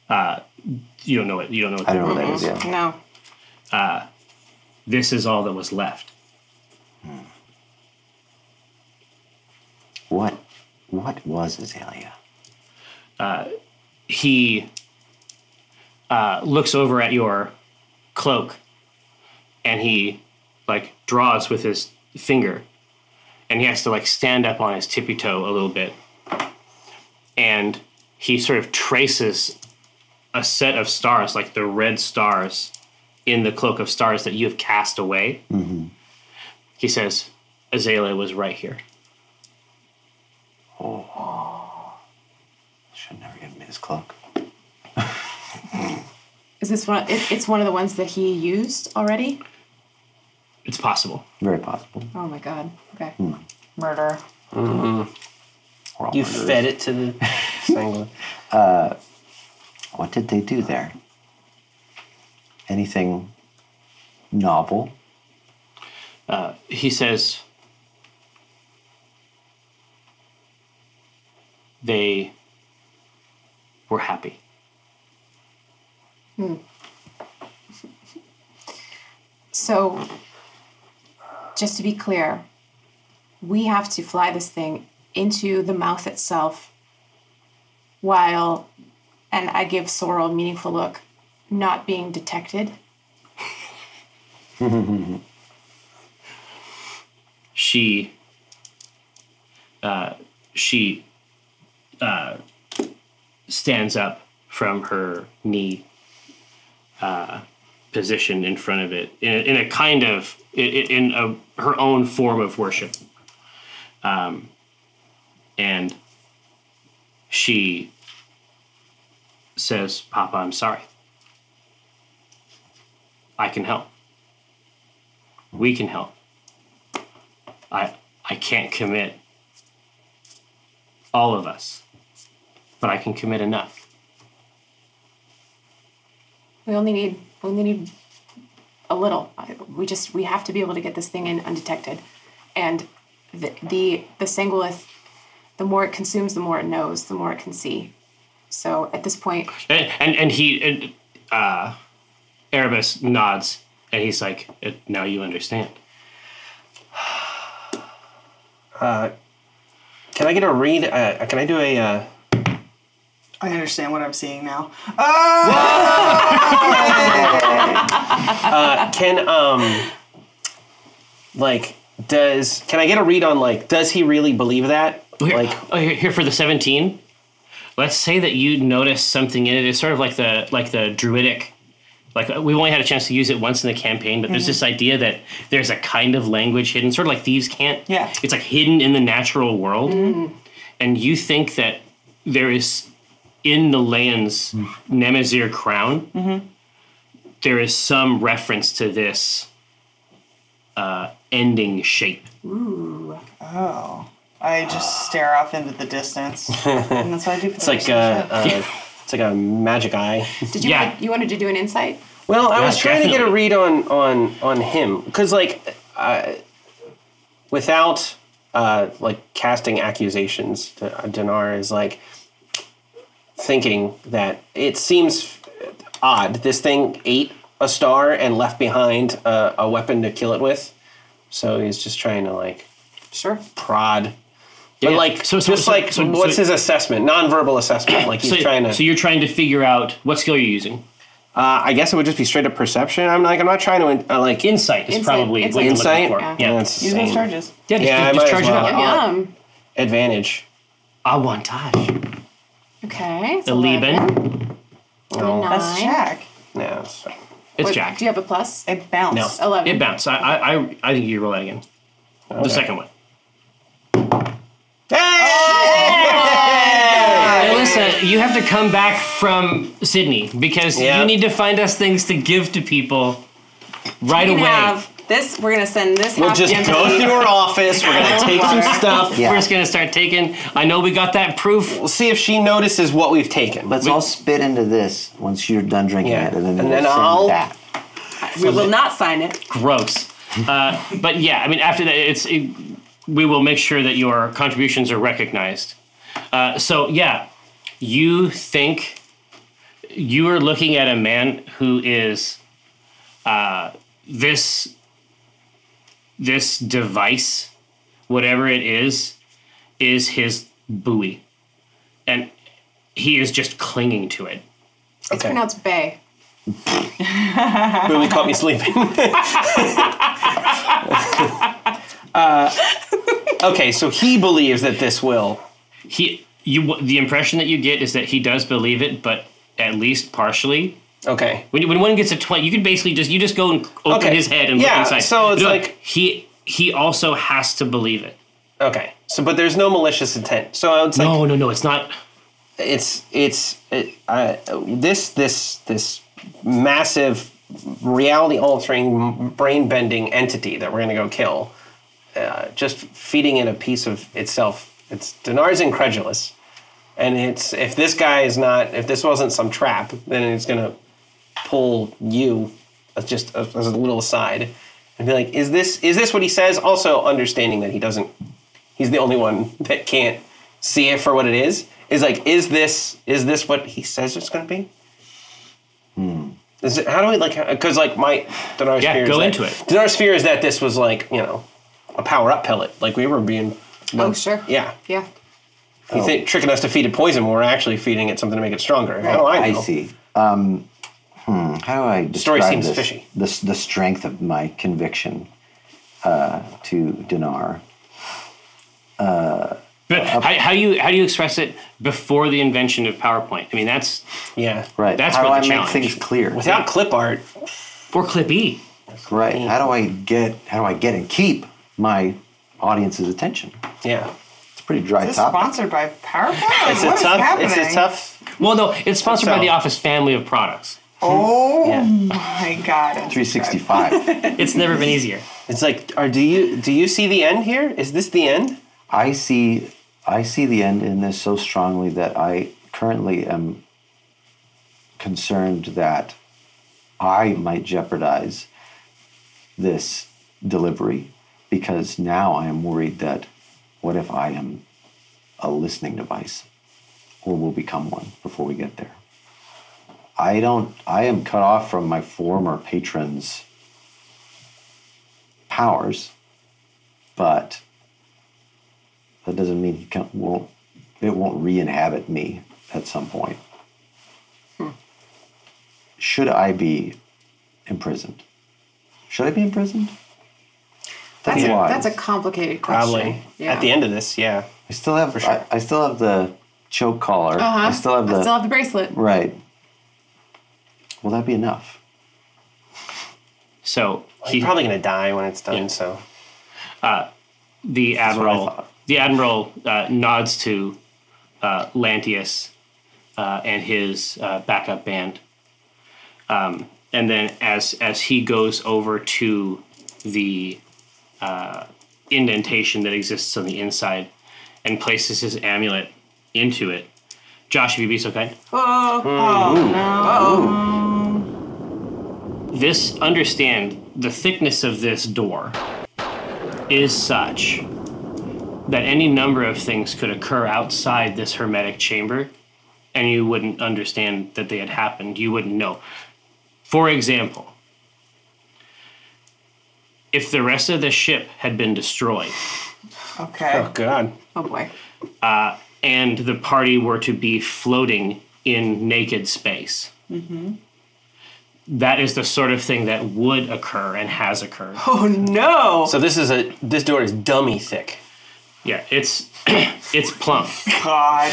C: uh, you don't know it you don't know what
I: I don't know what that is.
F: Mm-hmm.
I: Yeah,
M: No.
C: this is all that was left
I: what, what was Azalea?
C: he uh, looks over at your cloak and he like draws with his finger and he has to like stand up on his tippy toe a little bit and he sort of traces a set of stars like the red stars in the cloak of stars that you have cast away he says azalea was right here
I: Should never give me this cloak.
D: Is this one? It, it's one of the ones that he used already.
C: it's possible
I: Very possible.
D: Oh my god. Okay.
F: Murder.
I: We're all
K: You
I: murderers.
K: fed it to the sanguine.
I: What did they do there? Anything novel?
C: he says they were happy.
D: So, just to be clear, we have to fly this thing into the mouth itself while, and I give Sorrel a meaningful look, not being detected.
C: She uh, she uh, stands up from her knee uh, position in front of it in a, in a kind of in, in a, her own form of worship, um, and she says, "Papa, I'm sorry. I can help. We can help. I I can't commit all of us, but I can commit enough.
M: We only need we only need a little. I- We just we have to be able to get this thing in undetected, and the the the Sangolith, the more it consumes, the more it knows, the more it can see. So at this point,
C: And and, and he and, uh, Erebus nods, and he's like, "Eh, "Now you understand."
K: Uh, can I get a read? Uh, can I do a? Uh,
F: I understand what I'm seeing now. Ah!
K: uh, can um, like does can I get a read on like does he really believe that?
C: like oh, here, here for the 17 let's say that you notice something in it it's sort of like the like the druidic like uh, we've only had a chance to use it once in the campaign but there's
F: Mhm.
K: Mm-hmm.
C: this idea that there's a kind of language hidden sort of like thieves can't
F: Yeah.
C: it's like hidden in the natural world
K: Mm-hmm.
C: and you think that there is in the land's
K: Mm-hmm.
C: nemazir crown
F: Mhm.
C: there is some reference to this uh, ending shape
F: Ooh. Oh. I just stare off into the distance. and that's what I do for
K: It's
F: the
K: like
F: rest of
K: a,
F: the show.
K: a it's like a magic eye. *laughs*
M: did you want, you wanted to do an insight?
K: Well, I was trying to get a read on on on him because like uh, without uh, like casting accusations, D- Dinar is like thinking that it seems odd. This thing ate a star and left behind a, a weapon to kill it with, so he's just trying to like
M: sure
K: prod.
C: Yeah,
K: But
C: yeah.
K: like,
C: So- so-
K: just
C: so-
K: like,
C: so-
K: what's
C: so-
K: his assessment? Nonverbal assessment. Like he's
C: so,
K: trying to.
C: so you're trying to figure out what skill you're using
K: Uh, I guess it would just be straight up perception. I'm like, I'm not trying to uh, like
C: Insight is Insight- probably what you're looking
K: insight.
C: for.
K: Yeah,
C: Yeah.
K: it's the
C: Use those
K: same.
C: charges. Yeah, just-
K: I
C: just
K: might as
C: charge it
K: well.
C: up.
K: I'll-
M: Yum.
K: Advantage.
C: I want Taj.
M: Okay. it's
C: Elieben.
M: No.
F: That's Jack.
K: No, it's,
C: it's
M: What-
C: Jack.
M: Do you have a plus?
F: It
C: No,
F: bounced.
M: Eleven.
C: It bounced. I, I, I, I think you roll that again. The second one. Hey, Alyssa, you have to come back from Sydney because you need to find us things to give to people right
D: We can
C: away.
D: Have this. We're gonna send this.
C: We'll
D: half
C: just
D: empty-
C: go through our office, we're gonna take some stuff. Yeah.
D: We're
C: We're just gonna start taking. I know we got that proof.
K: We'll see if she notices what we've taken.
I: Let's all spit into this once you're done drinking it, and then,
K: And
I: we'll
K: then
I: send
K: I'll-
I: that.
D: We will not sign it.
C: gross. Uh, but yeah, I mean, after that, it's it, we will make sure that your contributions are recognized. Uh, so yeah, you think you are looking at a man who is uh, this this device, whatever it is, is his buoy, and he is just clinging to it.
M: It's pronounced Bay.
K: Boom, he caught me sleeping. *laughs* uh, okay, so he believes that this will.
C: he you the impression that you get is that he does believe it but at least partially
K: okay
C: when, when one gets a 20 you can basically just you just go and open
K: Okay.
C: his head and
K: Yeah,
C: look inside
K: so it's
C: No,
K: like-
C: he he also has to believe it
K: Okay, so but there's no malicious intent. So it's like no,
C: no, no. It's not.
K: It's it's it, uh, this this this massive reality altering brain bending entity that we're gonna go kill. Uh, just feeding it a piece of itself. It's Dinar's incredulous, and it's if this guy is not if this wasn't some trap, then it's gonna pull you as just as a little aside and be like, is this is this what he says? Also understanding that he doesn't he's the only one *laughs* that can't see it for what it is is like is this is this what he says it's going to be is it how do we like because like my dinar
C: Yeah,
K: sphere is
C: go
K: that-
C: into it.
K: dinar sphere is that this was like you know a power up pellet like we were being
M: Oh, sure.
K: yeah
M: Yeah.
C: Oh.
K: you think tricking us to feed it poison when we're actually feeding it something to make it stronger how do i
I: I
K: know?
I: see. Um, hmm, how do I
K: story
I: describe
K: seems
I: this?
K: fishy.
I: This the strength of my conviction uh, to Dinar. Uh,
C: But how, how do you how do you express it before the invention of PowerPoint? I mean, that's
K: Yeah.
I: Right.
C: That's
I: how do
C: been
I: I
C: the
I: make
C: challenge.
I: things clear?
K: Without clip art,
C: or Clip E.
I: Right. How do I get? How do I get and keep my audience's attention?
K: yeah.
I: It's a pretty dry
F: Is this
I: topic.
F: sponsored by PowerPoint?
K: It's
F: What is
K: a tough.
F: happening?
K: It's a tough.
C: Well, no, it's sponsored
K: So-
C: by the Office family of products.
F: Oh
K: Yeah.
F: my god.
I: 365.
C: It's never been easier.
K: It's like, are do you do you see the end here? Is this the end?
I: I see. I see the end in this so strongly that I currently am concerned that I might jeopardize this delivery because now I am worried that what if I am a listening device or will become one before we get there? I don't, I am cut off from my former patrons' powers, but that doesn't mean he can, won't, it won't re inhabit me at some point. Should I be imprisoned? Should I be imprisoned?
M: That's,
I: Why?
M: a, that's a complicated question.
K: Probably.
M: Yeah.
K: At the end of this, yeah.
I: I still have I, I still have the choke collar.
M: Uh-huh.
I: I still have the
M: bracelet.
I: right. Will that be enough?
C: So
K: He's
C: he,
K: probably gonna die when it's done. So
C: the
I: what I
C: admiral
I: thought.
C: the admiral uh, nods to uh, Lantius uh, and his uh, backup band, um, and then as as he goes over to the uh, indentation that exists on the inside and places his amulet into it. Josh, if you be so kind. this understand the thickness of this door is such that any number of things could occur outside this hermetic chamber and you wouldn't understand that they had happened you wouldn't know for example if the rest of the ship had been destroyed
F: Okay.
K: oh god.
M: Oh boy.
C: and the party were to be floating in naked space that is the sort of thing that would occur and has occurred
F: Oh no.
K: So this is a this door is dummy thick.
C: Yeah, it's *clears throat* it's plump.
F: God.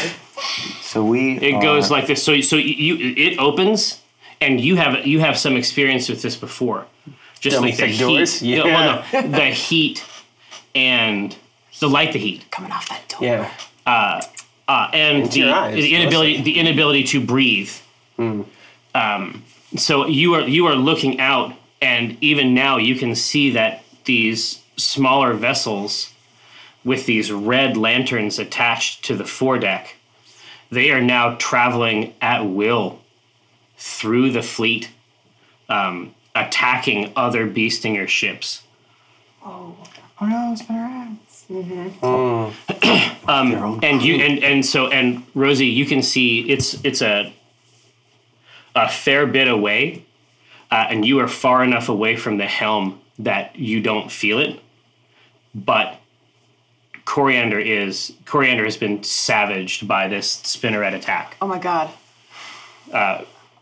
I: So we
C: It
I: are-
C: goes like this. So so you it opens, and you have you have some experience with this before. Just
K: Dummy
C: like the
K: thick
C: heat.
K: doors?
C: Yeah, well, no, the heat and the light, the heat,
D: Coming off that door.
K: Yeah.
C: uh, and the,
K: your eyes, Hmm.
C: the inability the inability to breathe. Um, so you are you are looking out, and even now you can see that these smaller vessels with these red lanterns attached to the foredeck, they are now traveling at will through the fleet, um, attacking other beastinger ships.
F: Oh no, it's been around.
C: and you and and so and Rosie, you can see it's it's a a fair bit away, uh, and you are far enough away from the helm that you don't feel it, but coriander is coriander has been savaged by this spinneret attack.
M: Oh my god.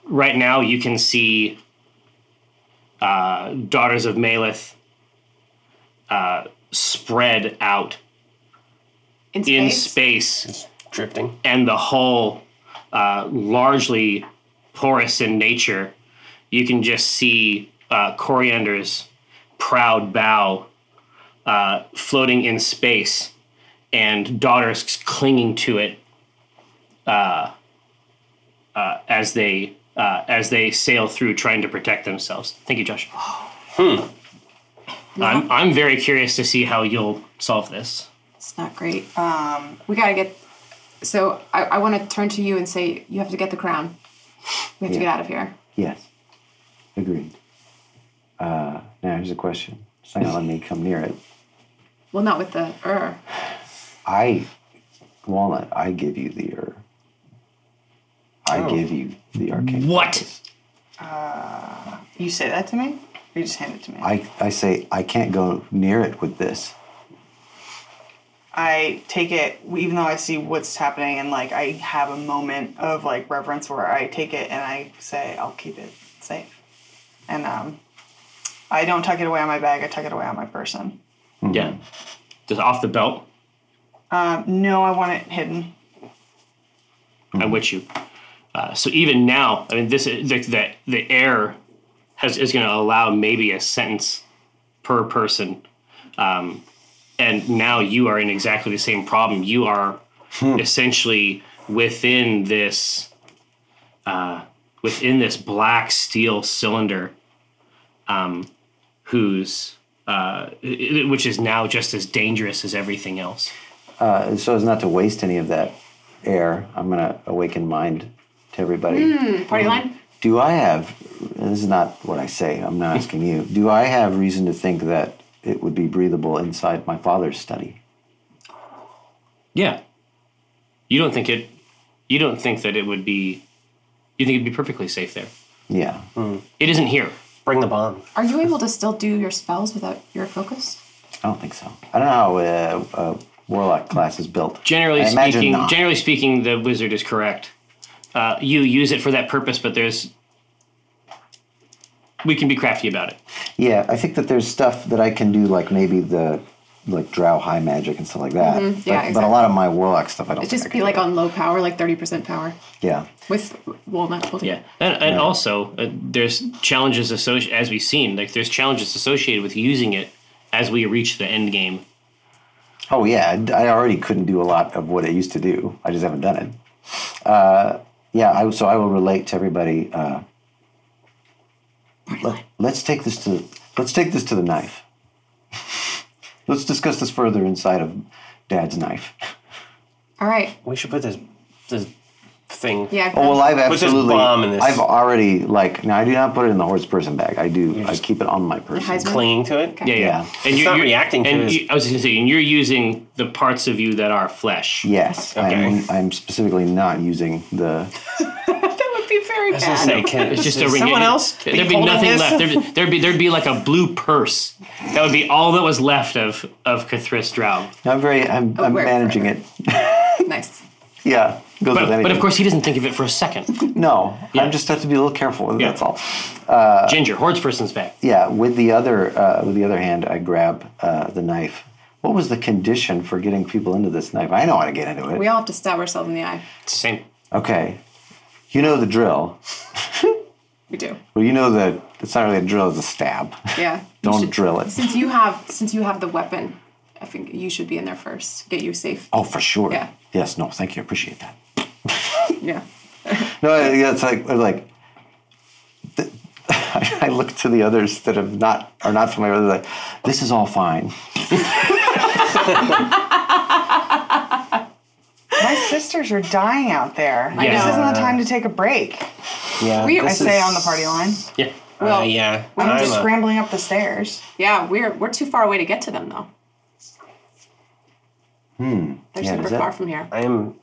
C: Right now, you can see uh, daughters of Maleth uh, spread out
M: In space.
C: in space
K: Drifting.
C: and the hull uh, largely porous in nature, you can just see uh, Coriander's proud bow uh, floating in space and daughters clinging to it uh, uh, as they uh, as they sail through trying to protect themselves. Thank you, Josh. Hmm. I'm, I'm very curious to see how you'll solve this.
M: It's not great. Um, we gotta get. So I, I want to turn to you and say you have to get the crown. We have to
I: Yeah.
M: get out of here.
I: yes, agreed. Uh, now here's a question. It's not gonna let me come near it.
M: Well, not with the er.
I: I, walnut. I give you the er. I give you the arcane.
C: What?
F: You say that to me? Or you just hand it to me? I,
I: I, I say I can't go near it with this.
F: take it, even though I see what's happening, and like I have a moment of like reverence where I take it and I say, I'll keep it safe. And um, I don't tuck it away on my bag, I tuck it away on my person.
C: Yeah. Just off the belt.
F: Um, no, I want it hidden.
C: I'm with you. Uh, so even now, I mean, this is- the the, the air has is going to allow maybe a sentence per person, um, and now you are in exactly the same problem. You are essentially within this uh, within this black steel cylinder, um, whose uh, i- i- which is now just as dangerous as everything else.
I: Uh, and so as not to waste any of that air, I'm gonna awaken mind to everybody.
M: Mm, party line?
I: Do I have? This is not what I say. I'm not asking you. Do I have reason to think that it would be breathable inside my father's study?
C: Yeah. You don't think it. You don't think that it would be. You think it'd be perfectly safe there.
I: Yeah.
C: It isn't here.
K: Bring the bomb.
M: Are you able to still do your spells without your focus?
I: I don't think so. I don't know how a, a warlock class is built.
C: Generally
I: I imagine
C: speaking,
I: not.
C: generally speaking, the wizard is correct. Uh, you use it for that purpose, but there's. We can be crafty about it.
I: Yeah, I think that there's stuff that I can do, like maybe the like drow high magic and stuff like that.
M: Mhm,
I: But,
M: yeah,
I: but a
M: exactly.
I: lot of my warlock stuff, I don't.
M: It
I: think
M: just be like on low power, like thirty percent power,
I: yeah.
M: with walnut holding.
C: Yeah, and, and also uh, there's challenges associated, as we've seen. Like there's challenges associated with using it as we reach the end game.
I: Oh yeah, I I already couldn't do a lot of what it used to do. I just haven't done it. Uh, yeah, I, so I will relate to everybody. Uh, let, let's take this to let's take this to the knife. *laughs* let's discuss this further inside of Dad's knife.
M: All right.
K: We should put this this thing.
M: Yeah.
I: Oh well, I've
K: Put this
I: absolutely.
K: bomb in this.
I: I've already like. Now I do not put it in the horse person bag. I do. I keep it on my person.
M: Heisman.
K: clinging to it.
C: Yeah, yeah.
I: Yeah.
C: And
K: It's
C: you're,
K: not
C: you're-
K: reacting to
C: and
K: his-
C: you- I was just gonna say, and you're using the parts of you that are flesh.
I: Yes, I'm, I'm specifically not using the.
F: That would be very
K: I was
F: bad.
K: gonna
C: *laughs*
K: say, can,
C: It's just a
K: does
C: ring.
K: Someone else.
C: There'd be
K: holding
C: nothing
K: this?
C: left. There'd, there'd be there'd be like a blue purse. That would be all that was left of of Cathris Drow.
I: I'm very. I'm, I'm
M: wear it
I: managing
M: forever.
I: it.
M: Nice.
I: Yeah, goes with
C: But, but
I: anything.
C: of course, he doesn't think of it for a second.
I: No,
C: Yeah.
I: I just have to be a little careful. with it,
C: Yeah.
I: That's all.
C: Ginger, Horde's person's back.
I: Yeah. With the other, uh, with the other hand, I grab uh, the knife. What was the condition for getting people into this knife? I know how to get into it.
M: We all have to stab ourselves in the eye.
C: It's the same.
I: okay, you know the drill.
M: We do.
I: Well, you know that it's not really a drill; it's a stab.
M: Yeah. You
I: Don't
M: should-
I: drill it.
M: Since you have since you have the weapon, I think you should be in there first. Get you safe.
I: Oh, for sure.
M: Yeah.
I: Yes. No. Thank you. Appreciate that.
M: Yeah.
I: No, I- yeah, it's like we're like. th- *laughs* I look to the others that have not are not familiar. They're like, this is all fine.
F: My sisters are dying out there.
C: Yeah.
F: This isn't the time to take a break.
K: Yeah.
M: We-
F: I
K: this
F: say
K: is-
F: on the party line.
C: Yeah.
K: Uh, yeah.
F: I'm,
K: I'm
F: just
K: a-
F: scrambling up the stairs.
M: Yeah, we're we're too far away to get to them though. Hmm. They're
I: Yeah,
M: super
I: does that-
M: far from here.
K: I am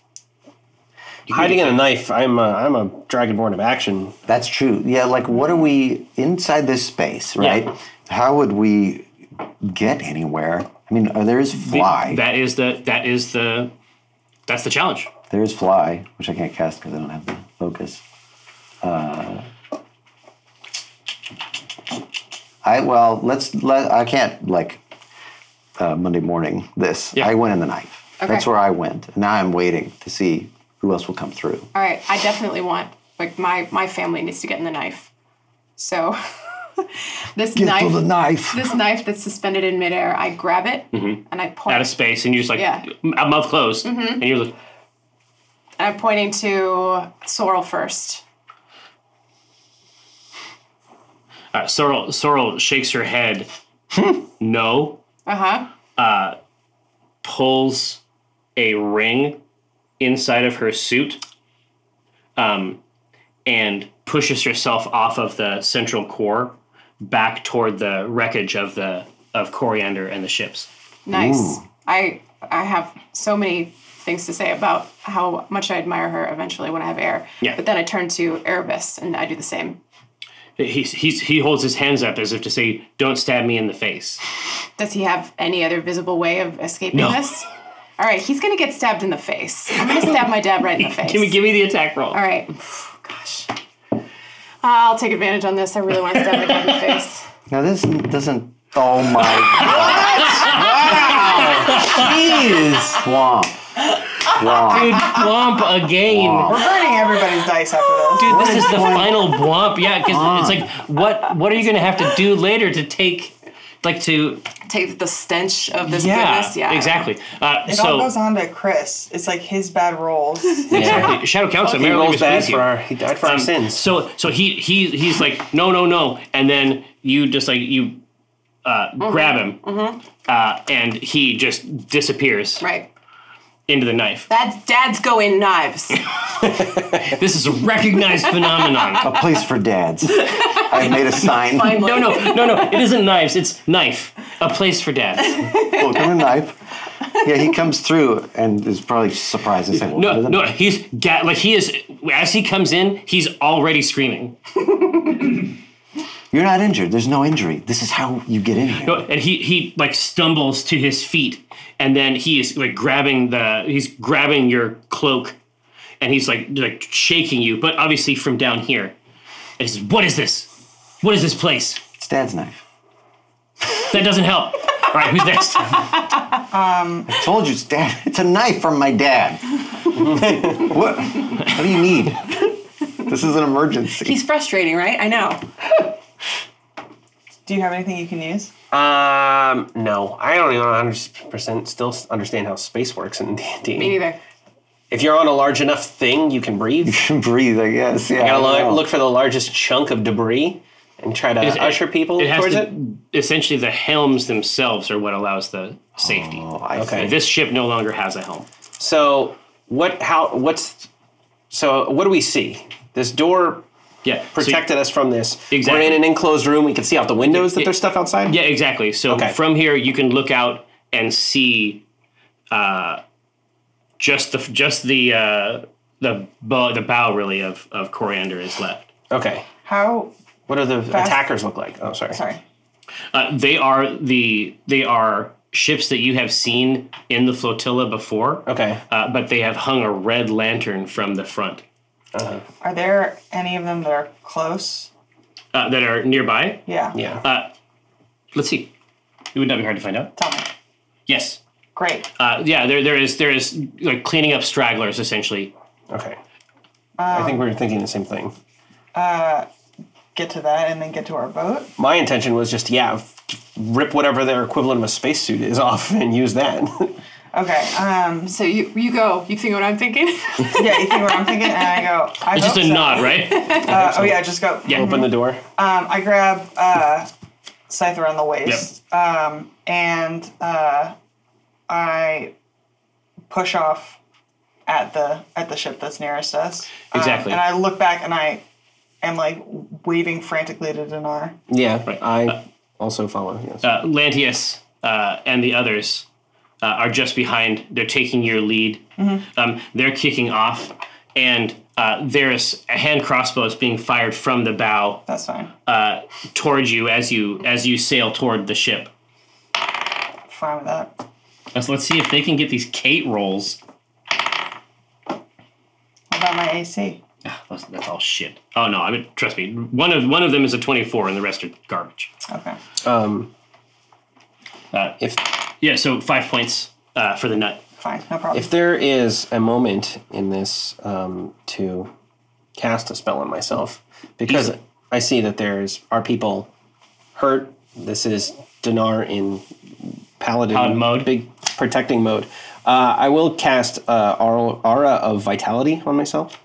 K: hiding in a knife. I'm a, I'm a dragonborn of action.
I: That's true. Yeah, like what are we inside this space, right? How would we get anywhere? I mean, uh, there is fly.
C: That is the that is the that's the challenge.
I: there is fly, which I can't cast because I don't have the focus. Uh, I well, let's let I can't like uh, Monday morning. This
C: Yeah.
I: I went in the night. That's
M: Okay.
I: where I went. Now I'm waiting to see who else will come through.
M: All right, I definitely want like my my family needs to get in the knife. So *laughs* this
I: Get
M: knife
I: to the knife.
M: this knife that's suspended in midair, I grab it
C: Mm-hmm.
M: and I point
C: Out of space, and you're just like
M: Yeah.
C: I'm mouth closed, and you're like,
M: I'm pointing to Sorrel first.
C: uh, Sorrel. Sorrel shakes her head. no,
M: Uh-huh.
C: pulls a ring inside of her suit um, and pushes herself off of the central core back toward the wreckage of the of coriander and the ships
M: Nice. I I have so many things to say about how much I admire her eventually when I have air.
C: Yeah.
M: But then I turn to Erebus and I do the same.
C: he's, he's, he holds his hands up as if to say don't stab me in the face
M: Does he have any other visible way of escaping
C: No.
M: this? All right, he's gonna get stabbed in the face. I'm gonna stab my dad right in
C: *laughs*
M: the face.
C: give me give me the attack roll
M: All right. Gosh. I'll take advantage on this. I really want to stab my dad in the face. *laughs*
I: Now this doesn't. Oh my!
K: Jeez.
I: Womp. Womp.
C: Dude, blomp again.
F: We're burning everybody's dice after this.
C: Dude, this is the final blomp. Yeah, because it's like, what what are you gonna have to do later to take, like to
D: Take the stench of this
C: yeah,
D: goodness. Yeah.
C: exactly. Uh,
F: It
C: so
F: all goes on to Chris. It's like his
C: *laughs*
F: bad rolls.
C: exactly,
K: *laughs*
C: Shadow Council.
K: He
C: Mary
K: rolls
C: Lou
K: bad
C: misleads you.
K: for our. He died for our
C: Um,
K: sins.
C: So so he he he's like no no no, and then you just like you uh,
K: Mm-hmm.
C: grab him, uh, and he just disappears
D: Right.
C: into the knife.
D: Dad's, dads go in knives.
C: This is a recognized
K: *laughs*
C: phenomenon.
I: A place for dads. I made a sign.
D: Finally.
M: *laughs*
C: No no no no, it isn't knives. It's knife, a place for dads.
I: Book and Oh, a knife. Yeah, he comes through and is probably surprised and saying, well,
C: No
I: what is it?
K: *laughs*
C: no, he's ga- like he is as he comes in, he's already screaming.
I: You're not injured. There's no injury. This is how you get in here.
C: No, and he he like stumbles to his feet, and then he is like grabbing the he's grabbing your cloak, and he's like like shaking you, but obviously from down here. And he says, "What is this? What is this place?
I: It's dad's knife.
C: That doesn't help." All right, who's
K: *laughs*
C: next?
I: I told you it's dad. *laughs* It's a knife from my dad. *laughs* what? What do you need? This is an emergency. *laughs*
D: He's frustrating, right? I know.
F: Do you have anything you can use?
K: Um, no, I don't even 100 percent still understand how space works in *laughs* D&D.
M: Me neither.
K: If you're on a large enough thing, you can breathe.
I: can breathe, I guess. Yeah.
K: You
I: I
K: gotta
I: don't know.
K: lo- look for the largest chunk of debris and try to
C: It-
K: usher people
C: it has
K: towards
C: to-
K: it.
C: Essentially, the helms themselves are what allows the safety.
K: Oh, Okay.
C: This ship no longer has a helm.
K: So what? How? What's? So what do we see? This door
C: Yeah, so-
K: protected us from this.
C: Exactly.
K: We're in an enclosed room. We can see out the windows that there's stuff outside.
C: Yeah, exactly. So
K: Okay.
C: from here, you can look out and see uh, just the just the uh, the bow, the bow really of of Coriander is left.
K: Okay.
F: How?
K: What do the attackers look like? Oh, sorry.
F: Sorry.
C: Uh, they are the they are ships that you have seen in the flotilla before.
K: Okay.
C: Uh, but they have hung a red lantern from the front
F: Are there any of them that are close?
C: uh, that are nearby.
F: Yeah.
K: Yeah.
C: Let's see. It would not be hard to find out.
F: Tell me.
C: Yes.
F: Great.
C: Uh, yeah. There there is there is like cleaning up stragglers essentially.
K: okay. I think we were thinking the same thing.
F: Get to that and then get to our boat.
K: My intention was just yeah, f- rip whatever their equivalent of a spacesuit is *laughs* off and use that. *laughs*
F: Okay. Um,
M: So you you go. You think what I'm thinking? *laughs*
F: yeah, you think what I'm thinking? And I go, I
C: It's just
F: hope
C: a
F: so.
C: nod, right?
F: Uh, oh, yeah, just go.
C: Yeah.
K: Open the door.
F: Um, I grab uh, Scythe around the waist um, and uh, I push off at the at the ship that's nearest us. Um,
C: Exactly.
F: and I look back and I am like waving frantically to Dinar.
K: Yeah. I also follow. Yes.
C: uh, Lantius uh, and the others uh, are just behind. They're taking your lead.
K: Mm-hmm.
C: Um, they're kicking off, and uh, there's a hand crossbow is being fired from the bow
F: That's fine.
C: uh, towards you as you as you sail toward the ship.
F: Fine with that.
C: Let's, let's see if they can get these Kate rolls.
F: What about my AC?
C: Ah, That's, that's all shit. Oh no! I mean, trust me. One of one of them is a twenty-four, and the rest are garbage.
F: Okay.
K: Um,
C: Uh,
K: if
C: yeah, so five points uh, for the nut.
F: Fine. No problem.
K: If there is a moment in this um, to cast a spell on myself, because
C: Easy.
K: I see that there's are people hurt. This is Dinar in paladin
C: Paladin mode.
K: big protecting mode. Uh, I will cast uh, Aur- aura of vitality on myself.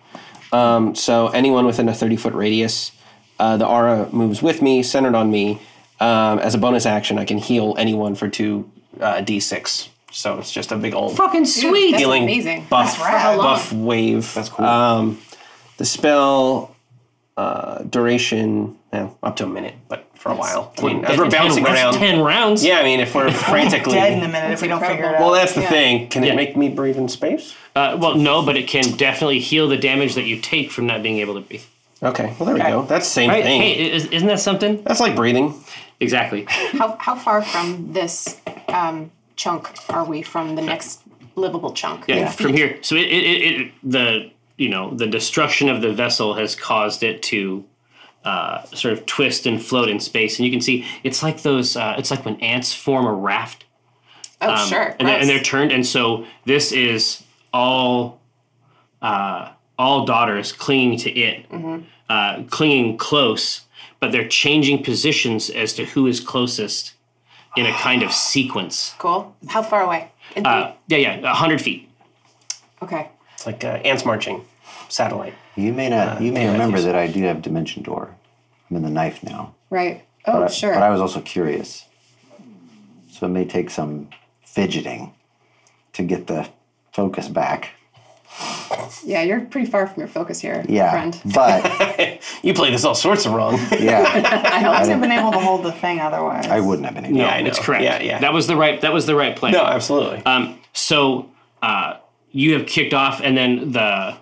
K: Um, so anyone within a thirty foot radius, uh, the aura moves with me, centered on me. Um, as a bonus action, I can heal anyone for two uh, d6. So it's just a big old
C: Fucking sweet.
M: That's
K: healing
M: amazing.
K: buff
F: That's rad.
K: buff wave. That's cool. Um, the spell uh, duration yeah, up to a minute, but for a while. I mean, as we're bouncing
C: That's
K: around.
C: ten rounds.
K: Yeah, I mean, if we're frantically.
F: Dead in a minute if we don't figure it out.
K: Well, that's the thing. Can
C: Yeah.
K: it make me breathe in space?
C: Uh, well, no, but it can definitely heal the damage that you take from not being able to breathe.
K: Okay. Well, there we go. That's the same
C: Right?
K: thing.
C: Hey, i- is, isn't that something?
K: That's like breathing.
C: Exactly.
M: How how far from this um, chunk are we from the next livable chunk?
C: Yeah. From here, so it, it, it, it the you know the destruction of the vessel has caused it to uh, sort of twist and float in space, and you can see it's like those. Uh, it's like when ants form a raft.
M: Oh, sure.
C: and, they're, and they're
M: gross.
C: turned, and so this is all, uh, all daughters clinging to it,
K: Mm-hmm.
C: uh, clinging close, but they're changing positions as to who is closest in a kind of sequence.
M: cool. How far away? In three.
C: Uh, yeah, yeah, hundred feet.
M: okay.
K: It's like uh, ants marching, satellite.
I: You may not. You may remember that I do have dimension door. I'm in the knife now.
M: Right. Oh,
I: but I,
M: sure.
I: But I was also curious, so it may take some fidgeting to get the focus back.
M: yeah, you're pretty far from your focus here,
I: Yeah,
M: friend.
I: but
K: You play this all sorts of wrong. *laughs*
I: yeah,
F: I wouldn't have been able to hold the thing otherwise.
I: I wouldn't have any.
K: I know.
C: That's correct.
K: Yeah, yeah.
C: That was the right. That was the right plan.
K: no, absolutely.
C: Um, so uh, you have kicked off, and then the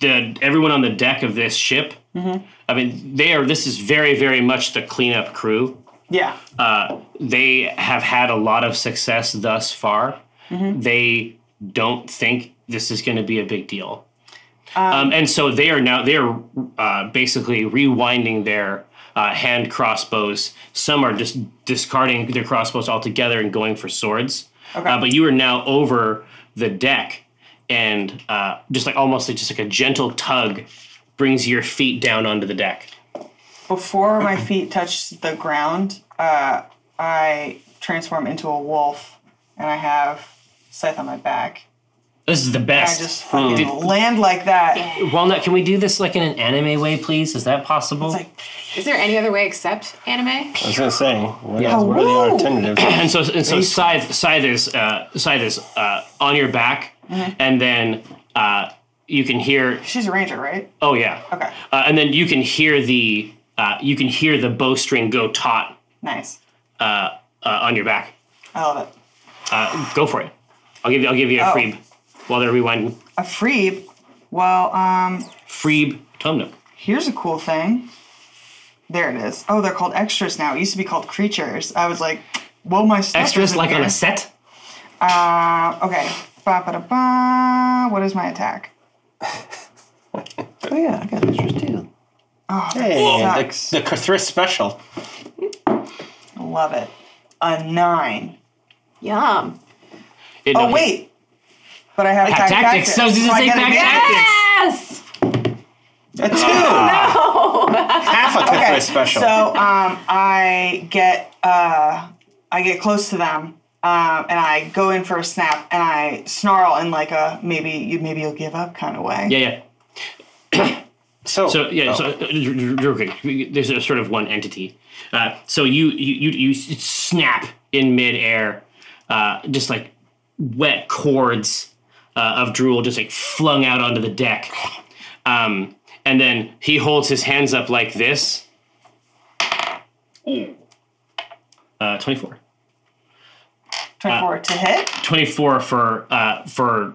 C: the everyone on the deck of this ship.
K: Mm-hmm.
C: I mean, they are. This is very, very much the cleanup crew.
F: Yeah.
C: Uh, they have had a lot of success thus far.
F: Mm-hmm.
C: They don't think this is going to be a big deal,
F: Uh,
C: um, and so they are now they are uh, basically rewinding their uh, hand crossbows. Some are just discarding their crossbows altogether and going for swords.
F: Okay.
C: Uh, but you are now over the deck, and uh, just like almost like just like a gentle tug brings your feet down onto the deck.
F: Before my feet touch the ground, uh, I transform into a wolf and I have Scythe on my back.
C: This is the
F: I
C: best.
F: just fucking
C: Hmm.
F: land like that.
C: Walnut, can we do this like in an anime way, please? Is that possible?
F: It's like,
M: Is there any other way except anime?
K: I was gonna say, what, else, what are the alternatives?
C: and so, and so, Scythe, Scythe is, uh, Scythe is uh, on your back,
F: Uh-huh.
C: and then uh, you can hear.
F: she's a ranger, right?
C: Oh yeah.
F: Okay.
C: Uh, and then you can hear the, uh, you can hear the bowstring go taut
F: Nice.
C: uh, uh, on your back.
F: I love it.
C: Uh, go for it. I'll give you. I'll give you a
F: Oh.
C: freeb while they're rewinding.
F: A freeb. Well, um,
C: Freeb Tumnuk.
F: here's a cool thing. There it is. Oh, they're called extras now. It used to be called creatures. I was like, well, my stuff
C: Extras
F: isn't
C: like on
F: here.
C: a set.
F: Uh, okay. Ba ba da ba. What is my attack?
I: Oh yeah, I got extras too.
K: Hey,
F: Sucks.
K: the, the Cthulhu special.
F: Love it. A nine.
M: Yum.
C: It-
F: Oh
C: no,
F: wait. But I have
C: Pack
F: attack
C: tactics.
F: tactics.
C: So does it
F: I
C: say
F: get
C: pack
F: advantage.
C: tactics?
M: Yes.
K: A two. Half a Cthulhu
F: Okay.
K: special.
F: So um, I get uh, I get close to them. Um, and I go in for a snap, and I snarl in like a maybe you maybe you'll give up kind of way.
C: Yeah, yeah.
K: so,
C: So yeah, so uh, real quick, there's a sort of one entity. Uh, so you you you, you snap in midair, uh, just like wet cords uh, of drool just like flung out onto the deck, um, and then he holds his hands up like this. Uh, 24.
F: Twenty-four to hit.
C: 24 for uh, for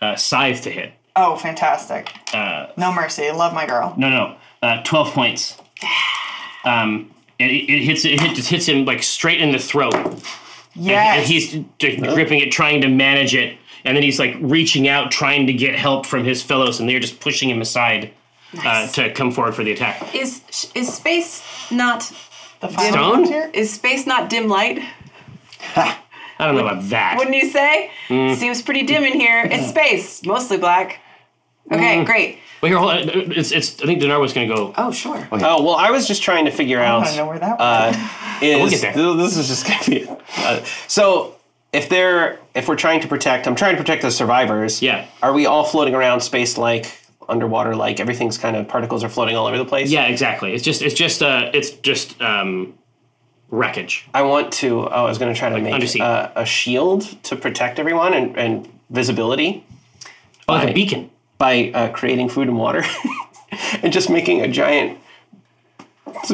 C: uh, scythe to hit.
F: Oh, fantastic!
K: Uh,
F: no mercy. Love my girl.
C: No, no, uh, twelve points. Um, and it, it hits it hits, hits him like straight in the throat, and,
F: Yes.
C: and he's d- gripping it, trying to manage it, and then he's like reaching out, trying to get help from his fellows, and they're just pushing him aside uh, to come forward for the attack.
D: Is is space not
F: the final
C: Stone?
F: frontier?
D: is space not dim light?
C: I don't know about that.
D: Wouldn't you say?
K: Hmm.
D: Seems pretty dim in here. It's space, mostly black. Okay, great.
C: But here, hold on. It's, it's I think Dinar was going to go.
D: Oh, sure.
K: oh well, I was just trying to figure out.
F: I don't know where that
K: uh,
F: was.
K: is
C: *laughs* We'll get there.
K: th- this is just gonna be uh, so if they're if we're trying to protect i'm trying to protect the survivors
C: Yeah.
K: are we all floating around space like underwater like everything's kind of particles are floating all over the place
C: Yeah, exactly. It's just it's just uh it's just um wreckage.
K: i want to oh, i was gonna try to make
C: undersea.
K: uh, a shield to protect everyone and, and visibility
C: Oh, like a
K: Right.
C: beacon.
K: by uh, creating food and water *laughs* and just making a giant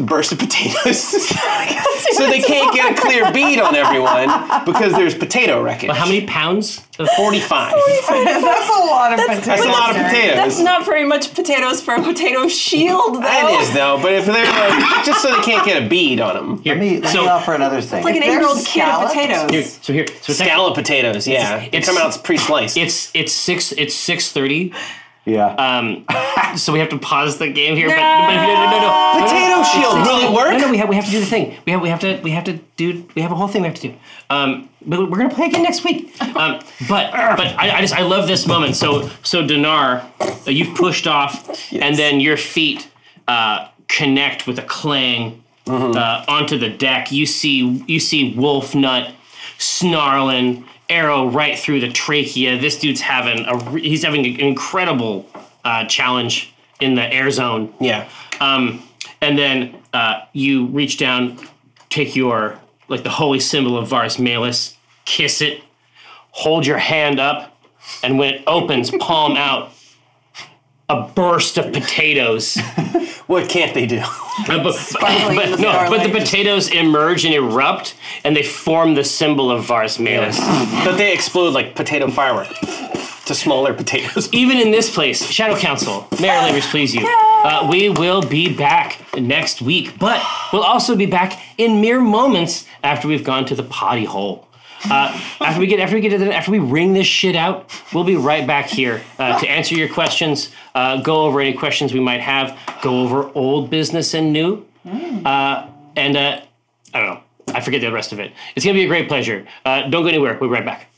K: burst of potatoes *laughs* so they can't get a clear bead on everyone because there's potato wreckage
C: How many pounds? Of
K: 45
F: That's a lot of potatoes.
K: That's a lot of
F: sir.
K: potatoes.
D: That's not very much potatoes for a potato shield, though.
K: It is though, but if they're like, just so they can't get a bead on them.
C: Here.
I: Let me, let
C: so
I: me offer another thing.
D: Like an
F: There's
D: eight-year-old kid of
F: scallops.
C: here,
D: potatoes.
C: so here. So it's
K: Scallop potatoes, yeah. They
C: it's-
K: come out pre-sliced.
C: It's it's six it's six thirty,
I: Yeah.
C: Um, so we have to pause the game here. But, but no, no, no, no.
K: Potato shield, will it work?
C: No, no, we have we have to do the thing. We have we have to we have to do we have a whole thing we have to do. Um, but we're gonna play again next week. Um, but but I, I just I love this moment. So so Dinar, uh, you've pushed off, and then your feet uh, connect with a clang
K: Mm-hmm.
C: uh, onto the deck. You see you see Wolf Nut snarling. Arrow right through the trachea. This dude's having a re- he's having an incredible uh, challenge in the air zone.
K: Yeah.
C: Um, and then uh, you reach down, take your like the holy symbol of Varus Malus, kiss it, hold your hand up, and when it opens, *laughs* palm out, a burst of potatoes.
K: What can't they do? *laughs*
C: Uh, but, but, but- no, but the potatoes emerge and erupt, and they form the symbol of Varus Malus.
K: But they explode like potato firework to smaller potatoes.
C: Even in this place, Shadow Council, Mayor Labors, please you. Uh, we will be back next week, but we'll also be back in mere moments after we've gone to the potty hole. Uh, after we get after we get to the, after we ring this shit out, we'll be right back here uh, to answer your questions, uh, go over any questions we might have, go over old business and new, uh, and uh, I don't know. I forget the rest of it. It's gonna be a great pleasure. Uh, don't go anywhere. We'll be right back.